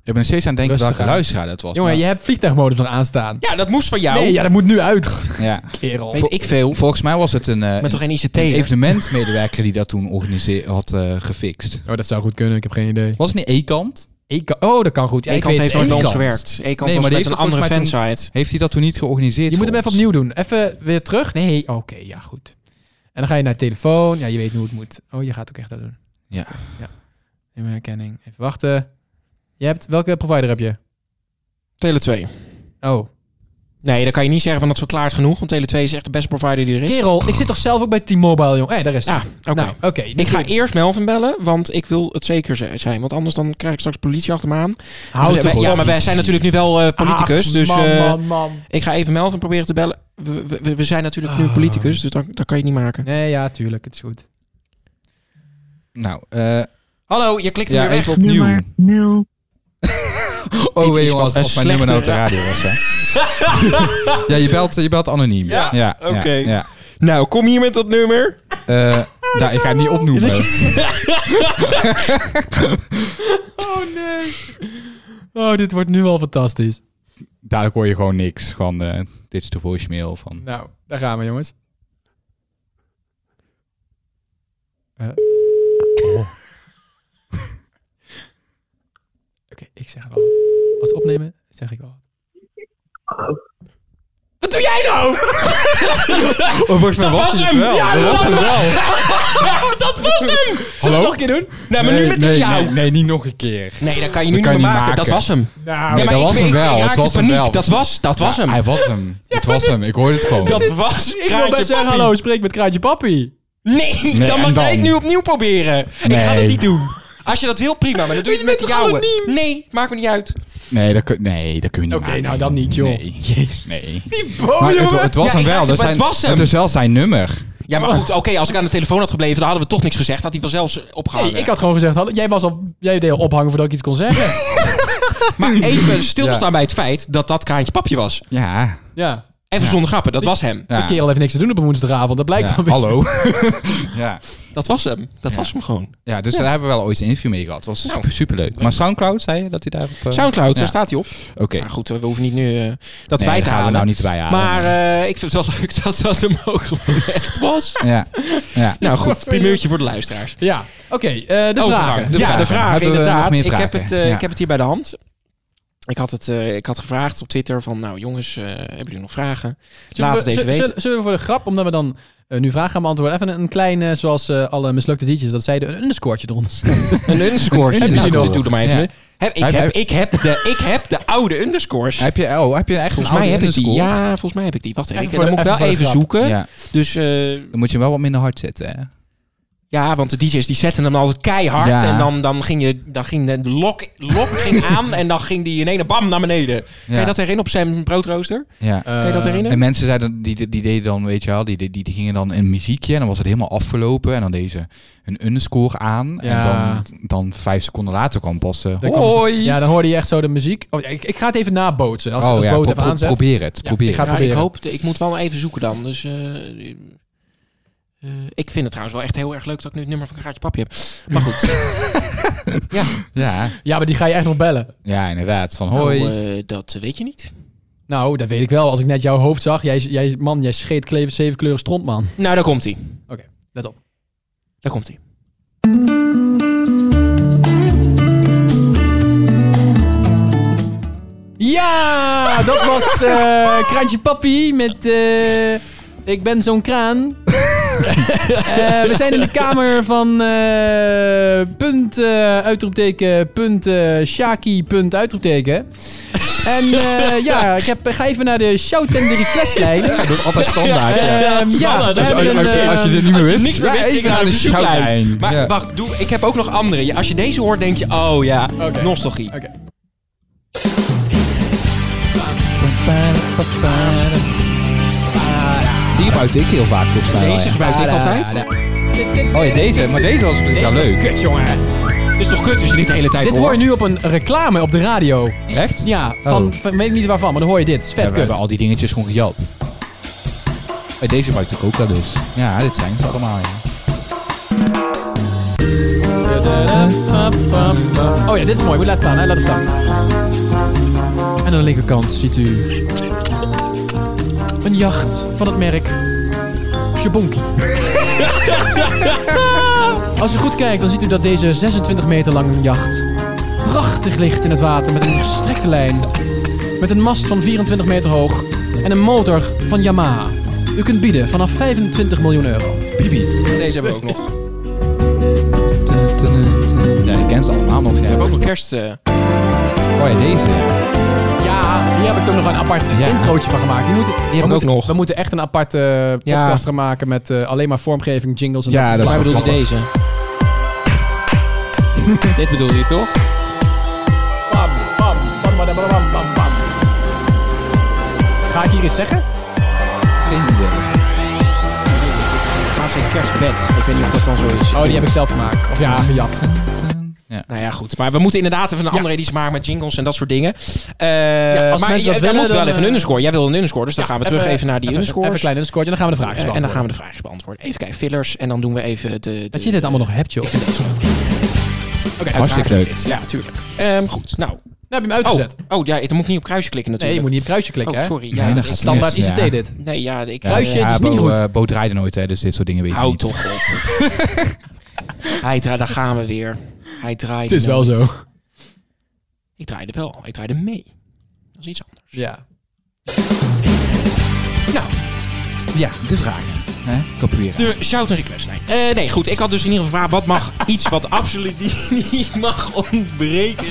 S1: Ik ben er steeds aan het denken
S2: Rustig
S1: welke
S2: aan.
S1: luisteraar dat was.
S2: Jongen,
S1: maar-
S2: je hebt vliegtuigmodus nog aanstaan.
S3: Ja, dat moest van jou.
S2: Nee, ja, dat moet nu
S3: <laughs>
S2: uit.
S1: <laughs> ja.
S2: Kerel.
S3: Weet ik veel.
S1: Volgens mij was het een, eh,
S3: Met toch
S1: een,
S3: geen ICT?
S1: een evenementmedewerker die dat toen organiseer, had eh, gefixt.
S2: Oh, dat zou goed kunnen. Ik heb geen idee.
S1: Was het niet E-kant?
S2: Ik kan- oh, dat kan goed. Ja, ik
S3: Ekant
S2: weet
S3: heeft
S2: het.
S3: nooit bij ons
S2: Ekant.
S3: gewerkt. Ekant
S1: Nee,
S3: was
S1: maar die
S3: met een
S1: heeft
S3: andere
S1: volgens mij toen-
S3: fansite.
S1: Heeft hij dat toen niet georganiseerd?
S2: Je moet hem even
S1: volgens?
S2: opnieuw doen. Even weer terug. Nee, oké. ja, goed. En dan ga je naar telefoon. Ja, je weet nu hoe het moet. Oh, je gaat ook echt dat doen.
S1: Ja.
S2: Nummerherkenning. Even wachten. Je hebt... Welke provider heb je?
S3: Tele 2.
S2: Oh.
S3: Nee, dan kan je niet zeggen van dat is verklaard genoeg. Want Tele 2 is echt de beste provider die er is.
S2: Kerel, ik zit toch zelf ook bij T-Mobile, jong. Hé, daar is
S3: Ja,
S2: het.
S3: oké.
S2: Nou, oké.
S3: Ik ga eerst Melvin bellen, want ik wil het zeker ze- zijn. Want anders dan krijg ik straks politie achter me aan.
S2: Houd
S3: Dus, eh,
S2: toch
S3: ja,
S2: op.
S3: maar wij zijn natuurlijk nu wel eh, politicus.
S2: Ach,
S3: dus
S2: man,
S3: eh,
S2: man, man.
S3: ik ga even Melvin proberen te bellen. We, we- we, we zijn natuurlijk nu politicus, dus dan, dan kan je het niet maken.
S2: Nee, ja, tuurlijk. Het is goed.
S1: Nou, eh,
S3: Hallo, je klikt er
S1: ja,
S3: weer weg.
S1: even opnieuw.
S3: Dit
S1: <laughs> Oh,
S3: is
S1: weet je
S3: wat
S1: wat,
S3: een
S1: als mijn nummer nou op de
S3: slechte-
S1: radio was, hè?
S3: <laughs>
S1: ja, je belt, je belt anoniem.
S3: Ja,
S1: ja,
S3: oké.
S1: ja.
S3: Nou, kom hier met dat nummer.
S1: Eh, nou, ik ga het niet opnoemen.
S3: <laughs>
S1: <laughs>
S2: Oh, nee. Oh, dit wordt nu al fantastisch.
S1: Dadelijk hoor je gewoon niks. Gewoon, eh, dit is de voicemail van...
S2: Nou, daar gaan we, jongens. Eh. Oh. <laughs> Oké, ik zeg wel wat. Als we opnemen, zeg ik wel wat. Wat doe jij nou?
S1: Oh, volgens mij was, het wel.
S2: Ja,
S1: dat was het wel.
S3: dat was hem! Zullen we het nog een keer doen? Nee, Nou, maar nu met
S1: nee,
S3: jou.
S1: Nee, nee, niet nog een keer.
S3: Nee, dat kan je nu
S1: Dat kan
S3: niet
S1: je
S3: meer
S1: niet
S3: maken. Dat
S1: maken.
S3: was hem.
S2: Nou,
S1: dat was
S3: ik,
S1: hem
S3: ik-
S1: wel.
S3: Ik,
S1: Het
S3: raakte
S1: was hem
S3: paniek.
S1: wel. Nou,
S3: Dat was, dat was hem.
S1: Hij was
S3: <laughs>
S1: hem. het was hem. Ik hoorde het gewoon.
S3: Dat was
S2: ik wil best zeggen, hallo, spreek met Kraantje Papi.
S3: Nee,
S1: Nee, en
S3: dan mag jij het
S1: dan?
S3: nu opnieuw proberen. Ik ga dat
S1: Nee.
S3: niet doen. Als je dat wil, prima, maar dan doe je het met de jouwe. Nee, maakt me niet uit.
S1: Nee, dat kun, nee, dat kun je niet
S2: Oké,
S1: maken.
S2: nou dan niet, joh.
S1: Nee. Jezus. Nee.
S2: Bo,
S1: Maar het, het was
S3: Ja,
S1: hem wel.
S3: ik raakte-
S1: Dat
S3: maar het
S1: zijn-
S3: was hem.
S1: Het is wel zijn nummer.
S3: Ja,
S1: Oh.
S3: maar goed, oké, als ik aan de telefoon had gebleven, dan hadden we toch niks gezegd. Had hij vanzelf opgehangen.
S2: ik had gewoon gezegd, hallo, jij was al... Jij deed al ophangen voordat ik iets kon zeggen.
S3: Maar even stilstaan bij het feit dat dat kraantje papje was.
S1: Ja.
S2: <laughs> ja.
S3: Even zonder grappen, dat was hem.
S2: Die kerel heeft niks te doen op een woensdagavond. Dat blijkt wel
S1: Ja,
S2: weer.
S3: <laughs>
S1: hallo. ja.
S3: Dat was hem. Dat was hem gewoon.
S1: Ja, dus
S3: Ja. Nou.
S1: daar hebben we wel ooit een interview mee gehad. Dat was super superleuk. Maar Soundcloud, zei je dat hij daar op... eh,
S3: Soundcloud,
S1: ja.
S3: daar staat hij op.
S1: Oké.
S3: Maar goed, we hoeven niet nu eh, dat
S1: Nee,
S3: bij
S1: dat
S3: te
S1: gaan we
S3: halen.
S1: nou niet erbij halen.
S3: Maar eh, ik vind het wel <laughs> leuk dat dat hem ook gewoon echt
S1: <laughs>
S3: was.
S1: Ja.
S3: <laughs>
S1: ja.
S3: Nou goed, primeurtje voor de luisteraars.
S2: Ja, oké. eh, de
S1: Oh,
S3: Overgang.
S2: vragen.
S3: Ja, de vragen
S1: Hebben we nog
S3: inderdaad.
S1: meer
S3: Ik,
S1: vragen?
S3: heb het, eh,
S1: Ja.
S3: ik heb het hier bij de hand. Ik had, het, eh, ik had gevraagd op Twitter van, nou jongens, eh, hebben jullie nog vragen?
S2: Zullen
S3: Laat
S2: we,
S3: het even
S2: zullen-
S3: weten.
S2: zullen- zullen we voor de grap, omdat we dan eh, nu vragen gaan beantwoorden, even een, een klein, eh, zoals eh, alle mislukte DJ's dat zeiden, een underscore'tje eronder. <laughs>
S3: Een underscore. Heb je die nog? Doe er maar even.
S2: Ja.
S3: Heb, ik,
S2: Heb-
S3: heb, ik, heb de, ik heb de oude underscores.
S1: Heb je, oh, heb je echt
S3: volgens
S1: een
S3: mij
S1: oude
S3: heb ik die.
S1: underscore?
S3: Ja, volgens mij heb ik die. Wacht even.
S1: Even
S3: ik-
S1: voor
S3: dan
S1: de-
S3: moet ik wel
S1: even voor de grap.
S3: even zoeken.
S1: Ja.
S3: Dus eh,
S1: Dan moet je hem wel wat minder hard zetten, hè?
S3: ja, want de DJ's die zetten hem altijd keihard.
S1: Ja.
S3: En dan, dan ging je dan ging de lok, lok ging aan. En dan ging die in één bam naar beneden. Kan
S1: Ja.
S3: je dat Eh, herinneren op zijn broodrooster?
S1: Ja.
S3: Kan je dat herinneren?
S1: En mensen zeiden, die, die, die deden dan, weet je wel, die, die, die gingen dan een muziekje en dan was het helemaal afgelopen. En dan deze een underscore aan.
S2: Ja.
S1: En dan, dan vijf seconden later kwam pas. eh,
S2: Dan
S3: Oh.
S2: kwam ze- Ja, dan hoorde je echt zo de muziek. Oh, ja, ik, ik ga het even nabootsen. Als,
S1: Oh,
S2: als
S1: ja,
S2: Boot
S1: pro-
S2: even
S1: pro-
S2: aanzet.
S1: probeer het,
S2: Ja,
S1: probeer
S2: ik ga
S1: het.
S2: het
S3: Ja, ik
S2: proberen.
S3: hoop, ik moet wel even zoeken dan. Dus, eh, eh, ik vind het trouwens wel echt heel erg leuk dat ik nu het nummer van Kraatje Papje heb. Maar goed. ja.
S1: Ja.
S2: Ja, maar die ga je echt nog bellen.
S1: ja, inderdaad. Van hoi.
S3: Nou, eh, dat weet je niet.
S2: Nou, dat weet ik wel. Als ik net jouw hoofd zag. Jij, jij, man, jij scheet kleven zeven kleuren stront, man.
S3: Nou, daar komt hij.
S2: Oké, let op.
S3: Daar komt hij.
S2: Ja, dat
S1: <laughs>
S2: was eh Kraantje Papi met... eh, ik ben zo'n
S1: <laughs>
S2: kraan. Eh, we zijn in de kamer van eh, punt eh, uitroepteken punt eh, Shaki punt uitroepteken. En eh, ja, ik heb, ga even naar de shout en de requestlijn.
S1: dat is altijd standaard.
S2: Ja,
S1: ja.
S2: Ehm, ja, we
S1: Dus als,
S2: hebben
S1: als,
S2: een,
S1: je- als je dit niet meer
S3: eh, Als je
S1: wist,
S3: niks meer
S1: ja,
S3: wist, ging
S1: even
S3: je naar de
S1: shoutlijn.
S3: zoeklijn. Maar
S1: Ja.
S3: wacht, doe, ik heb ook nog andere. Ja, Als je deze hoort, denk je, oh ja, nostalgie.
S1: Die gebruikte ik heel vaak volgens mij. wel,
S3: Deze
S1: ja.
S3: gebruikte ik altijd.
S1: Oh ja, deze. Maar deze was misschien wel
S2: Deze is
S1: leuk.
S2: kut, jongen.
S3: Het is toch kut als je dit de hele tijd
S2: Dit hoor
S3: hoort?
S2: je nu op een reclame op de radio.
S1: Echt?
S2: Ja, van,
S1: Oh.
S2: van- weet ik niet waarvan, maar dan hoor je dit. Het is
S1: Ja,
S2: vet
S1: we
S2: kut.
S1: hebben al die dingetjes gewoon gejat. Eh, Deze gebruikte ik ook wel dus. Ja, dit zijn ze allemaal. Ja.
S2: Oh ja, dit is mooi. Moet laat staan, hè? Laat het staan. En aan de linkerkant ziet u een jacht van het merk Shabonki. Als u goed kijkt, dan ziet u dat deze 26 meter lange jacht prachtig ligt in het water met een gestrekte lijn. Met een mast van 24 meter hoog en een motor van Yamaha. U kunt bieden vanaf 25 miljoen euro. Bibiet.
S3: Deze hebben we ook <laughs> nog.
S1: Ja, ik ken ze allemaal nog.
S3: We
S1: Ja.
S3: hebben ook nog kerst... eh,
S1: Oh ja, deze. ja.
S2: Ja, hier heb ik toch nog een apart introotje van gemaakt. Die, moeten,
S3: ik
S2: we moeten,
S3: ook nog.
S2: We moeten echt een aparte eh,
S3: Ja.
S2: podcast gaan maken met eh, alleen maar vormgeving, jingles en
S1: Ja,
S2: dat soort
S1: dat
S3: Waar
S2: dingen.
S1: is
S3: bedoelde
S1: grappig.
S3: deze? <laughs> Dit bedoel je toch?
S2: Bam, bam, bam, bam, bam, bam, bam, bam. Ga ik hier iets zeggen?
S1: Geen idee.
S3: Ga ze in kerstbed. Ik weet niet of dat dan zo is.
S2: Oh, die heb ik zelf gemaakt. Of ja, gejat.
S3: Nou ja, goed. Maar we moeten inderdaad even een andere editie maken met jingles en dat soort dingen. Eh,
S2: Ja, als mensen
S3: maar
S2: dat
S3: jij-
S2: willen,
S3: wij moeten wel
S2: dan,
S3: even een
S2: eh,
S3: underscore. Jij wil een underscore, dus dan gaan we terug even naar die
S2: even,
S3: underscores.
S2: Even een klein underscoreje en dan gaan we de vragen
S3: Eh, en dan gaan
S2: beantwoorden.
S3: we de vraagjes beantwoorden. Even kijken, fillers. En dan doen we even de... de
S2: Dat je dit allemaal nog hebt, joh.
S3: Oké, uiteraard
S1: Hartstikke
S3: doe ik
S1: leuk.
S3: dit. Ja, tuurlijk. Ehm, goed, nou.
S2: Nou, heb je hem uitgezet.
S3: Oh, oh, ja, dan moet ik niet op kruisje klikken
S2: nee, je
S3: natuurlijk.
S2: moet niet op kruisje klikken,
S3: Oh,
S2: hè?
S3: sorry.
S1: Nee,
S3: Ja,
S1: dat
S3: ik-
S1: gaat
S3: sta-
S2: Standaard
S1: mis,
S2: ICT
S1: ja.
S2: dit.
S3: nee, ja, ik...
S2: Kruisje,
S3: eh,
S2: het is niet
S1: Bo,
S2: goed.
S1: eh, Bo draaide nooit, hè, dus dit soort dingen weet je
S3: Hou
S1: niet.
S3: toch op. <laughs> Hij draait, daar gaan we weer. Hij draait
S2: Het is wel zo.
S3: Ik draaide wel. Ik draaide mee. Dat is iets anders.
S2: Ja.
S3: Nou,
S1: Ja, de vragen. Hè? Kapueren.
S3: de shout en requestlijn. Eh nee, goed. Ik had dus in ieder geval gevraagd, wat mag <laughs> iets wat absoluut niet, niet mag ontbreken?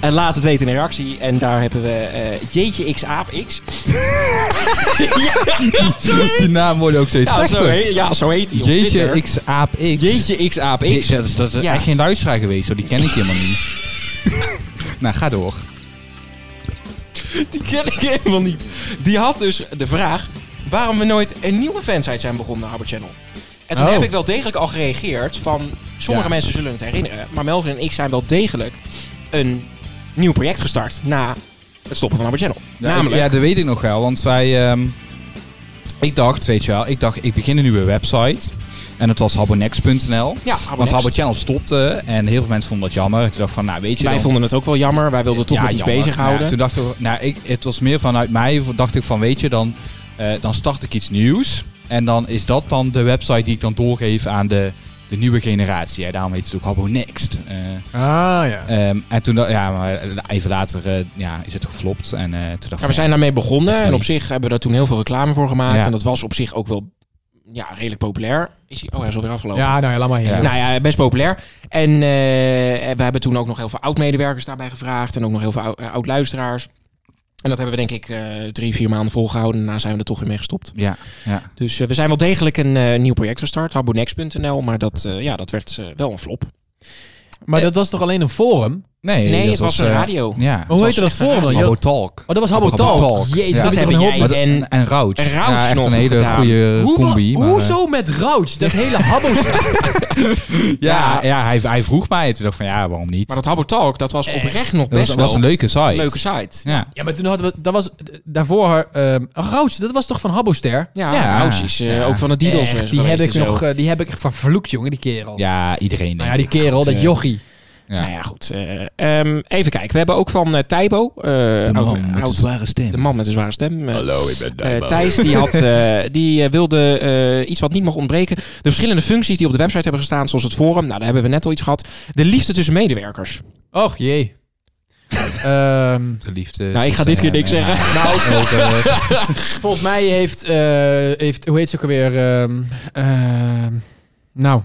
S3: En laat het weten in de reactie. En daar hebben we eh, jeetje x aap x. <laughs>
S1: Die naam wordt ook steeds
S3: Ja, zo
S1: slechter.
S3: heet, ja, zo heet hij op Twitter.
S1: Jeetje, X, Aap, X.
S3: Jeetje x aap
S1: Ik,
S3: x.
S1: dat is, dat is
S3: Ja.
S1: echt geen luisteraar geweest, hoor. die ken ik helemaal niet.
S3: <laughs>
S1: nou, ga door.
S3: Die ken ik helemaal niet. Die had dus de vraag waarom we nooit een nieuwe fansite zijn begonnen, Harbor Channel. En toen
S2: Oh.
S3: heb ik wel degelijk al gereageerd van... Sommige
S2: Ja.
S3: mensen zullen het herinneren, maar Melvin en ik zijn wel degelijk een nieuw project gestart na het stoppen van Harbor Channel.
S1: Ja, ik-
S3: Namelijk...
S1: ja, dat weet ik nog wel, want wij ehm, Ik dacht, weet je wel, ik dacht, ik begin een nieuwe website. En het was habbonex.nl.
S3: Ja,
S1: Want
S3: Habbonext.
S1: Habbo Channel stopte en heel veel mensen vonden dat jammer. Toen dacht ik van, nou weet je
S3: Wij
S1: dan-
S3: vonden het ook wel jammer. Wij wilden toch
S1: ja,
S3: met iets
S1: jammer.
S3: bezighouden.
S1: Ja, toen dacht ik, nou, ik, het was meer vanuit mij, dacht ik van, weet je, dan, eh, dan start ik iets nieuws. En dan is dat dan de website die ik dan doorgeef aan de, de nieuwe generatie. Hè. Daarom heet het ook Habbo Next. Eh,
S2: Ah ja.
S1: ehm, en toen, da- ja, maar even later eh, ja, is het geflopt. En, eh, toen dacht ik
S3: Ja,
S1: van,
S3: we zijn daarmee begonnen
S1: dat
S3: en
S1: moet
S3: op zich hebben we daar toen heel veel reclame voor gemaakt.
S1: Ja.
S3: En dat was op zich ook wel ja, redelijk populair. Is hij, oh, hij is alweer afgelopen.
S2: Ja, nou ja, laat maar hier.
S3: Ja. Nou ja, best populair. En eh, we hebben toen ook nog heel veel oud-medewerkers daarbij gevraagd. En ook nog heel veel ou- eh, oud-luisteraars. En dat hebben we denk ik eh, drie, vier maanden volgehouden. Daarna zijn we er toch weer mee gestopt.
S1: Ja, ja.
S3: Dus eh, we zijn wel degelijk een eh, nieuw project gestart. Habonex.nl. Maar dat, eh, ja, dat werd eh, wel een flop.
S2: Maar dat was toch alleen een forum?
S1: Nee,
S3: Nee, dat het was was, een eh, radio. ja, het
S2: Hoe
S3: was
S2: heette dat
S3: echt een
S2: forum dan?
S3: radio.
S2: Joh-
S1: Habbo Talk.
S2: Oh, dat was Habbo
S1: Habbo
S2: Talk.
S1: Talk.
S2: Jezus,
S1: Ja.
S2: dat
S1: Dat
S2: heb ik
S1: hebben
S2: een
S1: jij
S2: hoop.
S1: en- Maar dat- en Rauts.
S3: En Rauts
S1: Ja, echt
S3: nog
S1: een hele
S3: gedaan.
S1: goede
S2: Hoe wa-
S1: combi, maar, eh,
S2: hoezo met Rauts? <laughs> Dat hele habbo's.
S1: Ja, ja. hij, hij vroeg mij. Toen dacht ik van, ja, waarom niet?
S3: Maar dat Habbo Talk, dat was oprecht nog
S1: dat
S3: best
S1: was, was
S3: wel
S1: een leuke site.
S3: leuke site.
S1: Ja.
S2: ja, maar toen hadden we... Dat was eh, daarvoor... ehm Rauts, dat was toch van Habboster?
S3: Ja, Rauts is, eh, ook van de Didos, eh,
S2: Echt, die
S3: geweest
S2: heb ik
S3: en zo.
S2: nog... eh, die heb ik echt vervloekt, jongen, die kerel.
S1: Ja, iedereen.
S2: Nou ja, die kerel, dat jochie.
S1: Ja.
S3: Nou ja, goed. eh, ehm, even kijken. We hebben ook van eh Tijbo. eh,
S1: man
S3: oud-
S1: met de
S3: oud-
S1: zware stem.
S3: De man met de zware stem. eh,
S1: Hallo, ik ben
S3: eh,
S1: Tijbo.
S3: Thijs, die, had, eh, die eh, wilde eh, iets wat niet mag ontbreken. De verschillende functies die op de website hebben gestaan, zoals het forum. Nou, daar hebben we net al iets gehad. De liefde tussen medewerkers.
S2: Och jee. Ehm,
S1: De liefde.
S3: nou, ik ga dit keer niks zeggen.
S1: Nou,
S2: volgens mij heeft, eh, heeft... Hoe heet ze ook alweer? ehm, ehm, nou,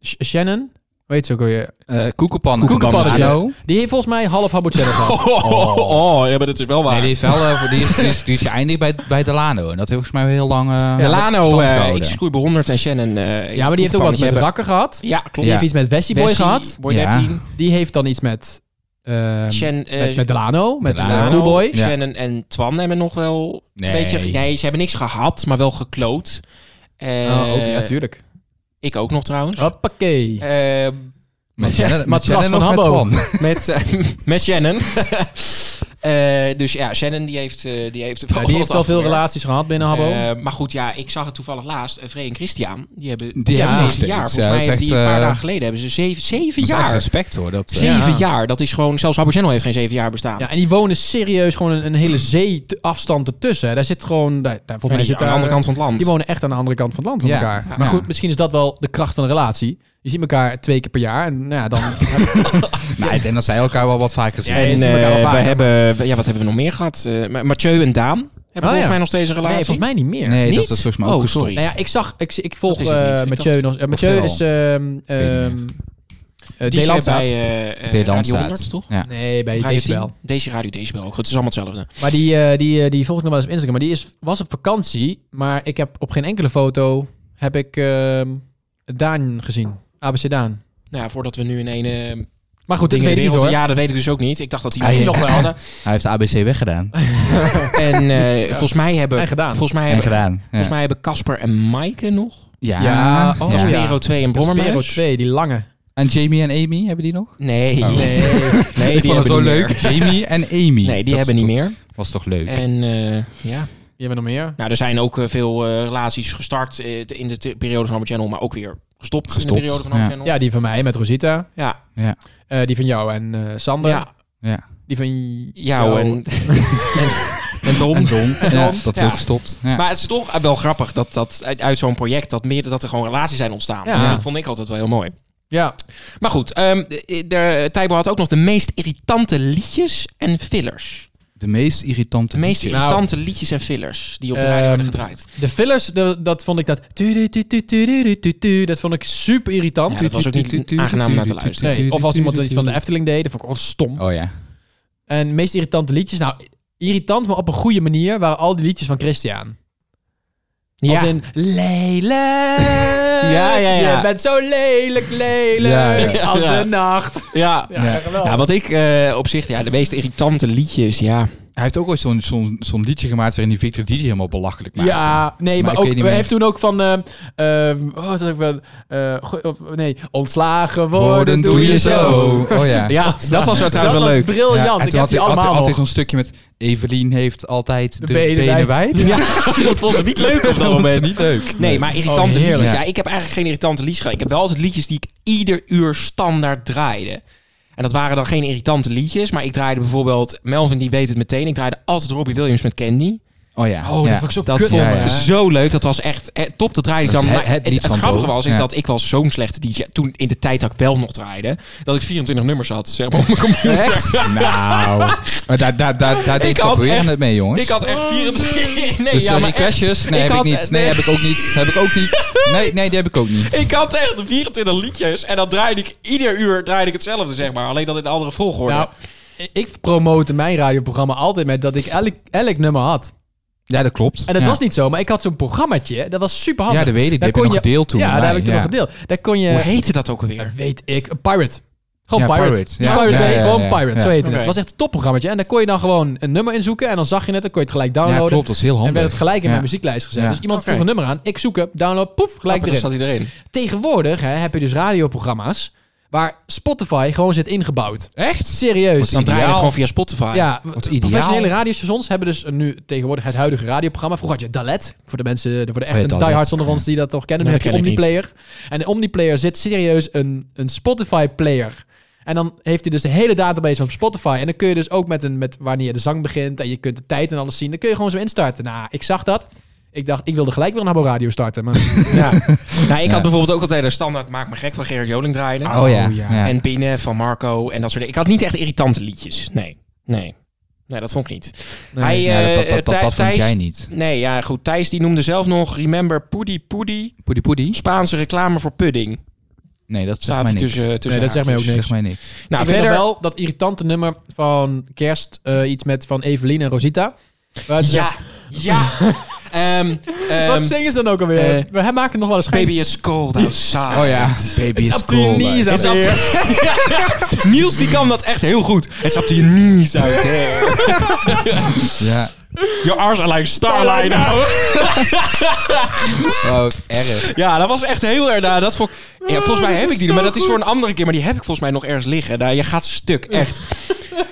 S2: Sh- Shannon? Hoe heet ze ook alweer?
S1: koekenpannen.
S2: Koekenpannetje.
S1: Hallo?
S2: Die heeft volgens mij half Habbo-channel <laughs> gehad.
S3: Oh, oh, ja, maar dat is wel waar.
S1: Nee, die is wel... eh, die, is, die, is, die is geëindigd bij, bij Delano. En dat heeft volgens mij heel lang... eh,
S3: De Lano,
S1: stand
S3: eh
S1: gehouden.
S3: ik bij 100 en Shannon. eh,
S2: Ja, maar die heeft ook wat met
S3: hebben-
S2: Rakker gehad.
S3: Ja, klopt.
S2: Die heeft iets met Wessie Boy
S3: Wessie,
S2: gehad.
S3: Boy 13.
S2: Die heeft dan iets met... ehm,
S3: Shen, eh,
S2: met, met Delano, met
S3: Delano,
S2: eh, Coolboy.
S3: Shannon en Twan hebben nog wel
S1: Nee.
S3: een beetje... Nee, ze hebben niks gehad, maar wel gekloot. Eh,
S2: Oh, ook, ja, tuurlijk.
S3: Ik ook nog trouwens.
S2: Hoppakee.
S3: Eh,
S1: Met Shannon- met
S2: Matras
S1: Shannon
S2: van
S1: of met
S2: Habbo.
S1: Twan?
S3: met, eh, <laughs> met Shannon. Eh, dus ja, Shannon die heeft, eh, die heeft, er
S2: Ja,
S3: <laughs>
S2: die
S3: wat
S2: heeft wel veel
S3: afgewerkt.
S2: relaties gehad binnen Habbo.
S3: Eh, maar goed, ja, ik zag het toevallig laatst. eh, Vree en Christian, die hebben
S1: Die
S3: ja,
S1: hebben nog
S3: zeven jaar.
S1: steeds,
S3: Volgens
S1: ja,
S3: mij
S1: dat is echt,
S3: hebben die een paar
S1: eh,
S3: dagen geleden hebben ze zeven, zeven
S1: Dat is echt
S3: jaar.
S1: respect hoor. Dat, eh,
S3: Zeven
S1: ja.
S3: jaar, dat is gewoon... Zelfs Habbo Channel heeft geen zeven jaar bestaan.
S2: Ja, en die wonen serieus gewoon een, een hele zee te- afstand ertussen. hè. Daar zit gewoon... Daar, daar, volgens mij
S3: Nee,
S2: zit
S3: aan de
S2: daar- eh,
S3: andere kant van het land.
S2: Die wonen echt aan de andere kant van het land van
S3: Ja.
S2: elkaar.
S3: Ja.
S2: Maar goed,
S3: Ja.
S2: misschien is dat wel de kracht van een relatie. Je ziet elkaar twee keer per jaar en nou ja,
S3: <laughs>
S2: dan...
S1: Nou, ik denk dat zij elkaar wel wat vaker zien.
S3: en
S2: zien
S3: eh,
S2: elkaar wel
S3: we
S2: vaker,
S3: hebben... Ja, wat hebben we nog meer gehad? Eh, Ma- Mathieu en Daan hebben volgens
S2: ja.
S3: mij nog steeds een relatie.
S2: Nee, volgens mij niet meer.
S1: Nee,
S3: Niet?
S1: dat is volgens mij ook
S3: Oh,
S1: gestopt.
S3: sorry.
S2: Nou ja, ik zag, ik, ik volg
S3: Dat is het niet.
S2: eh,
S3: Ik
S2: Mathieu
S3: dacht-
S2: nog. eh, Mathieu
S1: of
S2: is ehm ehm eh,
S3: Die zit
S2: Delandstaat.
S3: bij eh, eh,
S1: Delandstaat.
S3: Radio 100, toch?
S1: Ja.
S2: Nee, bij
S3: Radio
S2: Decibel.
S3: 10. Deze Radio Decibel ook. goed, Het is allemaal hetzelfde.
S2: Maar die, eh, die, eh, die volg ik nog wel eens op Instagram. Maar die is, was op vakantie. Maar ik heb op geen enkele foto heb ik ehm, Daan gezien. ABC Daan.
S3: Nou ja, voordat we nu in een... eh,
S2: Maar goed, dat weet
S3: dingen de
S2: ik niet
S3: wereld-
S2: hoor.
S3: Ja, dat weet ik dus ook niet. Ik dacht dat die
S2: Hij-
S3: misschien nog wel hadden.
S1: Hij heeft ABC weggedaan.
S3: En eh, volgens mij hebben...
S2: En gedaan.
S3: Volgens mij
S1: En
S3: hebben,
S1: gedaan, ja.
S3: Volgens mij hebben Casper en Maaike nog.
S1: Ja.
S2: Ja, oh,
S1: Ja.
S2: ja.
S3: Caspero 2 en Brommermuis.
S2: Caspero 2, die lange.
S1: En Jamie en Amy, hebben die nog?
S3: Nee.
S2: Nee.
S3: Nee, die
S1: ik vond
S3: hebben
S1: het zo
S3: niet
S1: leuk.
S3: meer.
S1: Jamie en Amy.
S3: Nee, die
S1: Dat
S3: hebben niet
S1: is
S3: meer.
S1: toch- Was toch leuk?
S3: En eh, ja...
S2: Die hebben nog meer.
S3: Nou, er zijn ook eh, veel eh, relaties gestart eh, in de te- periode van Hammer Channel, maar ook weer gestopt, in
S1: Gestopt,
S3: de periode van Hammer
S1: ja.
S3: Channel.
S2: Ja, die van mij met Rosita.
S3: Ja.
S1: Ja.
S2: Eh, die van jou en eh, Sander.
S3: Ja.
S1: Ja.
S2: Die van
S3: Jou en, en, en Tom.
S1: En Don.
S3: En
S1: Ja,
S3: Don.
S1: dat is
S3: Ja.
S1: ook gestopt. Ja.
S3: <laughs> Maar het is toch eh, wel grappig dat, dat uit, uit zo'n project dat, meer, dat er gewoon relaties zijn ontstaan.
S2: Ja.
S3: Dus dat vond ik altijd wel heel mooi.
S2: Ja.
S3: Maar goed, ehm de, de- Tijbo had ook nog de meest irritante liedjes en fillers.
S1: de meest irritante
S3: De meest
S1: liedjes.
S3: irritante liedjes en fillers die op de radio werden
S2: Ehm,
S3: gedraaid.
S2: De fillers, de- dat vond ik dat... tu-du-tu-tu-tu-du-tu-tu, Dat vond ik super irritant.
S3: Ja, dat was ook niet aangenaam om naar te luisteren.
S2: Nee, of als iemand iets van de Efteling deed, dat vond ik ook stom.
S1: Oh ja.
S2: En de meest irritante liedjes, nou, irritant, maar op een goede manier, waren al die liedjes van Christian. Als
S3: Ja.
S2: in, lelijk,
S3: Ja, ja, ja.
S2: je bent zo lelijk, lelijk,
S1: Ja, ja.
S2: als
S3: Ja.
S2: de nacht.
S3: Ja.
S2: Ja,
S1: Ja.
S2: geweldig.
S3: Ja, wat ik eh, op zich, ja, de meest irritante liedjes, ja.
S1: Hij heeft ook ooit zo'n zo'n zo'n liedje gemaakt waarin die Victor DJ helemaal belachelijk maakt.
S2: Ja, nee, maar,
S1: ik
S2: ook,
S1: weet niet
S2: hij
S1: meer.
S2: heeft toen ook van... eh eh, oh, wat had ik wel, eh, go- of, nee, ontslagen worden doe je zo.
S1: Oh ja.
S2: dat
S1: <laughs>
S2: was trouwens wel leuk. briljant.
S1: Ja,
S2: Ik
S1: en toen
S2: heb die
S1: had hij
S2: allemaal
S1: altijd, altijd
S2: nog.
S1: zo'n stukje met Evelien heeft altijd de,
S2: benen wijd.
S1: benen, wijd.
S2: Ja,
S3: <laughs> dat vond ze niet leuk <laughs> op dat
S1: vond ze
S3: moment.
S1: niet leuk.
S3: Nee, maar irritante
S1: Oh,
S3: liedjes.
S1: heerlijk.
S3: Ja, ik heb eigenlijk geen irritante liedjes gedaan. Ik heb wel altijd liedjes die ik ieder uur standaard draaide. En dat waren dan geen irritante liedjes, maar ik draaide bijvoorbeeld... Melvin, die weet het meteen. Ik draaide altijd Robbie Williams met Candy.
S1: Oh ja.
S3: Oh, dat
S1: ja.
S3: vond ik
S1: <laughs>
S3: zo dat vond ik zo leuk. Dat was echt eh, top. Dat draaide ik
S1: Dat
S3: dan.
S1: is
S3: Maar
S1: het- het
S3: Het,
S1: lied
S3: het,
S1: van
S3: grappige
S1: Bo.
S3: was, is
S1: Ja.
S3: dat ik was zo'n slechte DJ toen in de tijd dat ik wel nog draaide, dat ik 24 nummers had zeg maar, op mijn computer. <laughs>
S1: Nou, maar daar, daar, daar, daar deed
S3: Ik had
S1: Capoeira
S3: echt-
S1: het mee, <laughs> jongens.
S3: Ik had echt 24. <laughs> Nee,
S1: dus
S3: ja,
S1: eh,
S3: maar
S1: die crashes,
S3: echt.
S1: nee, heb
S3: had-
S1: ik niet. Nee, heb ik ook niet. Heb ik ook
S3: <laughs>
S1: niet. Nee, nee, die heb ik ook niet.
S3: Ik had echt 24 liedjes en dan draaide ik ieder uur draaide ik hetzelfde, zeg maar. Alleen dan in een andere volgorde.
S2: Nou, ik promote mijn radioprogramma altijd met dat ik elk, elk nummer had.
S1: Ja, dat klopt.
S2: En dat
S1: Ja.
S2: was niet zo, maar ik had zo'n programmaatje. Dat was super handig.
S1: Ja, dat weet ik. Die heb je nog gedeeld toen
S2: Ja,
S1: met
S2: daar
S1: mij,
S2: heb ik toen
S1: ja.
S2: nog gedeeld. Daar kon je...
S3: Hoe heette dat ook alweer?
S2: weet ik. Een Pirate. Gewoon
S1: Ja,
S2: Pirate.
S1: Pirate, ja.
S2: Pirate
S1: Ja,
S2: Bay,
S1: ja,
S2: gewoon
S1: ja, ja.
S2: Pirate. Zo
S1: Ja.
S2: heette het.
S1: Oké.
S2: Het was echt een topprogrammaatje. En daar kon je dan gewoon een nummer in zoeken. En dan zag je het. Dan kon je het gelijk downloaden.
S1: Ja, klopt. Dat is heel
S2: En
S1: handig.
S2: werd het gelijk in
S1: Ja.
S2: mijn muzieklijst gezet.
S1: Ja.
S2: Dus iemand
S1: Oké.
S2: vroeg een nummer aan. Ik zoek hem. Download. Poef. Gelijk
S3: Grappig,
S2: erin.
S3: dan zat hij erin.
S2: Tegenwoordig hè, heb je dus radioprogramma's waar Spotify gewoon zit ingebouwd.
S3: Echt?
S2: Serieus.
S3: Dan draai je het gewoon via Spotify.
S2: Ja,
S3: Wat
S2: ideaal. professionele radiostations hebben dus nu tegenwoordig het huidige radioprogramma. Vroeger had je Dalet, voor de mensen, voor de
S1: Oh
S2: echte
S1: ja, Dalet.
S2: diehards onder ons die dat toch kennen. Nu
S1: Nee,
S2: heb je
S1: dat ken ik
S2: Omniplayer. En in Omniplayer zit serieus een, een Spotify-player. En dan heeft hij dus de hele database van Spotify. En dan kun je dus ook met, een, met wanneer de zang begint en je kunt de tijd en alles zien. Dan kun je gewoon zo instarten. Nou, ik zag dat. Ik dacht, ik wilde gelijk weer een Habbo Radio starten. Maar...
S3: <laughs> Nou, ik
S2: Ja.
S3: had bijvoorbeeld ook altijd de standaard Maak me gek van Gerard Joling draaien.
S2: Oh ja, ja.
S3: En Binnen van Marco en dat soort dingen. Ik had niet echt irritante liedjes. Nee, nee. Nee, dat vond ik niet.
S1: Nee.
S3: Hij,
S1: Ja, dat-
S3: eh,
S1: dat- dat-
S3: Thij-
S1: dat vond
S3: Thijs-
S1: jij niet.
S3: Nee, ja, goed. Thijs die noemde zelf nog, remember, Poedi Poedi.
S1: Poedi Poedi?
S3: Spaanse reclame voor pudding.
S1: Nee, dat
S3: Staat
S1: zegt mij
S3: hij
S1: niks.
S3: tussen- tussen
S2: nee, dat zegt mij ook
S3: haakjes.
S2: niks.
S1: Zegt mij niks.
S3: Nou,
S2: ik
S3: verder-
S2: weet nog wel dat irritante nummer van Kerst, eh, iets met van Evelien en Rosita. Waaruit ze
S3: Ja,
S2: zegt-
S3: ja.
S2: <laughs>
S3: Ehm, ehm,
S2: Wat zingen ze dan ook alweer?
S3: eh,
S2: We hij maakt het nog wel eens
S3: Baby is cold outside.
S2: Oh
S3: <laughs>
S2: ja,
S1: baby
S2: is cold knees out. out
S3: <laughs> Niels die kan dat echt heel goed. Het up to your knees out there.
S1: Ja.
S3: Your arms are like starlight now.
S1: Oh, wat erg.
S3: Ja, dat was echt heel erg. nou, dat vond ik- ja, volgens mij heb ik die, maar dat is voor een andere keer. Maar die heb ik volgens mij nog ergens liggen. Daar, je gaat stuk, echt.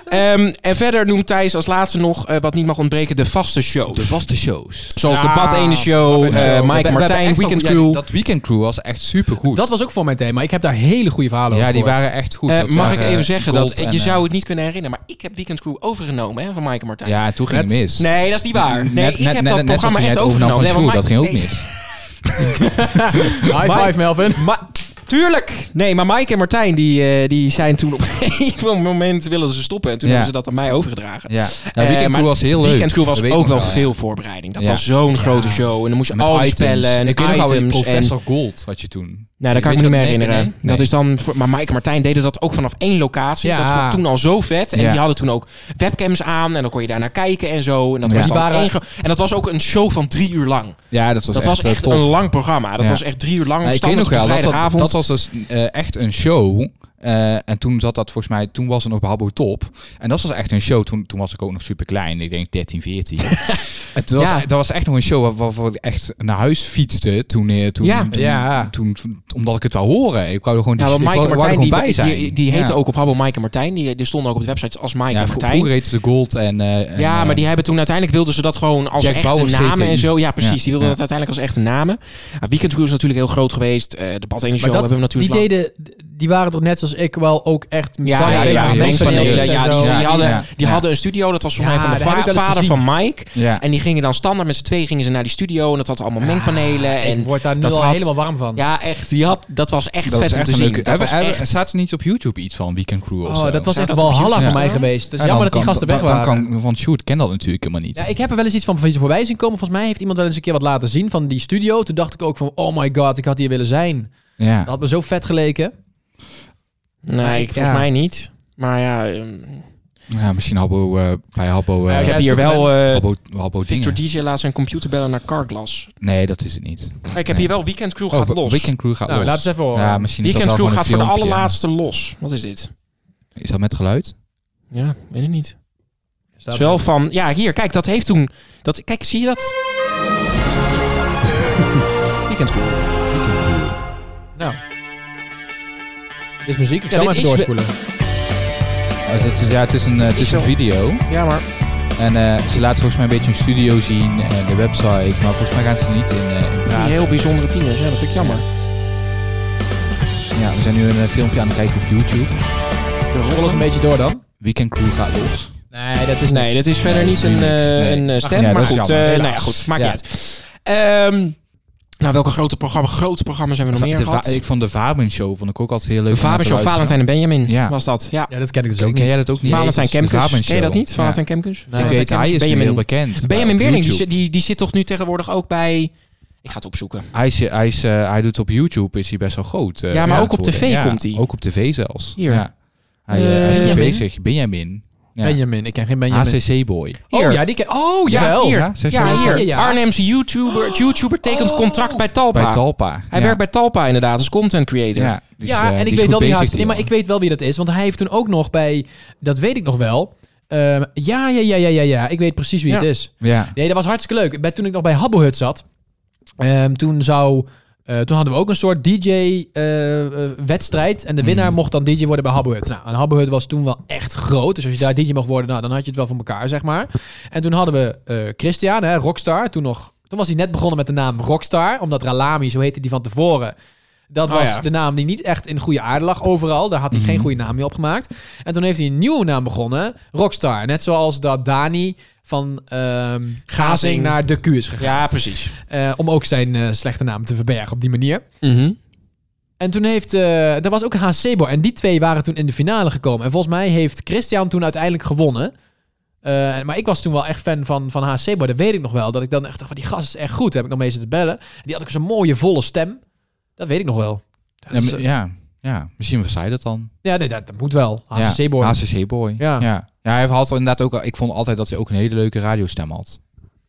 S3: Ehm, en verder noemt Thijs als laatste nog, eh, wat niet mag ontbreken, de vaste shows. De
S1: vaste shows. Ah.
S3: Zoals de Bad Ene Show, eh, Mike Martijn, Weekend Crew.
S1: dat Weekend Crew was echt super goed.
S2: Dat was ook voor mijn thema. Ik heb daar hele goede verhalen
S1: Ja,
S2: over
S1: die
S2: gehoord.
S1: waren echt goed.
S3: Eh,
S1: Dat
S3: mag ik
S1: waren,
S3: even
S1: eh,
S3: zeggen
S1: Gold
S3: dat eh,
S1: en,
S3: je
S1: eh,
S3: zou het niet kunnen herinneren, maar ik heb Weekend Crew overgenomen hè, van Mike en Martijn.
S1: Ja, en toen ging het
S3: Net-
S1: mis.
S3: Nee, dat is niet waar. Nee,
S1: Net-
S3: ik
S1: net-
S3: heb
S1: net-
S3: dat
S1: net
S3: programma
S1: zoals je
S3: echt
S1: net overnam
S3: overgenomen.
S1: van
S3: Nee, maar
S1: Sjoerd, dat
S3: Mike-
S1: ging ook
S3: nee.
S2: High
S3: Maar-
S2: five, Melvin.
S3: Maar, tuurlijk. Nee, maar Mike en Martijn die, eh, die zijn toen op <laughs> een gegeven moment willen ze stoppen. En toen
S1: Ja.
S3: hebben ze dat aan mij overgedragen.
S1: Ja. Ja,
S3: Eh,
S1: Weekend
S3: maar
S1: Crew was heel leuk.
S3: Weekend Crew
S1: Dat
S3: was
S1: weet
S3: ook
S1: ik
S3: wel
S1: nog wel,
S3: veel
S1: ja.
S3: voorbereiding. Dat
S1: Ja.
S3: was zo'n grote show. En dan moest je
S1: Met
S3: alles
S1: items.
S3: spellen. En
S1: Ik weet nog wel,
S3: items
S1: Professor
S3: en...
S1: Gold had je toen.
S3: Nou, dat kan ik me
S1: Weet
S3: niet
S1: je
S3: meer
S1: dat? Nee,
S3: herinneren.
S1: nee, nee.
S3: Dat is dan voor, maar Mike en Martijn deden dat ook vanaf één locatie.
S2: Ja.
S3: Dat vond ik toen al zo vet. En
S1: Ja.
S3: die hadden toen ook webcams aan. En dan kon je daarnaar kijken en zo. En dat,
S1: Ja.
S3: was
S1: Die
S3: dan
S1: waren-
S3: één gro- en dat was ook een show van drie uur lang.
S1: Ja, dat was
S3: dat
S1: echt,
S3: was
S1: eh,
S3: echt
S1: tof.
S3: een lang programma. Dat
S1: Ja.
S3: was echt drie uur lang.
S1: Nou, ik weet
S3: standaard
S1: nog
S3: op de
S1: wel, dat, dat,
S3: vrijdagavond.
S1: dat was dus eh, echt een show. Eh, en toen zat dat volgens mij, toen was het nog bij Habbo Top. En dat was echt een show, toen, toen was ik ook nog super klein. Ik denk 13,
S3: <laughs>
S1: 14. en toen was,
S3: Ja.
S1: dat was echt nog een show waar- waarvoor ik echt naar huis fietste. Toen, eh, toen,
S3: Ja.
S1: toen,
S3: Ja.
S1: toen, toen- omdat ik het wou horen. Ik wou er gewoon
S3: Ja,
S1: die-
S3: want
S1: ik
S3: Mike en
S1: wou- wou er
S3: Martijn,
S1: gewoon
S3: die,
S1: bij zijn.
S3: die, die
S1: Ja.
S3: heten ook op Habbo Mike en Martijn. Die, die stonden ook op de websites als Mike
S1: Ja,
S3: en
S1: vro-
S3: Martijn.
S1: vroeger heette ze Gold en... eh, en,
S3: ja,
S1: eh,
S3: maar die hebben toen uiteindelijk wilden ze dat gewoon als
S1: Jack
S3: echte
S1: Bauer
S3: namen
S1: CTI.
S3: en zo. Ja, precies.
S1: Ja,
S3: die wilden
S1: ja.
S3: dat uiteindelijk als echte namen. Nou, Weekend Crew is natuurlijk heel groot geweest. Eh de Bad Energy
S2: Maar
S3: Show
S2: dat,
S3: hebben we natuurlijk
S2: die, deden, die waren toch net zoals ik wel ook echt...
S3: Ja, ja, ja,
S2: medaille-
S3: ja,
S2: mengpaneeltjes
S3: mengpanelen,
S2: en
S3: ja,
S2: zo.
S3: die, die hadden,
S2: Ja.
S3: die
S2: Ja.
S3: hadden een studio, dat was voor
S2: Ja,
S3: mij van de
S2: dat heb ik
S3: va-
S2: wel eens
S3: vader van
S2: gezien.
S3: Mike.
S1: Ja. Ah,
S3: En die gingen dan standaard met z'n twee gingen ze naar die studio en dat had allemaal mengpanelen. En
S2: Ik word daar nu
S3: dat
S2: al
S3: had-
S2: helemaal warm van.
S3: Ja, echt. Die had, dat was echt
S1: dat
S3: vet
S1: was
S3: om
S1: echt
S3: te
S1: een
S3: zien.
S1: leuke...
S3: dat was
S1: hebben- hebben-
S3: echt-
S1: Staat er niet op YouTube iets van Weekend Crew of
S2: Oh,
S1: zo?
S2: dat was
S1: Staat
S2: echt
S1: dat
S2: wel
S1: op
S2: halla
S1: YouTube?
S2: voor mij geweest.
S3: dus
S2: Het is
S1: Ja,
S2: jammer
S1: dan
S2: dat die
S1: kan-
S2: gasten
S1: dan-
S2: weg
S1: dan
S2: waren.
S1: kan- Want Sjoerd kent dat natuurlijk helemaal niet.
S2: Ja, ik heb er wel eens iets van, van iets voorbij zien komen. Volgens mij heeft iemand wel eens een keer wat laten zien van die studio. Toen dacht ik ook van, oh my god, ik had hier willen zijn.
S1: Ja.
S2: Dat had me zo vet geleken. Maar
S3: Nee, ik,
S2: ik-
S3: volgens
S2: ja.
S3: mij niet. Maar ja, ehm,
S1: Ja, misschien Habbo eh, bij Habbo. eh,
S3: ik heb hier wel eh,
S1: Habbo, Habbo
S3: Victor
S1: dingen.
S3: DJ laat zijn computer bellen naar Carglass.
S1: Nee, dat is het niet.
S3: Maar Ik heb
S1: Nee.
S3: hier wel Weekend Crew
S1: Oh,
S3: gaat los.
S1: Weekend Crew gaat
S2: Nou,
S1: los.
S2: laat eens even horen.
S1: Ja, misschien is dat
S3: Weekend
S1: wel
S3: Crew gaat voor
S1: gewoon
S3: de
S1: een filmpje,
S3: allerlaatste los. Wat is dit?
S1: ja. Is dat met geluid?
S3: Ja, weet ik niet. Het is wel van, ja, hier, kijk, dat heeft toen... Dat, kijk, zie je dat? Is dit? <laughs> Weekendcool. Weekendcool. Nou.
S2: Dit is muziek, ik
S3: Ja,
S2: zal hem
S3: dit
S2: even
S3: is
S2: doorspoelen.
S1: Eh, het is, ja, het is een, eh, het is een video.
S3: Ja, maar...
S1: En eh, ze laten volgens mij een beetje hun studio zien en de website. Maar volgens mij gaan ze er niet in, eh, in praten.
S3: Die heel bijzondere tieners, ja, dat vind ik jammer.
S1: Ja, we zijn nu een eh, filmpje aan het kijken op YouTube.
S2: Scroll eens een beetje door dan.
S1: Weekend Crew gaat los.
S2: Nee, dat is
S3: Nee, dat is verder niet een, eh, een eh, stem. maar goed, eh nou ja, goed, maakt niet uit. Ehm, nou, welke grote programma, grote programma's hebben we nog meer gehad?
S1: Ik vond de Vaben Show vond ik ook altijd heel leuk. om naar te
S3: Faber Show,
S1: luisteren.
S3: Valentijn en Benjamin
S1: Ja.
S3: was dat. Ja.
S2: dat ken ik dus
S1: Ken jij dat ook niet?
S3: Valentijn
S1: Nee, dat is de
S3: Kemkes.
S1: Vaben
S3: Ken je dat
S1: Show.
S3: niet? Valentijn
S1: Ja.
S3: Kemkes?
S1: Ik weet, hij is nu heel bekend.
S3: Benjamin
S1: op
S3: Weerling, die,
S1: YouTube.
S3: zit- die, die zit toch nu tegenwoordig ook bij... Ik ga het opzoeken.
S1: Hij, is, hij, is, eh, hij doet op YouTube, is hij best wel groot. eh,
S3: Ja, maar
S1: aan
S3: ook
S1: het
S3: op tv
S1: worden. Ja,
S3: komt hij.
S1: Ook op tv zelfs.
S3: Hier.
S1: Ja. Hij, eh,
S2: Eh,
S1: hij is
S2: Benjamin.
S1: bezig. Benjamin. Ja.
S2: Benjamin, ik ken geen
S3: Ah,
S2: Benjamin.
S1: ACC-boy.
S2: Oh ja, die ken Oh ja,
S3: Ja,
S2: wel.
S3: hier.
S2: Ja,
S3: Ja,
S2: ze zijn wel-
S3: hier.
S2: ja, ja.
S3: Arnhemse YouTuber, YouTuber tekent contract bij Talpa.
S1: Bij Talpa,
S3: Hij
S1: ja.
S3: werkt bij Talpa inderdaad als content creator.
S1: Ja, eh,
S2: ja, en ik weet, wel wie haast, nee, maar ik weet wel wie dat is. Want hij heeft toen ook nog bij... Dat weet ik nog wel. Ehm, ja, ja, ja, ja, ja, ja. Ik weet precies wie
S1: Ja.
S2: het is.
S1: Ja.
S2: Nee, dat was hartstikke leuk. Bij, toen ik nog bij Habbo Hut zat... ehm, toen zou... eh, toen hadden we ook een soort DJ-wedstrijd. eh, en de winnaar
S3: Mhm.
S2: mocht dan DJ worden bij Habbo Hut. Nou, en Habbo Hut was toen wel echt groot. Dus als je daar DJ mocht worden, nou, dan had je het wel voor elkaar, zeg maar. En toen hadden we eh, Christian, hè, Rockstar. Toen, nog, toen was hij net begonnen met de naam Rockstar. Omdat Ralami, zo heette die van tevoren... Dat
S3: Oh,
S2: was
S3: ja. Mhm.
S2: de naam die niet echt in goede aarde lag overal. Daar had hij geen goede naam meer op gemaakt. En toen heeft hij een nieuwe naam begonnen. Rockstar. Net zoals dat Dani van ehm Gazing
S3: Gazing.
S2: naar De Q is gegaan.
S3: Ja, precies.
S2: Eh, om ook zijn eh, slechte naam te verbergen op die manier.
S3: Mhm.
S2: En toen heeft... eh er was ook Hasebo. En die twee waren toen in de finale gekomen. En volgens mij heeft Christian toen uiteindelijk gewonnen. Eh, maar ik was toen wel echt fan van, van Hasebo. Dat weet ik nog wel. Dat ik dan echt dacht van die gast is echt goed. Daar heb ik nog mee zitten bellen. Die had ook zo'n mooie volle stem. Dat weet ik nog wel.
S1: Ja,
S2: Dat is,
S1: maar-
S2: eh,
S1: ja, ja, misschien was hij dat dan.
S2: Ja, nee, dat, dat moet wel. HCC Boy.
S1: Ja, HCC Boy.
S2: Ja.
S1: Ja. ja. hij had inderdaad ook, ik vond altijd dat hij ook een hele leuke radiostem had.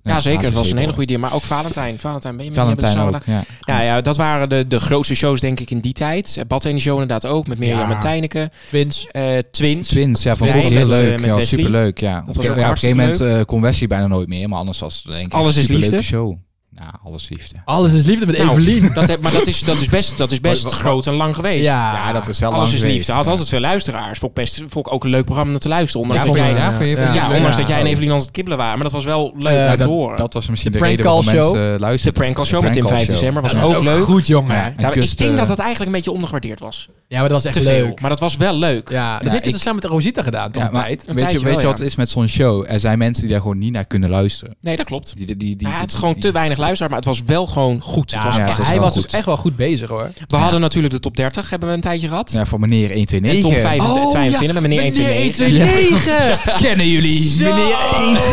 S3: Ja, zeker. Het was een
S1: HCC
S3: hele
S1: Boy.
S3: goede idee. Maar ook Valentijn. Valentijn ben je
S1: Valentijn ook,
S3: Ja. Nou Ja, dat waren de, de grootste shows denk ik in die tijd. Eh, Bad Energy Show inderdaad ook. Met Mirjam
S1: Ja.
S3: en Tijneke. Eh,
S2: Twins.
S3: Twins.
S1: Twins, ja, vond ik
S3: Twins
S1: ook heel
S3: met, eh,
S1: leuk.
S3: met
S1: Ja,
S3: Wesley.
S1: superleuk, ja.
S3: Dat
S1: Op,
S3: was
S1: ja,
S3: ook
S1: op een
S3: hartstikke
S1: gegeven moment
S3: leuk.
S1: eh, kon Wesley bijna nooit meer, maar anders was het denk ik
S3: Alles
S1: echt een
S3: is
S1: superleuke
S3: liefde.
S1: show. Nou, alles liefde.
S2: Alles is liefde met
S3: Nou,
S2: Evelien.
S3: Dat heb, maar dat is, dat is best, dat is best
S1: Wat- wat-
S3: groot en lang geweest.
S1: Ja, Ja, dat is wel
S3: Alles
S1: lang
S3: is
S1: geweest,
S3: liefde. Had
S1: ja.
S3: altijd veel luisteraars. Vond ik, best, vond ik ook een leuk programma om naar te luisteren. Ondanks
S1: Ja,
S3: dat
S1: vond
S3: jij,
S1: je- ja, vond je- vond je
S3: ja,
S1: leuk?
S3: ondanks
S1: Ja.
S3: dat jij en Evelien altijd kibbelen waren. Maar dat was wel leuk
S1: Ja,
S3: om te
S1: dat-
S3: horen.
S1: dat was misschien de
S3: prank
S1: reden waarom
S3: call show.
S1: mensen, eh, luisterden.
S3: De prankcall show
S1: De
S3: met Tim
S1: prank
S3: 5
S1: call
S3: december was
S1: show. Ja,
S3: ook
S1: dat is ook
S3: leuk.
S1: goed, jongen, hè.
S3: Ja,
S1: En
S3: maar Nou, ik
S1: Kust,
S3: denk
S1: eh,
S3: dat dat eigenlijk een beetje ondergewaardeerd was.
S2: Ja, maar dat was echt
S3: Te veel.
S2: leuk.
S3: Maar dat was wel leuk.
S2: Ja, dat
S1: Ja, nou,
S2: heeft hij
S1: ik-
S2: dus samen met Rosita gedaan toch
S1: Ja,
S2: een
S1: maar
S2: tijd.
S1: weet je, weet je wat het is met zo'n show? Er zijn mensen die daar gewoon niet naar kunnen luisteren.
S3: Nee, dat klopt.
S1: Die, die, die, die-
S3: ja, het is gewoon te weinig luisteraar, maar het was wel gewoon goed. het
S1: Ja,
S3: was
S1: ja,
S3: echt
S1: het
S2: Hij
S1: wel
S2: was
S1: goed.
S2: dus echt wel goed bezig hoor.
S3: We hadden natuurlijk de top 30, hebben we een tijdje gehad.
S1: Ja, van meneer 129.
S3: En Tom 5,
S2: Oh,
S3: 25 en meneer 129.
S1: <laughs> Kennen jullie meneer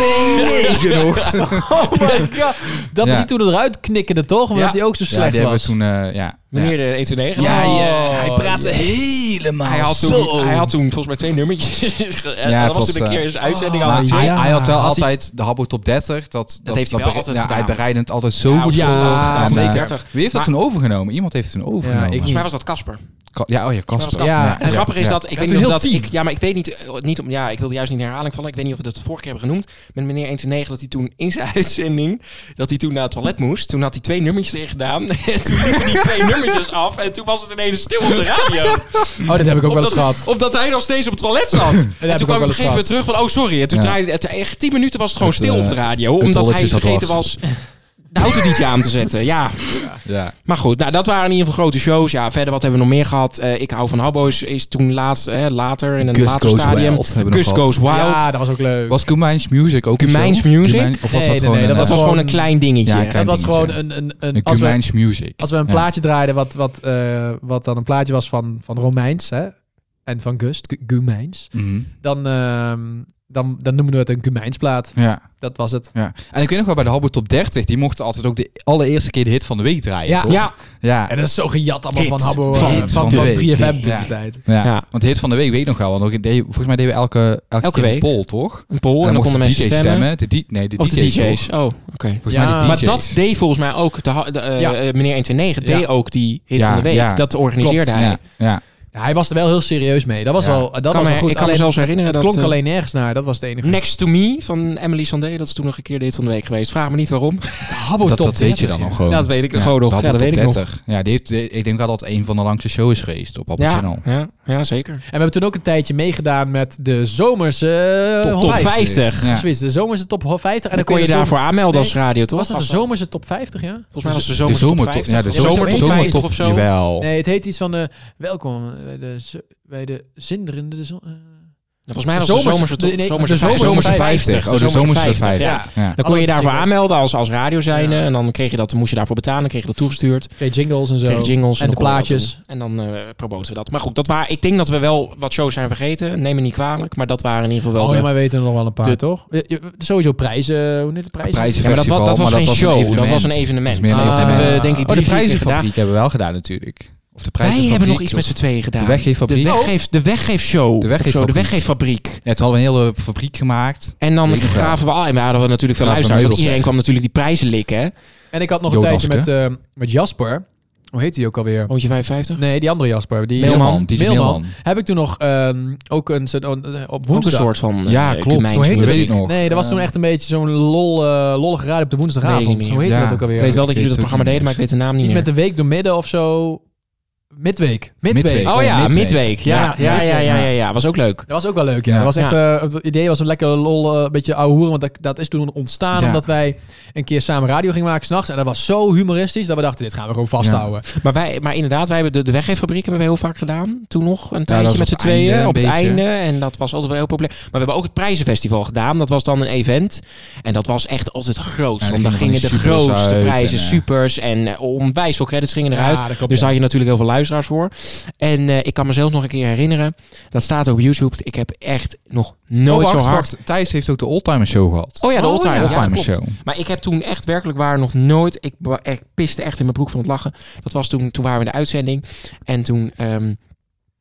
S1: 129 nog?
S2: Oh my god. Dat we
S1: Ja.
S2: die toen eruit knikkerde toch? Omdat
S1: Ja.
S2: hij ook zo
S1: Ja,
S2: slecht
S1: die hebben
S2: was.
S1: we toen, eh, ja.
S3: Meneer de 129.
S2: Ja,
S3: Oh,
S2: ja, hij praatte
S3: ja.
S2: helemaal
S3: hij had,
S2: zo.
S3: toen, hij had toen volgens mij twee nummertjes. ja, <laughs> dat was toen een keer eens uitzending.
S1: eh, oh, maar
S3: altijd
S1: hij,
S3: twee.
S1: hij had wel altijd de Habbo Top 30. Dat, dat,
S3: heeft hij wel
S1: bere-
S3: altijd
S1: ja, Hij
S3: gedaan.
S1: bereidde het altijd zo goed
S3: ja,
S1: voor.
S3: ja,
S1: En, eh,
S3: zeker.
S1: Wie heeft dat
S3: Maar-
S1: toen overgenomen? Iemand heeft het toen overgenomen.
S3: Volgens mij was dat Casper.
S1: Ka- Ja, oh ja,
S3: Volgens
S1: Kasper.
S3: mij was Casper. En het grappige is dat ik weet
S1: toen
S3: niet of
S1: heel
S3: dat
S1: team.
S3: ik, ja, maar ik weet niet, eh, niet om, ja, ik wilde juist niet in herhaling vallen. Ik weet niet of we dat de vorige keer hebben genoemd met meneer 129 dat hij toen in zijn <laughs> uitzending dat hij toen naar het toilet moest. Toen had hij twee nummertjes erin gedaan <laughs> en toen liepen die
S2: <laughs>
S3: twee nummertjes af en toen was het ineens stil op de radio.
S2: Oh, dat heb ik ook wel eens
S3: Omdat-
S2: gehad.
S3: Omdat hij nog steeds op het
S2: <laughs>
S3: toilet zat. en toen
S2: ik ook
S3: kwam
S2: wel
S3: ik op
S2: eens
S3: een gegeven
S2: gehad.
S3: moment terug van, oh sorry. En toen
S2: Ja.
S3: draaide het echt 10 minuten was het gewoon
S1: Het,
S3: stil
S1: eh,
S3: op de radio.
S1: het
S3: omdat hij
S1: tolletje zat
S3: vergeten
S1: dwars.
S3: was de autodietje aan te zetten.
S2: <laughs>
S3: Ja.
S1: Ja.
S3: Maar goed, nou, dat waren in ieder geval grote shows. Ja, verder wat hebben we nog meer gehad? Eh, ik hou van Habbo's is toen laatst, eh, later in een
S1: Kust
S3: later
S1: Goes
S3: stadium.
S1: Wild hebben we
S3: Kust
S1: nog gehad.
S3: Goes Wild.
S2: Ja, dat was ook leuk.
S1: Was Kumijns Music ook een
S3: Cumains
S1: show?
S3: Music?
S1: Cumain- Of was
S2: Nee,
S1: dat
S2: nee,
S1: gewoon
S2: nee, dat was
S1: eh,
S2: gewoon
S3: een klein dingetje.
S1: Ja, een
S3: Dat
S1: klein
S2: dat was
S1: dingetje.
S2: gewoon een... een, een,
S1: Een
S2: als we-
S1: Cumains Music.
S2: Als we een
S1: Ja.
S2: plaatje draaiden wat, wat, eh, wat dan een plaatje was van, van Romeins hè, en van Gust, Gu- Gumeins,
S1: Mhm.
S2: dan, ehm, dan, dan noemen we het een Gumijnsplaat.
S1: Ja.
S2: Dat was het.
S1: Ja. En ik weet nog wel bij de Habbo Top 30, die mochten altijd ook de allereerste keer de hit van de week draaien.
S2: Ja.
S1: toch?
S2: Ja.
S1: ja.
S2: En dat is zo gejat allemaal
S1: Hit
S2: van Habbo, eh,
S1: van-
S2: van,
S1: hit
S2: van,
S1: van de week.
S2: 3FM toen
S1: Ja.
S2: de tijd.
S1: Ja. want de hit van de week weet ik nog wel. Want ook deed, volgens mij deden we elke, elke,
S3: Elke
S1: keer
S3: week.
S1: een poll, toch?
S3: Een poll, en
S1: mochten
S3: dan konden
S1: de
S3: mensen
S1: DJ's
S3: stemmen.
S1: De di- nee, de
S3: Of de
S1: DJ's.
S3: DJ's.
S1: toch?
S3: Oh, oké.
S1: Volgens mij de
S3: Maar
S1: DJ's.
S3: dat deed volgens mij ook, de, ha- de, eh,
S1: Ja.
S3: eh, meneer 129 deed
S1: Ja.
S3: ook die hit
S1: Ja,
S3: van de week.
S1: ja.
S3: Dat organiseerde
S1: Klopt,
S3: hij.
S1: Ja, ja.
S2: Ja, hij was er wel heel serieus mee. Dat was
S3: Ja.
S2: wel, dat
S3: Ik kan
S2: was wel
S3: me-
S2: goed.
S3: ik kan me
S2: Alleen,
S3: zelfs herinneren
S2: het,
S3: dat,
S2: het klonk
S3: eh,
S2: alleen nergens naar. Dat was het enige.
S3: Next to Me van Emily Sandé. Dat is toen nog een keer dit van de week geweest. Vraag me niet waarom.
S1: Dat, dat weet je dan nog gewoon.
S3: Ja, dat weet ik
S1: Ja,
S3: gewoon nog.
S1: de
S3: Ja,
S1: Habbo
S3: dat
S1: Top
S3: weet ik nog.
S1: 30. Ja, die heeft, die- ik denk dat dat een van de langste shows is geweest op Apple
S3: Ja,
S1: Channel.
S3: Ja, ja, zeker.
S2: En we hebben toen ook een tijdje meegedaan met de zomerse
S3: Top- top 50. eh, Ja.
S2: Zoiets, de zomerse top 50. En
S3: Dan kon je
S2: de zomer-
S3: daarvoor aanmelden als radio, toch?
S2: dus Was dat de
S3: Was dat-
S2: zomerse top 50, ja?
S3: Volgens mij was de zomerse top 50.
S1: ja, de
S3: Ja, maar
S1: zomer-
S3: zomertop
S1: zomertop,
S3: 50 of zo.
S1: jawel.
S2: Nee, het heet iets van... eh, welkom bij de, zo- bij de zinderende... De zon, eh.
S3: Volgens mij was de
S2: Zomerse-
S3: zomerse,
S2: nee,
S3: zomerse,
S2: de zomerse 50.
S1: Oh, de zomerse 50,
S3: Ja.
S1: ja.
S3: Dan kon je daarvoor aanmelden als, als radio zijnde. En dan kreeg je dat, moest je daarvoor betalen. Dan kreeg je dat toegestuurd.
S2: Kreeg jingles en zo.
S3: Kreeg jingles.
S2: En de
S3: dan kon je dat
S2: plaatjes.
S3: doen. En dan eh promoten we dat. Maar goed, dat waren, ik denk dat we wel wat shows zijn vergeten. Neem me niet kwalijk. Maar dat waren in ieder geval wel
S2: Oh ja,
S3: de-
S2: maar we weten er nog wel een paar,
S3: de-
S2: toch? Je- je- Sowieso prijzen... Hoe heet het? Prijzen?
S3: Ja, maar dat wa- dat was geen show, dat was een evenement.
S1: Dat is meer
S3: Ah.
S1: een
S3: Dat hebben we, denk ik,
S1: oh, de
S3: drie, vier keer
S1: prijzenfabriek hebben we wel gedaan natuurlijk. Of de
S3: Wij
S1: prijzenfabriek,
S3: hebben nog iets
S1: of-
S3: met z'n tweeën gedaan.
S1: De weggeeffabriek.
S3: De, weggeef, de weggeefshow.
S1: De
S3: Of zo,
S1: weggeeffabriek.
S3: de weggeeffabriek.
S1: Ja, toen hadden we een hele fabriek gemaakt.
S3: En dan
S1: Weet ik nog wel.
S3: gaven we al. En we hadden we natuurlijk veel
S1: Vanaf de
S3: luisteraars.
S1: meubels,
S3: Want iedereen
S1: zeg.
S3: kwam natuurlijk die prijzen likken. hè.
S2: En ik had nog een
S3: Jo
S2: tijdje met,
S3: Daske.
S2: eh, met Jasper. Hoe heet die ook alweer?
S3: Hondje 55?
S2: Nee, die andere Jasper. Die
S3: Mailman, die is
S2: Mailman.
S3: mailman.
S2: Heb ik toen nog ehm, ook een, soort- eh, op woensdag.
S3: soort van, eh,
S1: Ja, klopt.
S2: Hoe heet
S1: Weet
S2: het?
S1: ik nog.
S2: Nee, dat was toen echt een beetje zo'n lol, eh, lollige raad op de
S3: Weet ik niet
S2: woensdagavond.
S3: meer.
S2: Hoe heet
S3: Ja.
S2: dat ook alweer?
S3: Ik weet wel dat jullie dat
S2: het ook
S3: programma
S2: niet
S3: deden, maar ik weet de naam
S2: meer.
S3: niet
S2: Iets
S3: meer.
S2: met de week door midden of zo. Midweek. Midweek.
S3: Oh ja, midweek. Ja, ja, ja, ja, ja, ja, Was ook leuk.
S2: Dat was ook wel leuk, ja. Dat was echt, eh, het idee was om lekker lol, eh, een beetje ouwe hoeren. Want dat, dat is toen ontstaan
S3: Ja.
S2: omdat wij een keer samen radio gingen maken s'nachts. En dat was zo humoristisch dat we dachten, dit gaan we gewoon vasthouden.
S3: Maar, wij, maar inderdaad, wij hebben de, de weggeeffabriek hebben we heel vaak gedaan. Toen nog een
S2: dat
S3: tijdje
S2: was
S3: met z'n
S2: op het einde
S3: tweeën
S2: een
S3: op het
S2: beetje.
S3: einde. En dat was altijd wel heel populair. Maar we hebben ook het prijzenfestival gedaan. Dat was dan een event. En dat was echt altijd groot.
S1: Ja, daar
S3: want daar
S1: gingen
S3: gingen
S1: van
S3: de
S1: die supers
S3: grootste
S1: uit
S3: prijzen,
S1: en, eh,
S3: supers en eh, onwijs veel credits gingen eruit.
S1: dat klopt,
S3: dus daar
S1: ja.
S3: had je natuurlijk heel veel luisteraars voor. En eh, ik kan me zelfs nog een keer herinneren. Dat staat op YouTube. Ik heb echt nog nooit
S1: Oh, wacht,
S3: zo hard
S1: wacht. Thijs heeft ook de oldtimer show gehad.
S3: Oh ja, de oldtimer. Ja,
S1: Oldtimer
S3: dat klopt.
S1: show.
S3: Maar ik heb toen echt werkelijk waar nog nooit... Ik, wa- ik piste echt in mijn broek van het lachen. Dat was toen, toen waren we in de uitzending. En toen... ehm,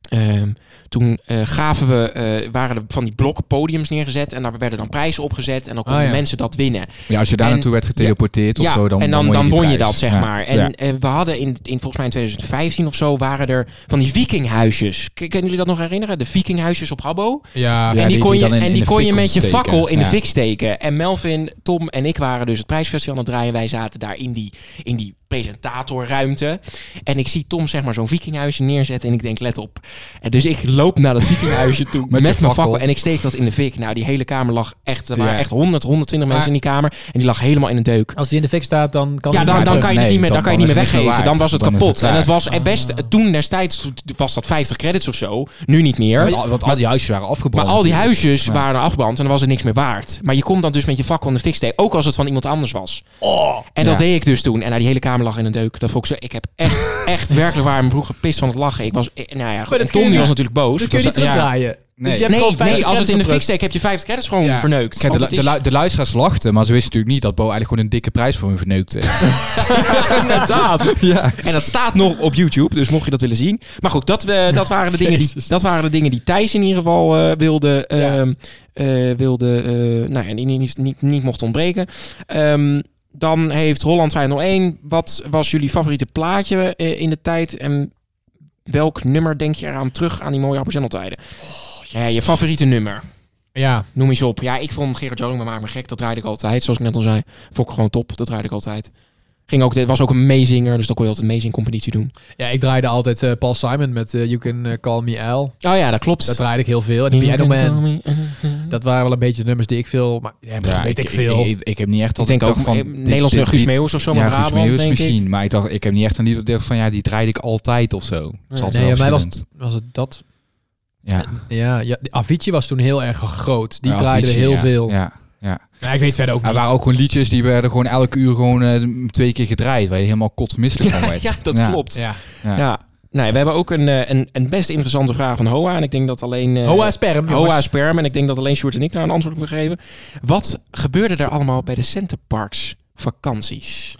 S3: ehm, toen eh, gaven we, eh, waren er van die blokken podiums neergezet. En daar werden dan prijzen opgezet. En dan konden
S1: Ah, ja.
S3: mensen dat winnen.
S1: Ja, als je daar
S3: En-
S1: naartoe werd geteleporteerd of
S3: ja,
S1: zo, dan,
S3: en dan, dan
S1: die
S3: won je
S1: prijs.
S3: dat, zeg
S1: Ja,
S3: maar. En
S1: ja.
S3: eh, we hadden in, in, volgens mij in 2015 of zo, waren er van die vikinghuisjes. K- Kunnen jullie dat nog herinneren? De vikinghuisjes op Habbo.
S2: Ja.
S3: en
S2: Ja,
S3: die,
S2: die-
S3: kon
S2: die
S3: je,
S2: dan in-
S3: en
S2: in
S3: die
S2: de
S3: kon
S2: fik
S3: je
S2: kon
S3: met je
S2: steken.
S3: fakkel in de
S2: Ja.
S3: fik steken. En Melvin, Tom en ik waren dus het prijsfestival aan het draaien. Wij zaten daar in die, in die presentatorruimte. En ik zie Tom zeg maar zo'n vikinghuisje neerzetten en ik denk, let op. En dus ik loop naar dat vikinghuisje
S2: <laughs>
S3: toe met,
S1: je
S3: mijn
S1: fakkel.
S3: fakkel en ik steek dat in de fik. Nou, die hele kamer lag echt, er waren
S1: Ja.
S3: echt 100, 120 mensen
S2: Maar-
S3: in die kamer. En die lag helemaal in een deuk
S2: Als die in de fik staat, dan kan
S3: ja,
S2: die
S3: dan,
S2: niet
S3: dan
S2: terug.
S3: kan je het
S2: Nee,
S3: niet meer, dan kan je
S2: dan
S3: niet meer
S2: is het niet
S3: weggeven.
S2: waard.
S3: dan was het
S2: Dan is
S3: kapot.
S2: het
S3: en dat
S2: klaar.
S3: was eh, best toen destijds was dat 50 credits of zo. Nu niet meer.
S1: Maar- want al die huisjes waren afgebrand.
S3: Maar al die
S1: natuurlijk.
S3: huisjes
S1: Ja.
S3: waren afgebrand en dan was het niks meer waard. Maar je kon dan dus met je fakkel in de fik steken. Ook als het van iemand anders was.
S2: Oh.
S3: en dat
S1: Ja.
S3: deed ik dus toen. En nou, die hele kamer lag in een deuk. Dat vond ik zo. Ik heb
S2: <laughs>
S3: echt, echt werkelijk waar mijn broer gepist van het lachen. Ik was, eh, nou ja, goed. En
S2: dat kun je
S3: Tom die
S2: niet-
S3: was natuurlijk boos.
S2: dat kun je
S3: Dat
S2: niet
S3: was- ja.
S2: terugdraaien. Dus je
S3: Nee,
S2: hebt gewoon
S3: nee,
S2: 50
S3: nee, als het in de fik
S2: credits
S3: steekt heb je 50 credits gewoon
S1: Ja.
S3: verneukt.
S1: Kijk, de,
S3: Want
S1: lu-
S3: het
S1: de,
S3: is-
S1: lu- de luisteraars lachten, maar ze wisten natuurlijk niet dat Bo eigenlijk gewoon een dikke prijs voor hun
S3: <laughs>
S1: verneukte.
S3: Inderdaad. En dat staat nog op YouTube, dus mocht je dat willen zien. Maar goed, dat, eh, dat, waren, de dingen die, dat waren de dingen die Thijs in ieder geval eh, wilde, ehm, eh, wilde eh, nou ja, niet, niet, niet, niet mocht ontbreken. Ehm, dan heeft Holland 501. Wat was jullie favoriete plaatje eh, in de tijd? En welk nummer denk je eraan terug aan die mooie Apple Channel tijden? Ja, je favoriete nummer.
S2: Ja.
S3: Noem eens op. Ja, ik vond Gerard Joling, maar maakt me gek. Dat draaide ik altijd. Zoals ik net al zei. Vond ik gewoon top. Dat draaide ik altijd. Ging ook, dit was ook een meezinger, dus dan kon je altijd een meezingcompetitie doen.
S2: Ja, ik draaide altijd eh, Paul Simon met eh, You Can eh, Call Me Al. Oh
S3: ja, dat klopt.
S2: Dat draaide ik heel veel. En de
S3: You
S2: Piano
S3: can call
S2: Man. Dat waren wel een beetje de nummers die ik veel... Maar, ja,
S1: Ja,
S2: weet ik, veel.
S1: Ik, ik, heb niet echt dat
S3: Ik denk
S1: dacht
S3: ook,
S1: van...
S3: eh,
S1: dit-
S3: Nederlands
S1: dit
S3: Guus
S1: lied-
S3: Meeuwis of zo,
S1: ja,
S3: maar
S1: Guus
S3: Brabant,
S1: Meeuwis
S3: denk ik.
S1: misschien. Maar ik dacht, ik heb niet echt een lied dat ik dacht van, ja, die draaide ik altijd of zo. Dat is altijd
S2: nee,
S1: wel
S2: bij mij was,
S1: verschillend.
S2: was het dat...
S1: Ja.
S2: Ja, ja, die Avicii was toen heel erg groot. Die
S1: Ja,
S2: draaiden we
S1: Avicii,
S2: heel
S1: ja.
S2: veel.
S1: Ja, ja.
S2: Ja, ik weet verder ook
S1: Er
S2: niet.
S1: waren ook gewoon liedjes die werden gewoon elke uur gewoon eh, twee keer gedraaid. Waar je helemaal kotsmisselijk van werd.
S3: Ja, dat klopt.
S2: Ja.
S1: Ja.
S3: Nee, we hebben ook een, eh, een, een best interessante vraag van Hoa. En ik denk dat alleen... eh,
S2: Hoa Sperm,
S3: Hoa
S2: jongens.
S3: Sperm. En ik denk dat alleen Sjoerd en ik daar een antwoord op kunnen geven. Wat gebeurde er allemaal bij de Centerparks vakanties?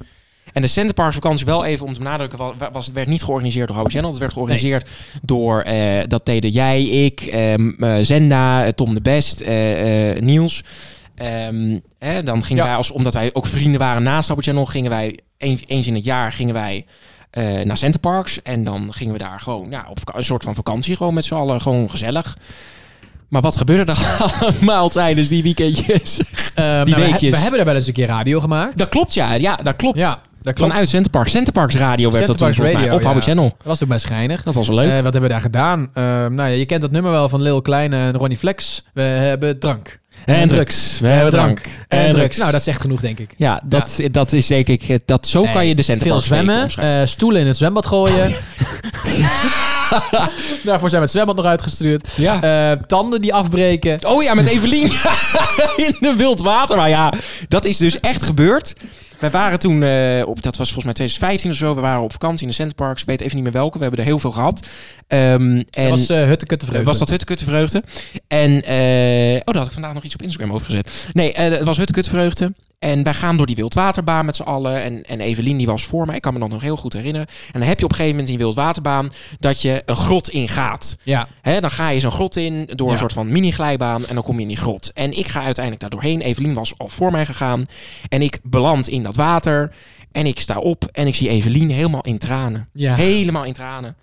S3: En de Centerparks vakantie, wel even om te benadrukken, wa- wa- was, werd niet georganiseerd door Howard Channel. Het werd georganiseerd door, eh, dat deden jij, ik, ehm, eh, Zenda, eh, Tom de Best, eh, eh, Niels. Ehm, hè, dan gingen wij, als, omdat wij ook vrienden waren na Stable Channel, gingen wij eens, eens in het jaar gingen wij, eh, naar Center Parks. En dan gingen we daar gewoon ja, op vaka- een soort van vakantie, gewoon met z'n allen, gewoon gezellig. Maar wat gebeurde er <laughs> allemaal tijdens die weekendjes? die
S2: nou, we, he-
S3: weekjes?
S2: we hebben daar wel eens een keer radio gemaakt.
S3: Dat klopt, ja. Ja, dat klopt.
S2: Ja, dat klopt.
S3: Vanuit Centerpark. Centerparks Radio werd dat toen volgens mij, op Habbo Channel.
S2: Dat was ook best schijnig.
S3: Dat was wel leuk.
S2: Eh, wat hebben we daar gedaan? Eh, nou ja, je kent dat nummer wel van Lil Kleine en Ronnie Flex. We hebben drank.
S3: En drugs. We hebben drank.
S2: En,
S3: En
S2: drugs.
S3: drugs.
S2: Nou, dat zegt genoeg, denk ik.
S3: Ja, dat, dat is denk ik... eh, Dat, zo kan je de Centerparks
S2: Veel zwemmen,
S3: week
S2: eh, stoelen in het zwembad
S3: <laughs>
S2: gooien. <laughs> Daarvoor zijn we het zwembad nog uitgestuurd. Ja. tanden die afbreken.
S3: Oh ja, met Evelien. <laughs> in de wild water. Maar ja, dat is dus echt gebeurd. Wij waren toen, eh, op, dat was volgens mij 2015 of zo, we waren op vakantie in de Center Parks. Ik weet even niet meer welke, we hebben er heel veel gehad. Ehm, en
S2: was, eh, Huttekuttevreugde.
S3: Was dat Huttekuttevreugde. En, eh, oh, daar had ik vandaag nog iets op Instagram over gezet. Nee, eh, het was Huttekuttevreugde. En wij gaan door die wildwaterbaan met z'n allen. En, en Evelien die was voor mij, ik kan me dat nog heel goed herinneren. En dan heb je op een gegeven moment in die wildwaterbaan dat je een grot ingaat.
S2: Ja.
S3: Hè, dan ga je zo'n grot in door
S2: Ja.
S3: een soort van mini-glijbaan en dan kom je in die grot. En ik ga uiteindelijk daar doorheen. Evelien was al voor mij gegaan. En ik beland in dat water. En ik sta op en ik zie Evelien helemaal in tranen.
S2: Ja.
S3: Helemaal in tranen.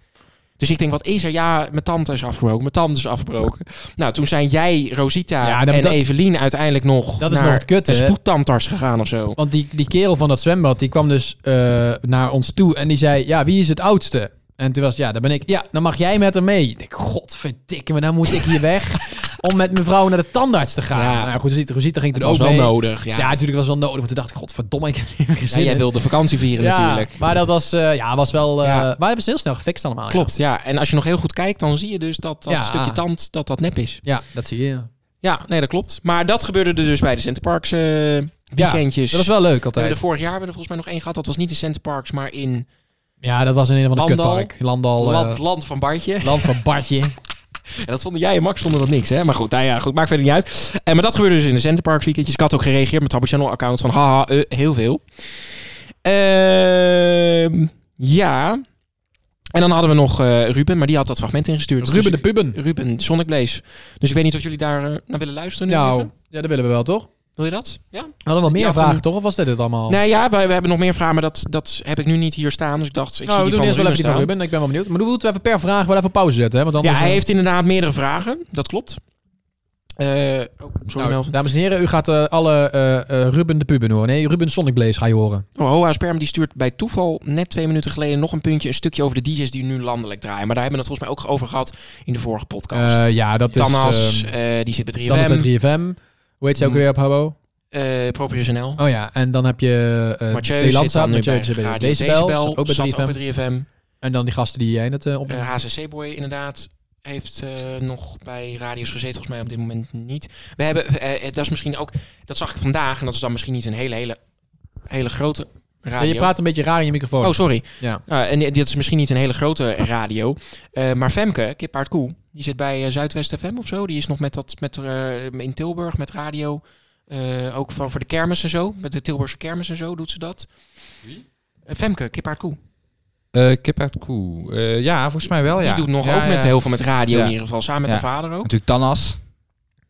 S3: Dus ik denk, wat is er? Ja, mijn tand is afgebroken. Mijn tand is afgebroken. Nou, toen zijn jij, Rosita
S2: Ja, dat-
S3: en
S2: dat-
S3: Evelien uiteindelijk nog
S2: Dat is
S3: naar
S2: nog het kutte,
S3: een
S2: hè? Oh,
S3: spoedtandarts gegaan of zo.
S2: Want die, die kerel van dat zwembad, die kwam dus eh, naar ons toe en die zei, ja, wie is het oudste? En toen was, ja, daar ben ik. Ja, dan mag jij met hem mee. Ik denk, godverdikke, maar dan moet ik hier
S3: <laughs>
S2: weg om met mevrouw naar de tandarts te gaan.
S3: Ja.
S2: Nou goed, Rosita, Rosita ging toen
S3: Het was
S2: ook
S3: wel
S2: mee.
S3: nodig, ja.
S2: natuurlijk was wel nodig. Want toen dacht ik, godverdomme, ik heb hier geen
S3: Ja,
S2: zin
S3: jij
S2: in.
S3: wilde vakantie vieren
S2: Ja,
S3: natuurlijk.
S2: Maar dat was, eh, ja, was wel... eh, Maar hebben ze heel snel gefixt allemaal.
S3: Klopt, ja. En als je nog heel goed kijkt, dan zie je dus dat dat
S2: Ja.
S3: stukje tand dat dat nep is.
S2: Ja, ja dat zie je. ja.
S3: Ja, nee, dat klopt. Maar dat gebeurde er dus bij de Centerparks eh weekendjes.
S2: dat was wel leuk altijd.
S3: We hebben er vorig jaar hebben we er volgens mij nog één gehad. Dat was niet in Centerparks, maar in
S2: Ja, dat was in een of andere
S3: Landal.
S2: kutpark. Landal. eh,
S3: land, land van Bartje.
S2: land van
S3: <laughs>
S2: Bartje.
S3: En dat vonden jij en Max vonden dat niks, hè? Maar goed, nou ja, goed maakt verder niet uit. En, maar dat gebeurde dus in de Centerparks weekendjes. Ik had ook gereageerd met Habbo Channel account van haha, eh, heel veel. Ehm, ja. En dan hadden we nog eh, Ruben, maar die had dat fragment ingestuurd.
S2: Ruben
S3: de
S2: Puben.
S3: Ruben, Sonic Blaze. Dus ik weet niet of jullie daar eh, naar willen luisteren. nu
S2: Nou,
S3: even.
S2: ja, dat willen we wel, toch?
S3: Wil je dat? Ja. We
S2: hadden wel meer
S3: Ja,
S2: vragen,
S3: toen-
S2: toch? Of was dit het allemaal?
S3: Nee, ja, wij, we hebben nog meer vragen, maar dat, dat heb ik nu niet hier staan. Dus ik dacht, ik
S2: nou,
S3: zie
S2: we
S3: die
S2: doen
S3: van
S2: eerst wel
S3: Ruben
S2: even die van
S3: staan.
S2: Ruben. Ik ben wel benieuwd. Maar dan moeten we even per vraag wel even pauze zetten. Hè? Want
S3: Ja,
S2: anders eh.
S3: hij heeft inderdaad meerdere vragen. Dat klopt. Eh, oh, sorry
S2: Nou,
S3: Melvin.
S2: dames en heren, u gaat eh, alle eh, eh, Ruben de Puben horen. Nee, Ruben Sonic Blaze ga je horen.
S3: Oh, Hoa Sperm die stuurt bij toeval net twee minuten geleden nog een puntje, een stukje over de DJ's die nu landelijk draaien. Maar daar hebben we het volgens mij ook over gehad in de vorige podcast.
S2: Eh, ja, dat is,
S3: Tannas,
S2: ehm,
S3: eh, die zit bij 3FM.
S2: Dan met 3FM. Hoe heet ze ook
S3: Hmm.
S2: weer op Habbo?
S3: Eh, Proprius NL.
S2: Oh ja, en dan heb je eh
S3: Mathieu
S2: De
S3: zit
S2: Lanza,
S3: dan nu
S2: Mathieu
S3: bij
S2: zit bij
S3: Radio
S2: Decibel,
S3: Decibel,
S2: zat ook bij
S3: zat
S2: 3FM.
S3: ook bij 3FM.
S2: En dan die gasten die jij net eh, op...
S3: Eh, HCC Boy inderdaad heeft eh, nog bij radio's gezeten, volgens mij op dit moment niet. We hebben, eh, eh, dat is misschien ook, dat zag ik vandaag en dat is dan misschien niet een hele, hele, hele grote
S2: Ja,
S3: radio.
S2: je praat een beetje raar in je microfoon.
S3: Oh, sorry.
S2: Ja.
S3: Nou, en dit is misschien niet een hele grote radio. eh, maar Femke, Kippaard Koe, die zit bij eh, Zuidwest FM of zo. Die is nog met dat, met, eh, in Tilburg met radio. eh, ook van, voor de kermis en zo. Met de Tilburgse kermis en zo doet ze dat. Wie? Femke, Kippaard Koe.
S1: Eh kip uit koe. Eh, ja, volgens mij wel,
S3: Die
S1: ja.
S3: doet nog
S1: Ja,
S3: ook
S1: ja,
S3: met
S1: ja.
S3: heel veel met radio
S1: Ja.
S3: in ieder geval. Samen met
S1: Ja.
S3: haar vader ook.
S1: Natuurlijk Tanas.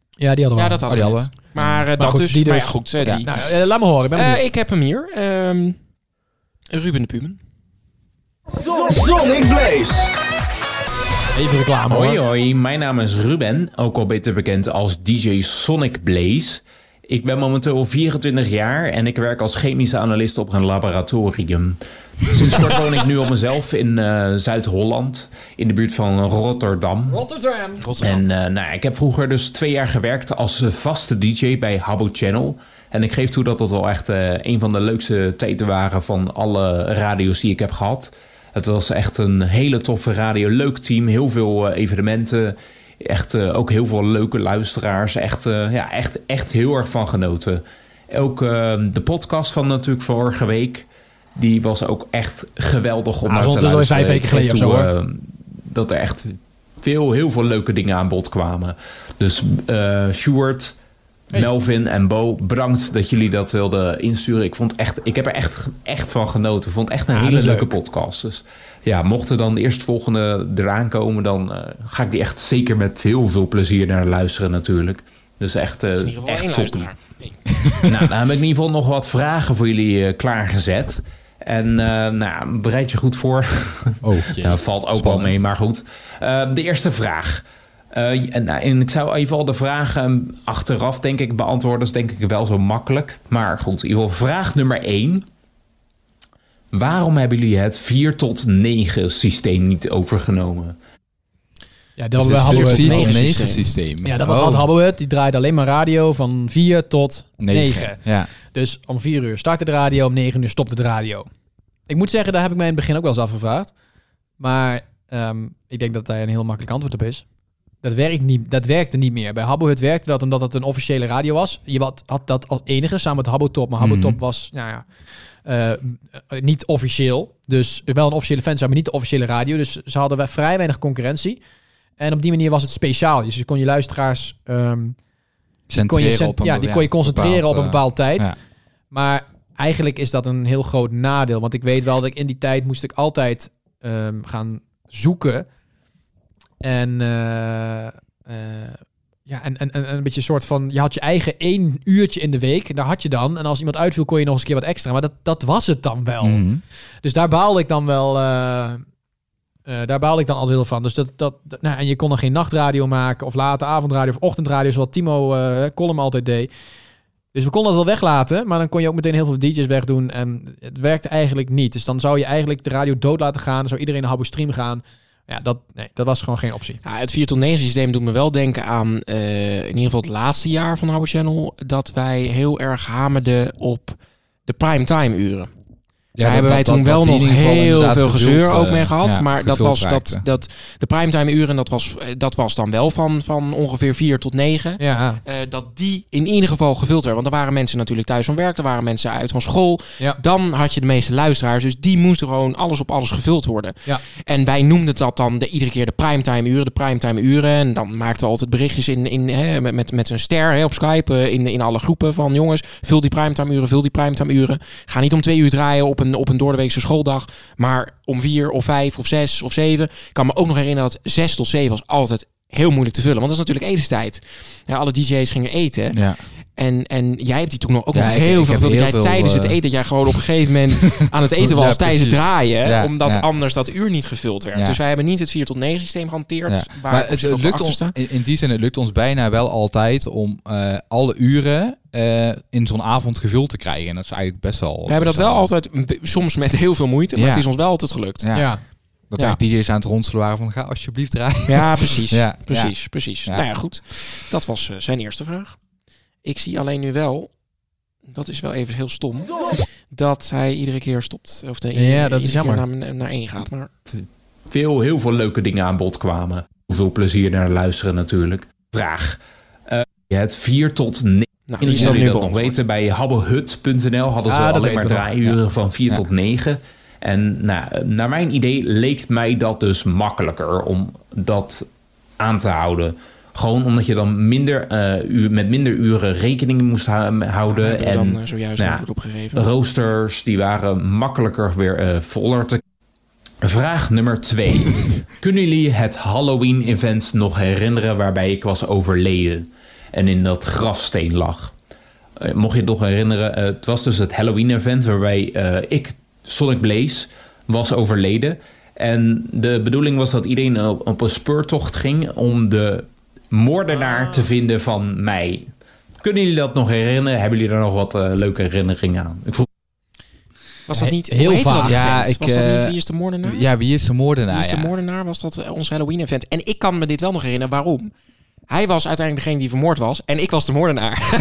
S2: Ja, die hadden we
S3: Ja,
S2: al.
S3: dat hadden
S1: Oh, die
S3: we.
S1: hadden
S3: net. Maar, eh,
S1: Maar
S3: dat
S1: goed,
S3: dus.
S1: die
S3: Maar ja,
S1: dus.
S3: goed. eh,
S1: Ja.
S3: die.
S1: Nou,
S2: eh, laat me horen, ik ben benieuwd.
S3: Eh, ik heb hem hier. Ehm, Ruben de Puben.
S10: Sonic Blaze.
S2: Even reclame
S15: Hoi
S2: hoor.
S15: hoi, mijn naam is Ruben, ook al beter bekend als DJ Sonic Blaze. Ik ben momenteel 24 jaar en ik werk als chemische analist op een laboratorium. Sinds kort woon ik nu op mezelf in eh, Zuid-Holland, in de buurt van Rotterdam.
S2: Rotterdam.
S15: En eh, nou, ja, ik heb vroeger dus twee jaar gewerkt als eh, vaste DJ bij Habbo Channel. En ik geef toe dat dat wel echt eh, een van de leukste tijden waren van alle radio's die ik heb gehad. Het was echt een hele toffe radio, leuk team, heel veel eh, evenementen. Echt eh, ook heel veel leuke luisteraars. Echt, eh, ja, echt, echt heel erg van genoten. Ook eh, de podcast van natuurlijk vorige week. Die was ook echt geweldig om
S2: Ah,
S15: naar te
S2: dat is
S15: luisteren.
S2: alweer vijf weken
S15: Ik geef
S2: geleden of
S15: toe,
S2: zo, hoor.
S15: eh, dat er echt veel, heel veel leuke dingen aan bod kwamen. Dus eh Sjoerd, Melvin en Bo, bedankt dat jullie dat wilden insturen. Ik, vond echt, ik heb er echt, echt van genoten. Ik vond het echt een
S2: Ja, dat
S15: hele
S2: is
S15: leuke
S2: leuk.
S15: podcast. Dus ja, mocht er dan de eerstvolgende eraan komen... dan eh, ga ik die echt zeker met heel veel plezier naar luisteren natuurlijk. Dus echt, eh,
S3: is in ieder geval
S15: echt
S3: één
S15: top.
S3: luisteraar.
S15: nou, dan heb ik in ieder geval nog wat vragen voor jullie eh, klaargezet. En eh, nou, bereid je goed voor. Oh, dat valt ook wel mee, maar goed. Eh, de eerste vraag. Eh, en, nou, en ik zou even al de vragen ehm, achteraf, denk ik, beantwoorden. Dat is denk ik wel zo makkelijk. Maar goed, in ieder geval vraag nummer 1. Waarom hebben jullie het 4 tot 9 systeem niet overgenomen?
S2: Ja,
S15: Dus
S2: dat
S15: het is
S2: hadden we het
S15: vier tot
S2: negen
S15: negen
S2: systeem.
S15: systeem.
S2: Ja, dat was
S15: Oh.
S2: dat hadden we het. Die draaide alleen maar radio van 4 tot
S1: Negen,
S2: 9.
S1: ja.
S2: Dus om 4 uur startte de radio, om 9 uur stopte de radio. Ik moet zeggen, daar heb ik mij in het begin ook wel eens afgevraagd. Maar ehm, ik denk dat daar een heel makkelijk antwoord op is. Dat, werkt niet, dat werkte niet meer. Bij Habbo het werkte dat omdat het een officiële radio was. Je had, had dat als enige samen met Habbo Top. Maar Habbo
S1: Mhm.
S2: Top was nou ja, eh, eh, niet officieel. Dus wel een officiële fansite, maar niet de officiële radio. Dus ze hadden wel vrij weinig concurrentie. En op die manier was het speciaal. Dus je kon je luisteraars... ehm, die kon je
S1: Centreren
S2: cent-
S1: op een
S2: ja,
S1: be-
S2: die
S1: ja,
S2: kon je concentreren
S1: bepaald,
S2: op een
S1: eh,
S2: bepaald tijd.
S1: ja.
S2: Maar eigenlijk is dat een heel groot nadeel. Want ik weet wel dat ik in die tijd moest ik altijd ehm, gaan zoeken. En, eh, eh, ja, en, en, en een beetje een soort van... Je had je eigen één uurtje in de week. Daar had je dan. En als iemand uitviel, kon je nog eens een keer wat extra. Maar dat, dat was het dan wel.
S1: Mhm.
S2: Dus daar baalde ik dan wel... eh, eh, daar baalde ik dan altijd heel van. Dus dat, dat, dat- nou, en je kon dan geen nachtradio maken... of late avondradio of ochtendradio... zoals Timo eh Colum altijd deed. Dus we konden dat wel weglaten... maar dan kon je ook meteen heel veel DJ's wegdoen... en het werkte eigenlijk niet. Dus dan zou je eigenlijk de radio dood laten gaan... dan zou iedereen naar Habbo Stream gaan. Ja, dat, nee, dat was gewoon geen optie.
S3: Ja, Nou, het 4 tot 9 systeem doet me wel denken aan eh, in ieder geval het laatste jaar van Habbo Channel. Dat wij heel erg hamerden op de primetime uren. Daar
S1: dat-
S3: hebben wij
S1: dat-
S3: toen
S1: dat
S3: wel
S1: die in
S3: nog
S1: ieder geval
S3: heel
S1: inderdaad
S3: veel
S1: gevuld,
S3: gezeur ook
S1: eh,
S3: mee gehad.
S1: ja,
S3: maar dat
S1: gevuld
S3: was dat,
S1: raakte.
S3: dat de primetime uren, dat was, eh, dat was dan wel van, van ongeveer 4 tot 9.
S2: Ja.
S3: Eh, dat die in ieder geval gevuld werden. Want er waren mensen natuurlijk thuis van werk, er waren mensen uit van school. Dan had je de meeste luisteraars. Dus die moesten gewoon alles op alles gevuld worden.
S2: Ja.
S3: En wij noemden dat dan de, iedere keer de primetime uren, de primetime uren. En dan maakten we altijd berichtjes in, in, hè, met, met, met een ster hè, op Skype eh, in, in alle groepen van jongens, vul die primetime uren, vul die primetime uren. Ga niet om twee uur draaien op een, op een doordeweekse schooldag, maar om vier of vijf of zes of zeven. Ik kan me ook nog herinneren dat zes tot zeven was altijd heel moeilijk te vullen. Want dat is natuurlijk etenstijd. Ja, alle DJ's gingen eten.
S1: Ja.
S3: En, en jij hebt die toen nog ook
S1: Ja,
S3: nog
S1: ik-
S3: heel
S1: ik
S3: veel
S1: heb
S3: gevuld. Dat
S1: heel
S3: jij
S1: veel,
S3: tijdens het
S1: eh,
S3: eten, dat jij gewoon op een
S1: <laughs>
S3: gegeven moment aan het eten was
S1: Ja,
S3: tijdens het
S1: precies.
S3: draaien.
S1: Ja,
S3: omdat
S1: ja.
S3: anders dat uur niet gevuld werd.
S1: Ja.
S3: Dus wij hebben niet het 4 tot 9 systeem gehanteerd.
S1: Ja.
S3: Waar
S1: Maar het, het lukt ons, in, in die zin, het lukt ons bijna wel altijd om eh, alle uren eh, in zo'n avond gevuld te krijgen. En dat is eigenlijk best wel...
S3: We hebben dat wel altijd, een be- soms met heel veel moeite, maar
S1: Ja.
S3: het is ons wel altijd gelukt.
S1: Ja. Dat
S3: Ja.
S1: wij DJ's aan het ronselen waren van ga alsjeblieft draaien.
S3: Ja, precies.
S1: Ja,
S3: precies,
S1: ja.
S3: precies.
S1: Ja.
S3: Nou ja, goed. Dat was eh, zijn eerste vraag. Ik zie alleen nu wel, dat is wel even heel stom, dat hij iedere keer stopt. Of de,
S2: Ja, dat is
S3: iedere keer
S2: jammer.
S3: Naar, naar één gaat. Maar Nou,
S15: veel, heel veel leuke dingen aan bod kwamen. Hoeveel plezier naar luisteren natuurlijk. Vraag. Eh, je het 4 tot 9.
S3: Nou,
S15: Jullie
S3: die is
S15: zullen
S3: dan
S15: dat
S3: nu
S15: nog weten. Bij habbohut.nl hadden ze
S3: Ah, dat
S15: alleen maar
S3: weten we nog.
S15: draaiuren
S3: Ja.
S15: van 4
S3: Ja.
S15: tot 9. En nou, naar mijn idee leek mij dat dus makkelijker om dat aan te houden. Gewoon omdat je dan minder, eh, uur, met minder uren rekening moest hou- houden.
S3: we hebben
S15: en
S3: dan, eh, zojuist antwoord opgegeven.
S15: Roosters die waren makkelijker weer eh, voller te Vraag nummer 2. Kunnen jullie het Halloween-event nog herinneren waarbij ik was overleden en in dat grafsteen lag? Eh, mocht je het nog herinneren, eh, het was dus het Halloween-event waarbij eh, ik, Sonic Blaze, was overleden. En de bedoeling was dat iedereen op, op een speurtocht ging om de moordenaar te vinden van mij. Kunnen jullie dat nog herinneren? Hebben jullie daar nog wat eh, leuke herinneringen aan? Ik vroeg
S3: was dat niet
S15: Heel
S3: hoe heette
S15: vaak.
S3: Dat
S15: Ja,
S3: ja,
S15: ik,
S3: was dat
S15: eh,
S3: niet Wie is de moordenaar?
S1: Ja, wie is de moordenaar?
S3: Wie is de
S1: ja.
S3: moordenaar was dat eh, ons Halloween-event. En ik kan me dit wel nog herinneren waarom. Hij was uiteindelijk degene die vermoord was. En ik was de moordenaar.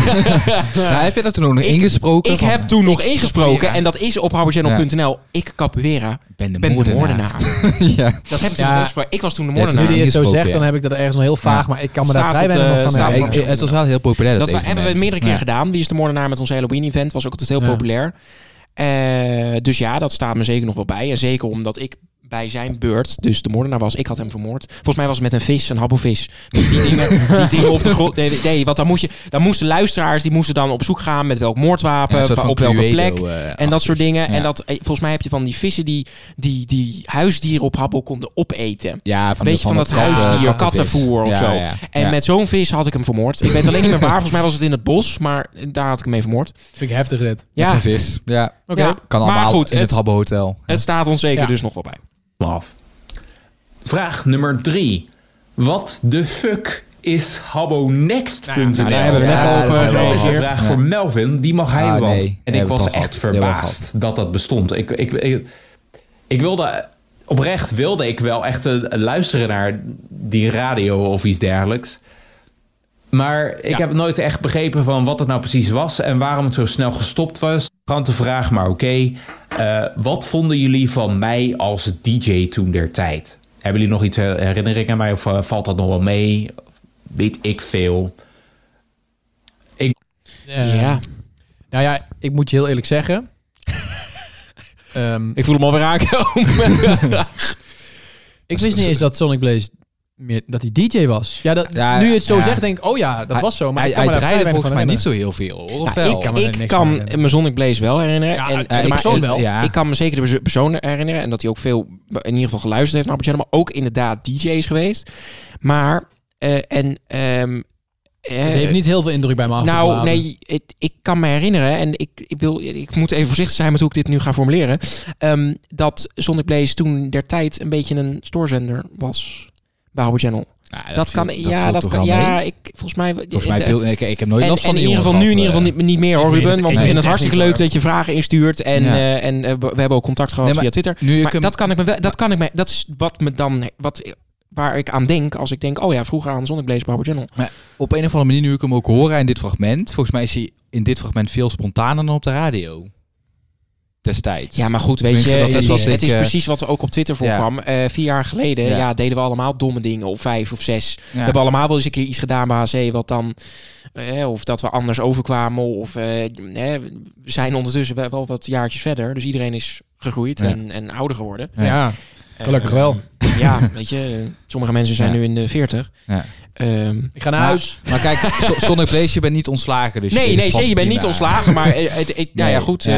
S1: Nou, heb je dat toen ook nog ingesproken?
S3: Ik
S1: Van-
S3: heb toen nog
S1: Ik
S3: ingesproken.
S1: capoeira.
S3: En dat is op harborchannel.nl. Ik capoeira.
S1: Ben de
S3: moordenaar.
S1: <laughs>
S3: Nou,
S1: ja.
S3: Dat heb ik toen
S2: Ja.
S3: nog ingesproken. Ik was toen de
S2: Ja,
S3: moordenaar.
S2: nu die het zo zegt, dan heb ik dat ergens nog heel vaag.
S3: Ja.
S2: Maar ik kan me daar
S3: Staat
S2: vrij
S3: op de-
S2: weinig nog van
S3: staat op
S2: herinneren.
S3: de-
S1: Ik- het was wel heel populair.
S3: Dat,
S1: Dat,
S3: wa- hebben we meerdere keer
S1: Ja.
S3: gedaan. Wie is de moordenaar met ons Halloween-event? Was ook altijd heel
S1: Ja.
S3: populair. Eh, dus ja, dat staat me zeker nog wel bij. En zeker omdat ik bij zijn beurt, dus de moordenaar was, ik had hem vermoord. Volgens mij was het met een vis, een habbovis. Die, die dingen, die dingen op de grond. Nee, nee, nee, want dan, moest je, dan moesten luisteraars, die moesten dan op zoek gaan met welk moordwapen,
S1: Ja, een soort
S3: wa- op
S1: van
S3: welke
S1: Cluedo,
S3: plek.
S1: eh,
S3: en dat soort dingen.
S1: Ja.
S3: En dat, eh, volgens mij heb je van die vissen die, die, die huisdieren op Habbo konden opeten.
S1: Ja, van de-
S3: Weet je, van,
S1: van
S3: dat
S1: dat katten-
S3: huisdier,
S1: kattenvis.
S3: kattenvoer of
S1: Ja,
S3: zo.
S1: ja,
S3: En
S1: ja.
S3: met zo'n vis had ik hem vermoord. Ik weet het alleen niet meer
S1: <laughs>
S3: waar. Volgens mij was het in het bos, maar daar had ik hem mee vermoord.
S2: Vind ik heftig dit.
S3: Ja.
S1: Met een vis. Ja.
S3: Oké.
S1: Ja. Kan
S3: Maar
S1: allemaal
S3: goed,
S1: in het,
S3: het-
S1: Habbo Hotel.
S3: Het staat ons zeker
S15: Ja.
S3: dus nog wel bij.
S15: Af. Vraag nummer 3. Wat de fuck is habbonext.nl?
S3: Nou, nou, daar hebben we net Ja, al op, dat eh, hebben we al
S15: Dat is een
S3: gehad.
S15: vraag
S3: Ja.
S15: voor Melvin. Die mag hij
S3: Ah,
S15: want
S3: nee.
S15: En
S3: Nee,
S15: ik
S3: we
S15: was
S3: hebben het al
S15: echt
S3: gehad. Die hebben we al
S15: verbaasd dat dat bestond. Ik, ik, ik, ik wilde... Oprecht wilde ik wel echt eh, luisteren naar die radio of iets dergelijks. Maar ik heb nooit echt begrepen van wat het nou precies was en waarom het zo snel gestopt was. Grante vraag, maar oké. Eh, wat vonden jullie van mij als DJ toen der tijd? Hebben jullie nog iets eh, herinneringen aan mij of eh, valt dat nog wel mee? Weet ik veel. Ik...
S2: Eh,
S3: Ja.
S2: Nou ja, ik moet je heel eerlijk zeggen. Ehm,
S3: Ik voel hem alweer <laughs> aankomen.
S2: ik wist niet eens dat Sonic Blaze meer, dat hij DJ was. Ja, dat, nu je het zo
S1: ja.
S2: zegt, denk ik, oh ja, dat
S1: Hij-
S2: was zo. Maar
S1: hij-
S2: ik kan
S1: hij
S2: me daar
S1: draaide
S2: vrij weinig
S1: volgens mij
S2: van
S1: niet zo heel veel, hoor. Of
S2: Nou,
S1: wel?
S3: Ik, ik kan me Sonic Blaze wel herinneren. en,
S1: eh,
S3: eh,
S1: de
S3: maar,
S1: persoon
S3: ik-
S1: wel.
S3: ja. Ik kan me zeker de perso- persoon herinneren. En dat hij ook veel, in ieder geval geluisterd heeft naar Albert Channel. Maar ook inderdaad DJ is geweest. Maar, eh, en... ehm, eh,
S2: Het heeft niet heel veel indruk bij me achtergelaten.
S3: nou, nee, het- ik kan me herinneren, en ik, ik, wil, ik moet even voorzichtig zijn met hoe ik dit nu ga formuleren, ehm, dat Sonic Blaze toen der tijd een beetje een stoorzender was bij Howard Channel.
S1: dat
S3: dat kan,
S1: viel- dat
S3: ja,
S1: viel
S3: dat
S1: toch
S3: kan,
S1: wel
S3: ja,
S1: mee?
S3: ik, volgens mij...
S1: Volgens mij viel- ik- ik heb nooit
S3: en,
S1: last van
S3: en
S1: die
S3: in ieder geval nu
S1: jongen
S3: in ieder geval
S1: gehad,
S3: niet, niet meer,
S1: eh.
S3: hoor,
S1: Ik weet
S3: Ruben,
S1: het-
S3: want
S1: ik
S3: ik
S1: weet het
S3: vind het
S1: echt
S3: hartstikke
S1: niet,
S3: leuk
S1: hoor.
S3: dat je vragen instuurt en,
S1: Ja.
S3: eh, en eh, we we hebben ook contact gehad
S1: Nee, maar
S3: via Twitter.
S1: nu ik
S3: maar
S1: hem-
S3: dat kan ik me wel, dat kan ik me, dat is wat me dan, wat, waar ik aan denk als ik denk, oh ja, vroeger aan Sonic Blaze bij Howard Channel.
S1: Maar op een of andere manier, nu ik hem ook hoor in dit fragment, volgens mij is hij in dit fragment veel spontaner dan op de radio. Destijds.
S3: Ja, maar goed, weet je,
S1: Tenminste, dat
S3: het, is,
S1: wat
S3: het
S1: ik,
S3: is
S1: eh,
S3: precies wat er ook op Twitter
S1: ja.
S3: voorkwam. Eh, vier jaar geleden ja.
S1: Ja.
S3: deden we allemaal domme dingen, of vijf of zes. We
S1: Ja.
S3: hebben allemaal wel eens een keer iets gedaan bij HC, wat dan, eh, of dat we anders overkwamen, of eh, eh, we zijn ondertussen wel, wel wat jaartjes verder. Dus iedereen is gegroeid
S2: Ja.
S3: en, en ouder geworden.
S2: Ja. Ja,
S3: Eh,
S2: gelukkig wel.
S3: Ja, weet je, eh, sommige mensen zijn
S1: Ja.
S3: nu in de veertig. Ehm,
S1: Ja.
S2: Ik ga naar
S1: maar,
S2: huis.
S1: Maar
S3: <laughs>
S1: kijk, So- Sonic Blaze, je bent niet ontslagen. Dus
S3: nee,
S1: je
S3: nee, zeker, je bent niet ontslagen, maar eh, het, ik, nou ja, goed. eh,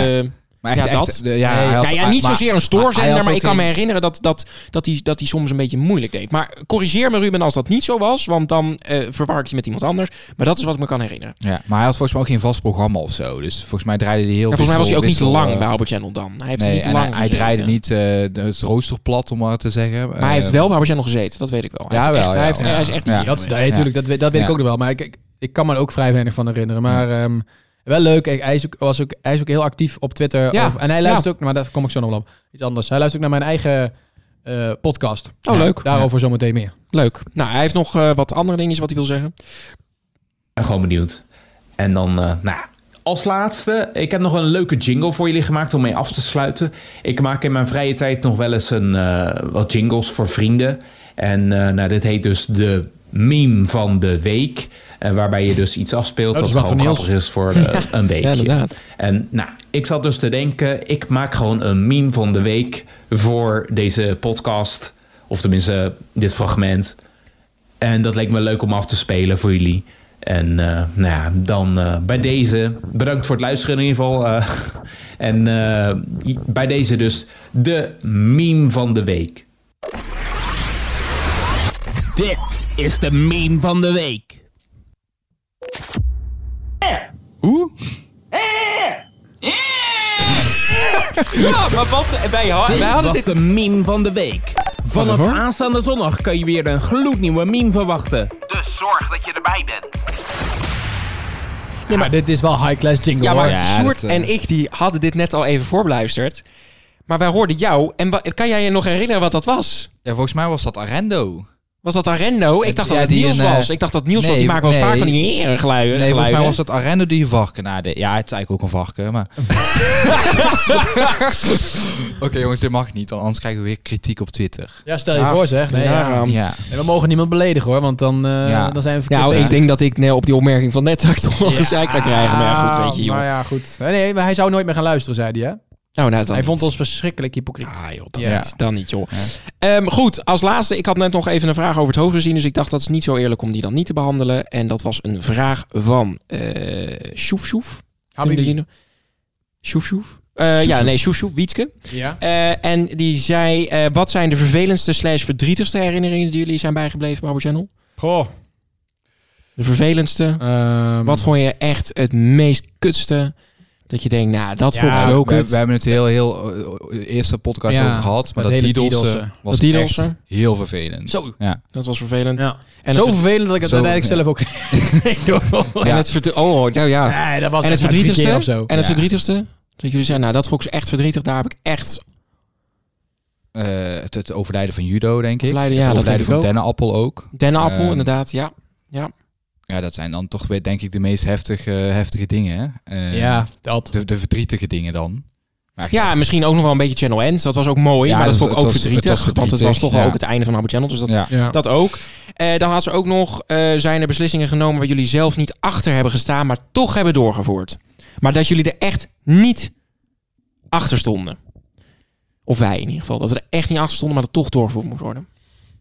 S1: maar echt,
S3: ja,
S1: echt,
S3: dat.
S1: de- ja,
S3: Nee.
S1: hij had-
S3: nou ja, niet
S1: maar-
S3: zozeer een
S1: hij
S3: stoorzender,
S1: had
S3: maar
S1: ook
S3: ik kan me
S1: een-
S3: herinneren dat hij dat, die- dat die soms een beetje moeilijk deed. Maar corrigeer me Ruben als dat niet zo was, want dan eh verwar ik je met iemand anders. Maar dat is wat ik me kan herinneren.
S1: Ja, maar hij had volgens mij ook geen vast programma of zo. Dus volgens mij draaide hij heel
S3: En volgens mij was hij ook niet
S1: wissel,
S3: lang
S1: eh,
S3: bij Albert Channel dan. Hij heeft
S1: nee,
S3: niet
S1: en
S3: lang
S1: hij, hij
S3: gezeten.
S1: draaide niet eh, de- het rooster plat, om maar te zeggen. Eh,
S3: Maar hij heeft wel bij Albert Channel gezeten, dat weet ik wel. Hij,
S1: Ja,
S3: heeft
S1: wel,
S3: echt,
S1: ja,
S3: hij, heeft,
S1: ja.
S3: hij is echt niet
S1: Ja.
S3: jong
S2: Dat,
S3: geweest.
S2: nee, natuurlijk, dat, weet- dat weet ik
S1: Ja.
S2: ook nog wel. Maar ik, ik, ik kan me er ook vrij weinig van herinneren. Maar ehm, wel leuk. Kijk, Hij is, ook, was ook, hij is ook heel actief op Twitter.
S3: Ja.
S2: Over- en hij
S3: Ja.
S2: luistert ook, maar daar kom ik zo nog wel op. Iets anders. Hij luistert ook naar mijn eigen eh, podcast.
S3: Oh, leuk.
S2: Daarover zometeen meer.
S3: Leuk. Nou, hij heeft nog eh, wat andere dingetjes wat hij wil zeggen.
S15: ben gewoon benieuwd. En dan, eh, nou, als laatste, ik heb nog een leuke jingle voor jullie gemaakt om mee af te sluiten. Ik maak in mijn vrije tijd nog wel eens een, eh, wat jingles voor vrienden. En eh, nou, dit heet dus de meme van de week. eh, waarbij je dus iets afspeelt
S2: Oh, dat
S15: dat
S2: is wat
S15: gewoon
S2: van
S15: grappig
S2: Niels.
S15: is voor
S2: <laughs>
S15: eh,
S2: Ja.
S15: een weekje.
S2: Ja, inderdaad.
S15: En nou, ik zat dus te denken, ik maak gewoon een meme van de week voor deze podcast. Of tenminste, eh, dit fragment. En dat leek me leuk om af te spelen voor jullie. En eh, nou ja, dan eh, bij deze. Bedankt voor het luisteren in ieder geval. eh. <laughs> en eh, bij deze dus de meme van de week.
S16: Dit is de meme van de week.
S3: Hoe? Ja, maar wat... eh, Wij, ha-
S16: Dit
S3: wij hadden
S16: was
S3: dit...
S16: de meme van de week. Vanaf
S3: Waarvoor?
S16: aanstaande zondag kan je weer een gloednieuwe meme verwachten.
S17: Dus zorg dat je erbij bent.
S2: Ja, maar dit is wel high-class jingle,
S3: Ja, maar
S2: hoor.
S3: Sjoerd
S2: dat, eh,
S3: en ik die hadden dit net al even voorbeluisterd. Maar wij hoorden jou. En wa- kan jij je nog herinneren wat dat was?
S1: Ja, volgens mij was dat Arendo.
S3: Was dat Arendo? Ik dacht
S1: Ja,
S3: dat het
S1: die
S3: Niels
S1: in, eh,
S3: was. Ik dacht dat Niels was.
S1: nee,
S3: Die maakt wel eens
S1: nee.
S3: vaak van die heren geluiden.
S1: Nee, volgens mij
S3: geluiden.
S1: was dat Arendo die een varken nadeed. Ja, het is eigenlijk ook een varken, maar... <laughs> Oké jongens, dit mag niet, anders krijgen we weer kritiek op Twitter.
S2: Ja, stel je voor zeg. Nee, ja.
S3: daarom.
S1: Ja. ehm.
S2: En we mogen niemand beledigen hoor, want dan, eh,
S1: Ja.
S2: dan zijn we verkeerd
S3: Nou,
S2: bezig.
S3: ik denk dat ik nee, op die opmerking van net dat ik toch nog een gezeik ga krijgen. Maar ja, goed, weet je, joh.
S2: Nou ja, goed. Nee, nee, maar hij zou nooit meer gaan luisteren, zei hij, hè?
S3: Nou, nou, dan
S2: Hij
S3: niet.
S2: vond ons verschrikkelijk hypocriet.
S3: Ah joh, dan,
S2: Ja.
S3: niet, dan niet joh. Ehm, goed, als laatste, ik had net nog even een vraag over het hoofdbezien, dus ik dacht dat is niet zo eerlijk om die dan niet te behandelen. En dat was een vraag van eh Sjoef Sjoef.
S2: Habibi.
S3: Kunnen jullie die nog- Sjoef Sjoef? Eh, ja, nee, Sjoef Sjoef, Wietske.
S2: Ja.
S3: Eh, en die zei, eh, wat zijn de vervelendste slash verdrietigste herinneringen die jullie zijn bijgebleven, Barbo Channel?
S2: Goh. Ehm.
S3: De vervelendste? wat vond je echt het meest kutste? Dat je denkt, nou, dat
S1: Ja,
S3: vond ik zo
S1: we,
S3: kut.
S1: we hebben het heel, heel eh, eerste podcast
S3: Ja,
S1: over gehad. Maar
S3: dat
S1: dat
S3: hele
S1: diedelsen
S3: diedelsen.
S1: was
S3: Dat diedelsen?
S1: echt heel vervelend.
S3: Zo. <laughs>
S1: Ja.
S3: Dat was vervelend.
S2: Ja.
S3: En
S2: zo
S3: het-
S2: vervelend dat ik het
S1: Zo-
S2: uiteindelijk zelf ook ging doen.
S3: En het verd- oh,
S1: nou
S3: ja,
S2: <laughs>
S3: ja.
S2: Nee, dat was
S3: en het
S2: echt maar drie
S3: verdrietigste
S2: keer of zo.
S3: En het
S2: Ja.
S3: verdrietigste? Dat jullie zeiden, nou, dat vond ik echt verdrietig. Daar heb ik echt...
S1: Eh, het, het overlijden van judo, denk ik.
S3: Overlijden, ja,
S1: het
S3: dat
S1: overlijden
S3: denk
S1: van
S3: ik ook.
S1: dennenappel ook.
S3: Dennenappel,
S1: Eh,
S3: inderdaad, ja. ja.
S1: Ja, dat zijn dan toch weer, denk ik, de meest heftige, heftige dingen. Hè? Eh,
S3: Ja,
S2: dat.
S1: De, de verdrietige dingen dan. Maar
S3: Ja, en misschien ook nog wel een beetje Channel N. Dat was ook mooi,
S1: Ja,
S3: maar dat
S1: het-
S3: vond ik
S1: het
S3: ook
S1: was-
S3: verdrietig,
S1: het was
S3: Want het was
S1: verdrietig,
S3: toch wel
S1: ja.
S3: ook het einde van Habbo Channel, dus dat,
S1: Ja. Ja.
S3: dat ook. Eh, dan had ze ook nog, eh, zijn er beslissingen genomen waar jullie zelf niet achter hebben gestaan, maar toch hebben doorgevoerd. Maar dat jullie er echt niet achter stonden. Of wij in ieder geval. Dat we er echt niet achter stonden, maar dat toch doorgevoerd moest worden.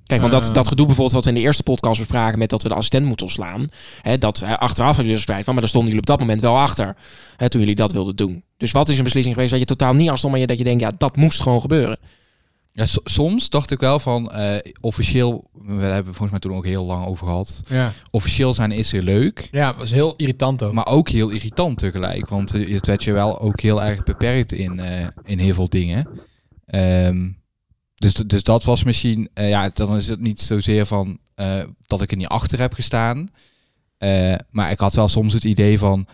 S3: Kijk, want dat,
S2: Eh.
S3: dat gedoe bijvoorbeeld wat we in de eerste podcast bespraken met dat we de assistent moeten ontslaan. Hè, dat eh, achteraf hebben jullie er spijt van, maar daar stonden jullie op dat moment wel achter. Hè, toen jullie dat wilden doen. Dus wat is een beslissing geweest dat je totaal niet afstond, maar je- dat je denkt, ja, dat moest gewoon gebeuren.
S1: Ja, so- soms dacht ik wel van eh, officieel, we hebben het volgens mij toen ook heel lang over gehad.
S2: Ja.
S1: Officieel zijn is heel leuk.
S2: Ja, was heel irritant ook.
S1: Maar ook heel irritant tegelijk. Want eh, het werd je wel ook heel erg beperkt in, eh, in heel veel dingen. Ehm, dus, dus dat was misschien, eh, ja, dan is het niet zozeer van eh, dat ik er niet achter heb gestaan. Eh, maar ik had wel soms het idee van.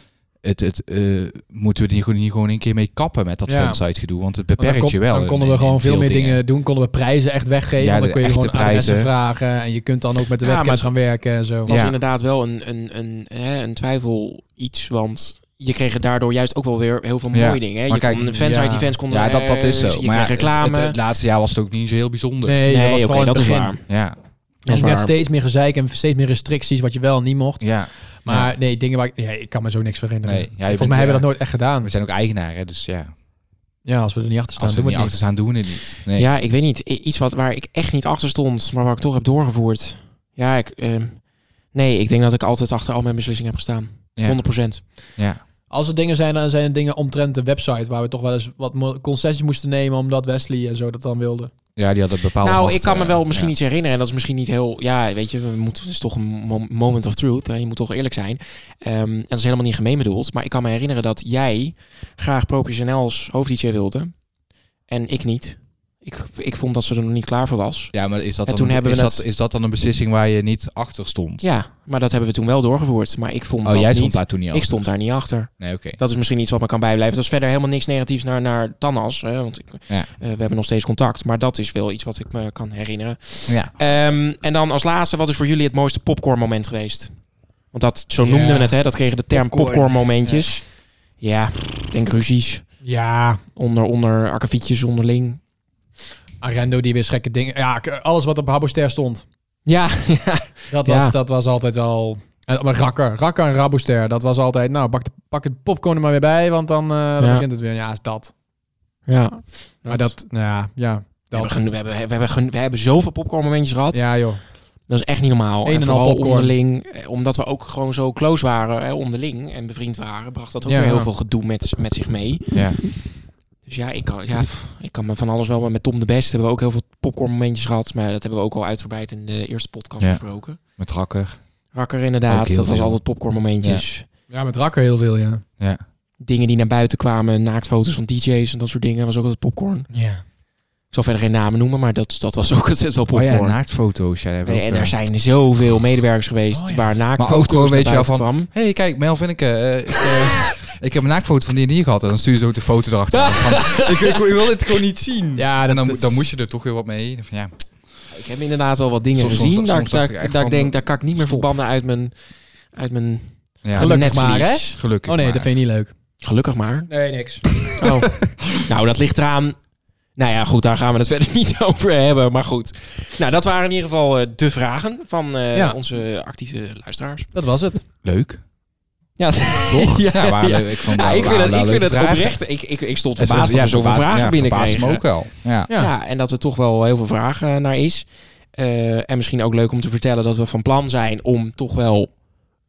S1: Het, het, eh, moeten we er gewoon, niet gewoon een keer mee kappen met dat
S2: Ja.
S1: frontside gedoe? Want het
S2: Want dan
S1: beperkt
S2: kon-
S1: je wel.
S2: Dan
S1: in-
S2: konden we
S1: in- in
S2: gewoon veel meer dingen.
S1: dingen.
S2: doen. Konden we prijzen echt weggeven. want
S1: Ja,
S2: dan
S1: de
S2: kun je
S1: echte
S2: gewoon adressen
S1: prijzen.
S2: vragen. En je kunt dan ook met de
S3: Ja,
S2: webcams
S3: maar-
S2: gaan werken en zo.
S3: was inderdaad wel een, een, een, hè, een twijfel iets, want je kreeg er daardoor juist ook wel weer heel veel mooie dingen. Hè? Je
S1: maar kijk,
S3: kon fans uit die fans konden
S1: Ja, dat, dat is
S3: eh,
S1: zo.
S3: Je
S1: maar
S3: kreeg
S1: ja,
S3: reclame.
S1: Het, het laatste jaar was het ook niet zo heel bijzonder.
S2: Nee, dat was vooral in het begin.
S1: Ja.
S2: En er werd steeds meer gezeik en steeds meer restricties wat je wel en niet mocht.
S1: Ja.
S2: Maar nee, dingen waar ik... ja, ik kan me zo niks herinneren.
S1: Nee, ja, je
S2: Volgens mij
S1: bent-
S2: hebben we
S1: ja.
S2: dat nooit echt gedaan.
S1: We zijn ook eigenaar, hè, dus ja.
S2: Ja, als we er niet achter staan,
S1: Als we er
S2: doen
S1: niet
S2: we het
S1: achter staan, doen we het niet. Nee.
S3: Ja, ik weet niet. I- Iets wat, waar ik echt niet achter stond, maar waar ik toch heb doorgevoerd. Ja, ik... ehm, nee, ik denk dat ik altijd achter al mijn beslissingen heb gestaan.
S1: Ja.
S3: 100%.
S1: Ja.
S2: Als er dingen zijn, dan zijn het dingen omtrent de website... waar we toch wel eens wat mo- concessies moesten nemen... omdat Wesley en zo dat dan wilde.
S1: ja, die hadden bepaalde
S3: nou,
S1: macht,
S3: ik kan me
S1: eh,
S3: wel misschien
S1: ja.
S3: iets herinneren. En dat is misschien niet heel... Ja, weet je, we moeten, het is toch een mo- moment of truth. Hè? Je moet toch eerlijk zijn. Ehm, en dat is helemaal niet gemeen bedoeld. Maar ik kan me herinneren dat jij graag professionals hoofd-dj wilde. En ik niet. Ik, ik vond dat ze er nog niet klaar voor was.
S1: Ja, maar is dat,
S3: En
S1: dan,
S3: toen hebben
S1: is,
S3: we
S1: dat,
S3: het-
S1: is dat dan een beslissing waar je niet achter stond?
S3: Ja, maar dat hebben we toen wel doorgevoerd. Maar ik vond
S1: Oh,
S3: dat
S1: jij
S3: niet.
S1: stond daar toen niet
S3: Ik
S1: achter.
S3: stond daar niet achter.
S1: Nee, oké.
S3: Dat is misschien iets wat me kan bijblijven. Dat is verder helemaal niks negatiefs naar, naar Tannas. Hè, want ik,
S1: Ja.
S3: eh, we hebben nog steeds contact. Maar dat is wel iets wat ik me kan herinneren.
S1: Ja.
S3: Ehm, en dan als laatste, wat is voor jullie het mooiste popcornmoment geweest? Want dat, zo
S2: Ja.
S3: noemden we het, hè? Dat kregen de term
S2: Popcorn.
S3: popcornmomentjes. Ja, ik denk ruzies.
S2: Ja.
S3: Onder, onder akkefietjes onderling.
S2: Arendo die weer gekke dingen... Ja, k- alles wat op Haboster stond.
S3: Ja.
S2: Dat was,
S3: Ja.
S2: dat was altijd wel... En, maar rakker, rakker en Raboster, dat was altijd... Nou, pak, de, pak het popcorn er maar weer bij, want dan, eh, dan
S3: Ja.
S2: begint het weer. Ja, is dat.
S3: Ja.
S2: Maar dat, nou ja, ja.
S3: We hebben, gen- we, hebben, we, hebben, gen- we hebben zoveel popcornmomentjes gehad.
S2: Ja, joh.
S3: Dat is echt niet normaal.
S2: Een en al
S3: vooral
S2: popcorn.
S3: onderling, eh, omdat we ook gewoon zo close waren hè, onderling en bevriend waren, bracht dat ook
S2: Ja.
S3: weer heel veel gedoe met, met zich mee.
S1: Ja.
S3: Dus ja ik, kan, ja, pff, ik kan me van alles wel. Maar met Tom de Best hebben we ook heel veel popcornmomentjes gehad. Maar dat hebben we ook al uitgebreid in de eerste podcast
S1: Ja.
S3: besproken.
S1: Met rakker.
S3: Rakker
S1: Ook
S3: inderdaad,
S1: heel
S3: dat was
S1: veel.
S3: altijd popcornmomentjes.
S2: Ja, met rakker heel veel, ja.
S1: Ja.
S3: Dingen die naar buiten kwamen, naaktfoto's van DJ's en dat soort dingen, was ook altijd popcorn.
S2: Ja.
S3: Ik zal verder geen namen noemen, maar dat, dat was ook altijd wel
S1: Oh
S3: popcorn.
S1: ja, naaktfoto's. Ja, daar hebben we
S3: Nee,
S1: ook,
S3: en er
S1: eh,
S3: zijn zoveel medewerkers geweest waar
S1: Oh Maar ook
S3: naaktfoto's
S1: gewoon,
S3: naar
S1: weet je wel,
S3: buiten kwamen.
S1: van... Hé, hey, kijk, Melvinneke, eh, ik, eh,
S3: <laughs>
S1: ik heb een naaktfoto van die en die gehad. En dan stuur je zo de foto erachter. Van, ik, ik, ik wil dit gewoon niet zien.
S2: Ja,
S1: en dan,
S2: dat
S1: moet-
S2: is-
S1: dan moest je er toch weer wat mee. Van, ja.
S3: Ik heb inderdaad wel wat dingen
S1: Soms-
S3: gezien.
S1: soms-
S3: daar
S1: soms
S3: daar,
S1: dacht ik
S3: daar,
S1: echt
S3: ik
S1: van,
S3: denk, daar kan ik niet meer verbanden uit mijn, uit mijn
S1: Ja.
S2: Gelukkig maar, hè?
S3: netvlies.
S1: Gelukkig
S2: oh nee, dat vind je niet leuk.
S3: Gelukkig maar.
S2: Nee, niks.
S1: <laughs>
S3: Oh. nou, dat ligt eraan. Nou ja, goed, daar gaan we het <laughs> verder niet over hebben. Maar goed. Nou, dat waren in ieder geval eh, de vragen van eh,
S2: Ja.
S3: onze actieve luisteraars.
S2: Dat was het.
S1: Leuk.
S3: Ja,
S1: Toch? Ja, waar-
S3: <laughs> ja.
S1: ik vond
S3: Ja,
S1: wel-
S3: ik vind
S1: waren
S3: het,
S1: wel Nou,
S3: ik vind
S1: leuke
S3: het
S1: vragen.
S3: oprecht. Ik, ik, ik stond
S1: Het
S3: verbaasd
S1: was-
S3: dat
S1: ja,
S3: we zoveel
S1: verbaasd-
S3: vragen
S1: ja,
S3: binnenkregen.
S1: verbaasde me ook wel. Ja.
S3: Ja. en dat er toch wel heel veel vragen eh, naar is. Eh, en misschien ook leuk om te vertellen dat we van plan zijn om toch wel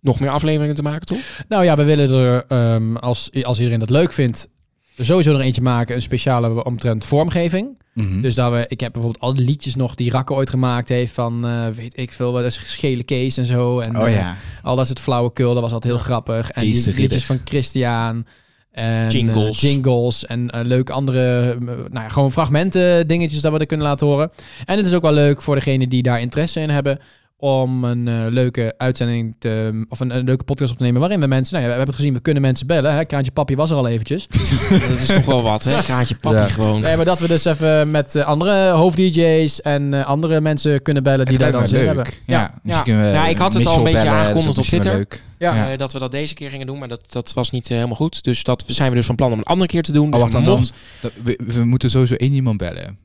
S3: nog meer afleveringen te maken, toch?
S2: Nou ja, we willen er, ehm, als, als iedereen dat leuk vindt, sowieso nog eentje maken. Een speciale omtrent vormgeving.
S1: Mhm.
S2: Dus daar we, ik heb bijvoorbeeld al die liedjes nog die Rakke ooit gemaakt heeft. Van, eh, weet ik veel, wat is gele Kees en zo.
S3: Dus-
S2: En,
S1: Oh ja.
S2: eh, al dat soort flauwekul, dat was altijd heel grappig. En
S1: Kees
S2: die
S1: de Ridder.
S2: liedjes van Christian. En, eh,
S1: Jingles.
S2: jingles en eh, leuk andere, eh, nou ja, gewoon fragmenten, dingetjes dat we er kunnen laten horen. En het is ook wel leuk voor degenen die daar interesse in hebben om een eh, leuke uitzending te, of een, een leuke podcast op te nemen waarin we mensen, nou ja, we hebben het gezien, we kunnen mensen bellen. Hè? Kraantje Papi was er al eventjes.
S3: dat is toch wel wat, hè? Kraantje papi
S2: Ja.
S3: gewoon.
S2: Nee, maar dat we dus even met eh, andere hoofd-DJ's en eh, andere mensen kunnen bellen die daar dan zin in hebben.
S3: ja.
S1: Nou,
S3: Ja, ik had het al een beetje aangekondigd op Twitter.
S2: Ja.
S3: Eh, dat we dat deze keer gingen doen, maar dat, dat was niet eh, helemaal goed. Dus dat zijn we dus van plan om een andere keer te doen.
S1: Oh,
S3: Dus
S1: wacht dan.
S3: mocht-
S1: dan dat- we, we moeten sowieso één iemand bellen.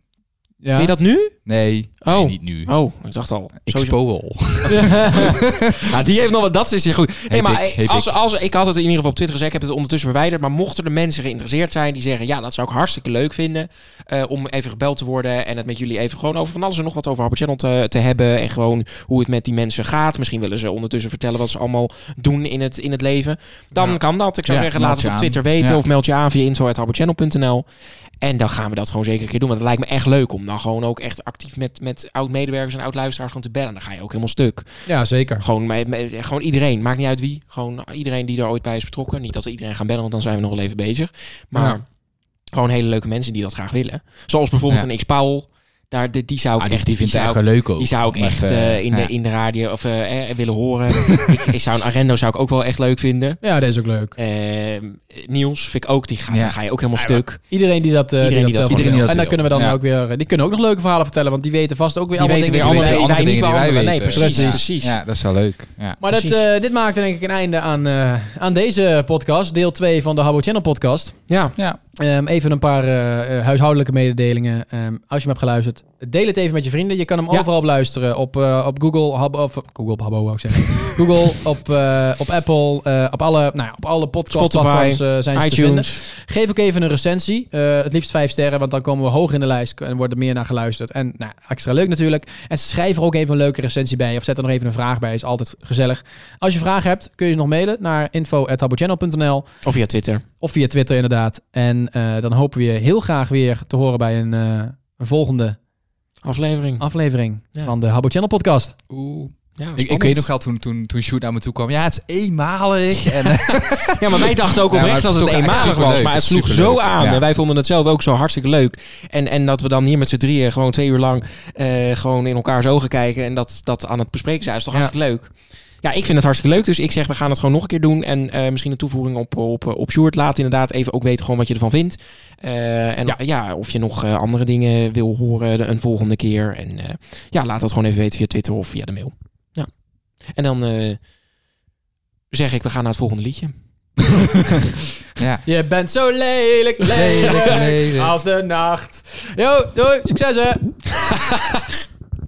S2: Ja.
S3: Wil je dat nu?
S1: Nee,
S3: Oh.
S1: nee, niet nu.
S3: Oh, ik dacht al.
S1: Ik
S3: Sowieso.
S1: spoel al.
S3: <laughs> ja, Nou, die heeft nog wat, dat is hier goed. Nee,
S1: Heb
S3: maar
S1: ik, heb
S3: als,
S1: ik.
S3: als, ik had het in ieder geval op Twitter gezegd, ik heb het ondertussen verwijderd. Maar mochten er mensen geïnteresseerd zijn die zeggen, ja, dat zou ik hartstikke leuk vinden. eh, om even gebeld te worden en het met jullie even gewoon over van alles en nog wat over Harper Channel te, te hebben. En gewoon hoe het met die mensen gaat. Misschien willen ze ondertussen vertellen wat ze allemaal doen in het, in het leven. Dan
S1: Ja.
S3: kan dat. Ik zou
S1: Ja,
S3: zeggen,
S1: meld
S3: laat het
S1: je
S3: op
S1: aan.
S3: Twitter weten
S1: Ja.
S3: of meld je aan via info.harperchannel.nl. En dan gaan we dat gewoon zeker een keer doen. Want het lijkt me echt leuk om dan gewoon ook echt actief met, met oud-medewerkers en oud-luisteraars gewoon te bellen. Dan ga je ook helemaal stuk.
S2: Ja, zeker.
S3: Gewoon, me- me- gewoon iedereen. Maakt niet uit wie. Gewoon iedereen die er ooit bij is betrokken. Niet dat we iedereen gaan bellen, want dan zijn we nog wel even bezig. Maar
S2: Ja.
S3: gewoon hele leuke mensen die dat graag willen. Zoals bijvoorbeeld
S1: Ja.
S3: een X-Paul. Daar, die, die zou ik
S1: Ah, die-
S3: echt,
S1: die vindt
S3: zou
S1: het
S3: ik-
S1: echt wel leuk ook.
S3: Die zou ik
S1: Om
S3: echt
S1: even,
S3: eh,
S1: ja.
S3: in, de, in de radio of, eh, eh, willen
S1: <laughs>
S3: horen. ik, ik zou een Arendo zou ik ook wel echt leuk vinden. Ehm,
S2: Ja, dat is ook leuk.
S3: Niels vind ik ook. Die gaat,
S2: Ja.
S3: daar ga je ook helemaal
S2: Ja,
S3: stuk.
S2: Iedereen die dat, eh,
S3: Iedereen
S2: die
S3: die dat
S2: dat, zelf
S3: iedereen
S2: wil.
S3: die dat
S2: en dan
S3: wil.
S2: kunnen we dan
S3: Ja.
S2: ook weer, eh, die kunnen ook nog leuke verhalen vertellen, want die weten vast ook weer
S3: Die
S2: allemaal
S3: weten
S2: dingen
S3: weer
S2: die
S3: andere-
S2: wij-
S3: andere
S2: wij niet
S3: dingen die wij
S2: behandelen.
S3: weten.
S2: Nee,
S3: Precies.
S2: precies.
S3: Precies.
S1: Ja, dat is wel leuk. Ja.
S2: Maar dat,
S1: Precies.
S2: eh, dit maakt denk ik een einde aan, eh, aan deze podcast, deel 2 van de Habbo Channel podcast. Ehm,
S3: Ja.
S1: ja.
S2: even een paar eh, eh, huishoudelijke mededelingen. Ehm, als je hem hebt geluisterd, deel het even met je vrienden. Je kan hem overal op luisteren. Op, eh, op Google, Habbo, of Google op Habbo wou ik
S3: <laughs>
S2: zeggen. Google, op, eh, op Apple, eh, op alle, nou ja, op alle podcastplatforms eh, zijn ze te
S3: iTunes.
S2: vinden. Geef ook even een recensie. Eh, het liefst vijf sterren, want dan komen we hoog in de lijst en worden meer naar geluisterd. En nou, extra leuk natuurlijk. En schrijf er ook even een leuke recensie bij. Of zet er nog even een vraag bij. Is altijd gezellig. Als je vragen hebt, kun je ze nog mailen naar info.habbochannel.nl.
S3: Of via Twitter.
S2: Of via Twitter inderdaad. En eh, dan hopen we je heel graag weer te horen bij een, eh, een volgende
S3: Aflevering.
S2: aflevering
S3: Ja.
S2: van de Habbo Channel podcast.
S1: Oeh.
S3: Ja,
S1: Ah. ik, ik weet nog wel toen, toen, toen Shoot naar me toe kwam. Ja, het is eenmalig. <laughs> En,
S3: Ja, maar wij dachten ook
S1: Ja, maar
S3: oprecht dat
S1: is
S3: het
S1: toch echt
S3: eenmalig was.
S1: superleuk.
S3: Maar het sloeg
S1: Superleuk.
S3: zo aan.
S1: Ja.
S3: En wij vonden het zelf ook zo hartstikke leuk. En, en dat we dan hier met z'n drieën gewoon twee uur lang eh, gewoon in elkaars ogen kijken. En dat, dat aan het bespreken zijn. is toch hartstikke leuk. Ja, ik vind het hartstikke leuk. Dus ik zeg, we gaan het gewoon nog een keer doen. En eh, misschien een toevoeging op, op, op Sjoerd. Laat inderdaad even ook weten gewoon wat je ervan vindt. Eh, en ja. of je nog eh, andere dingen wil horen de- een volgende keer. En eh, ja, laat dat gewoon even weten via Twitter of via de mail. Ja. En dan eh, zeg ik, we gaan naar het volgende liedje.
S1: ja.
S2: Je bent zo lelijk, lelijk,
S1: lelijk.
S2: als de nacht. Yo, doei, succes hè!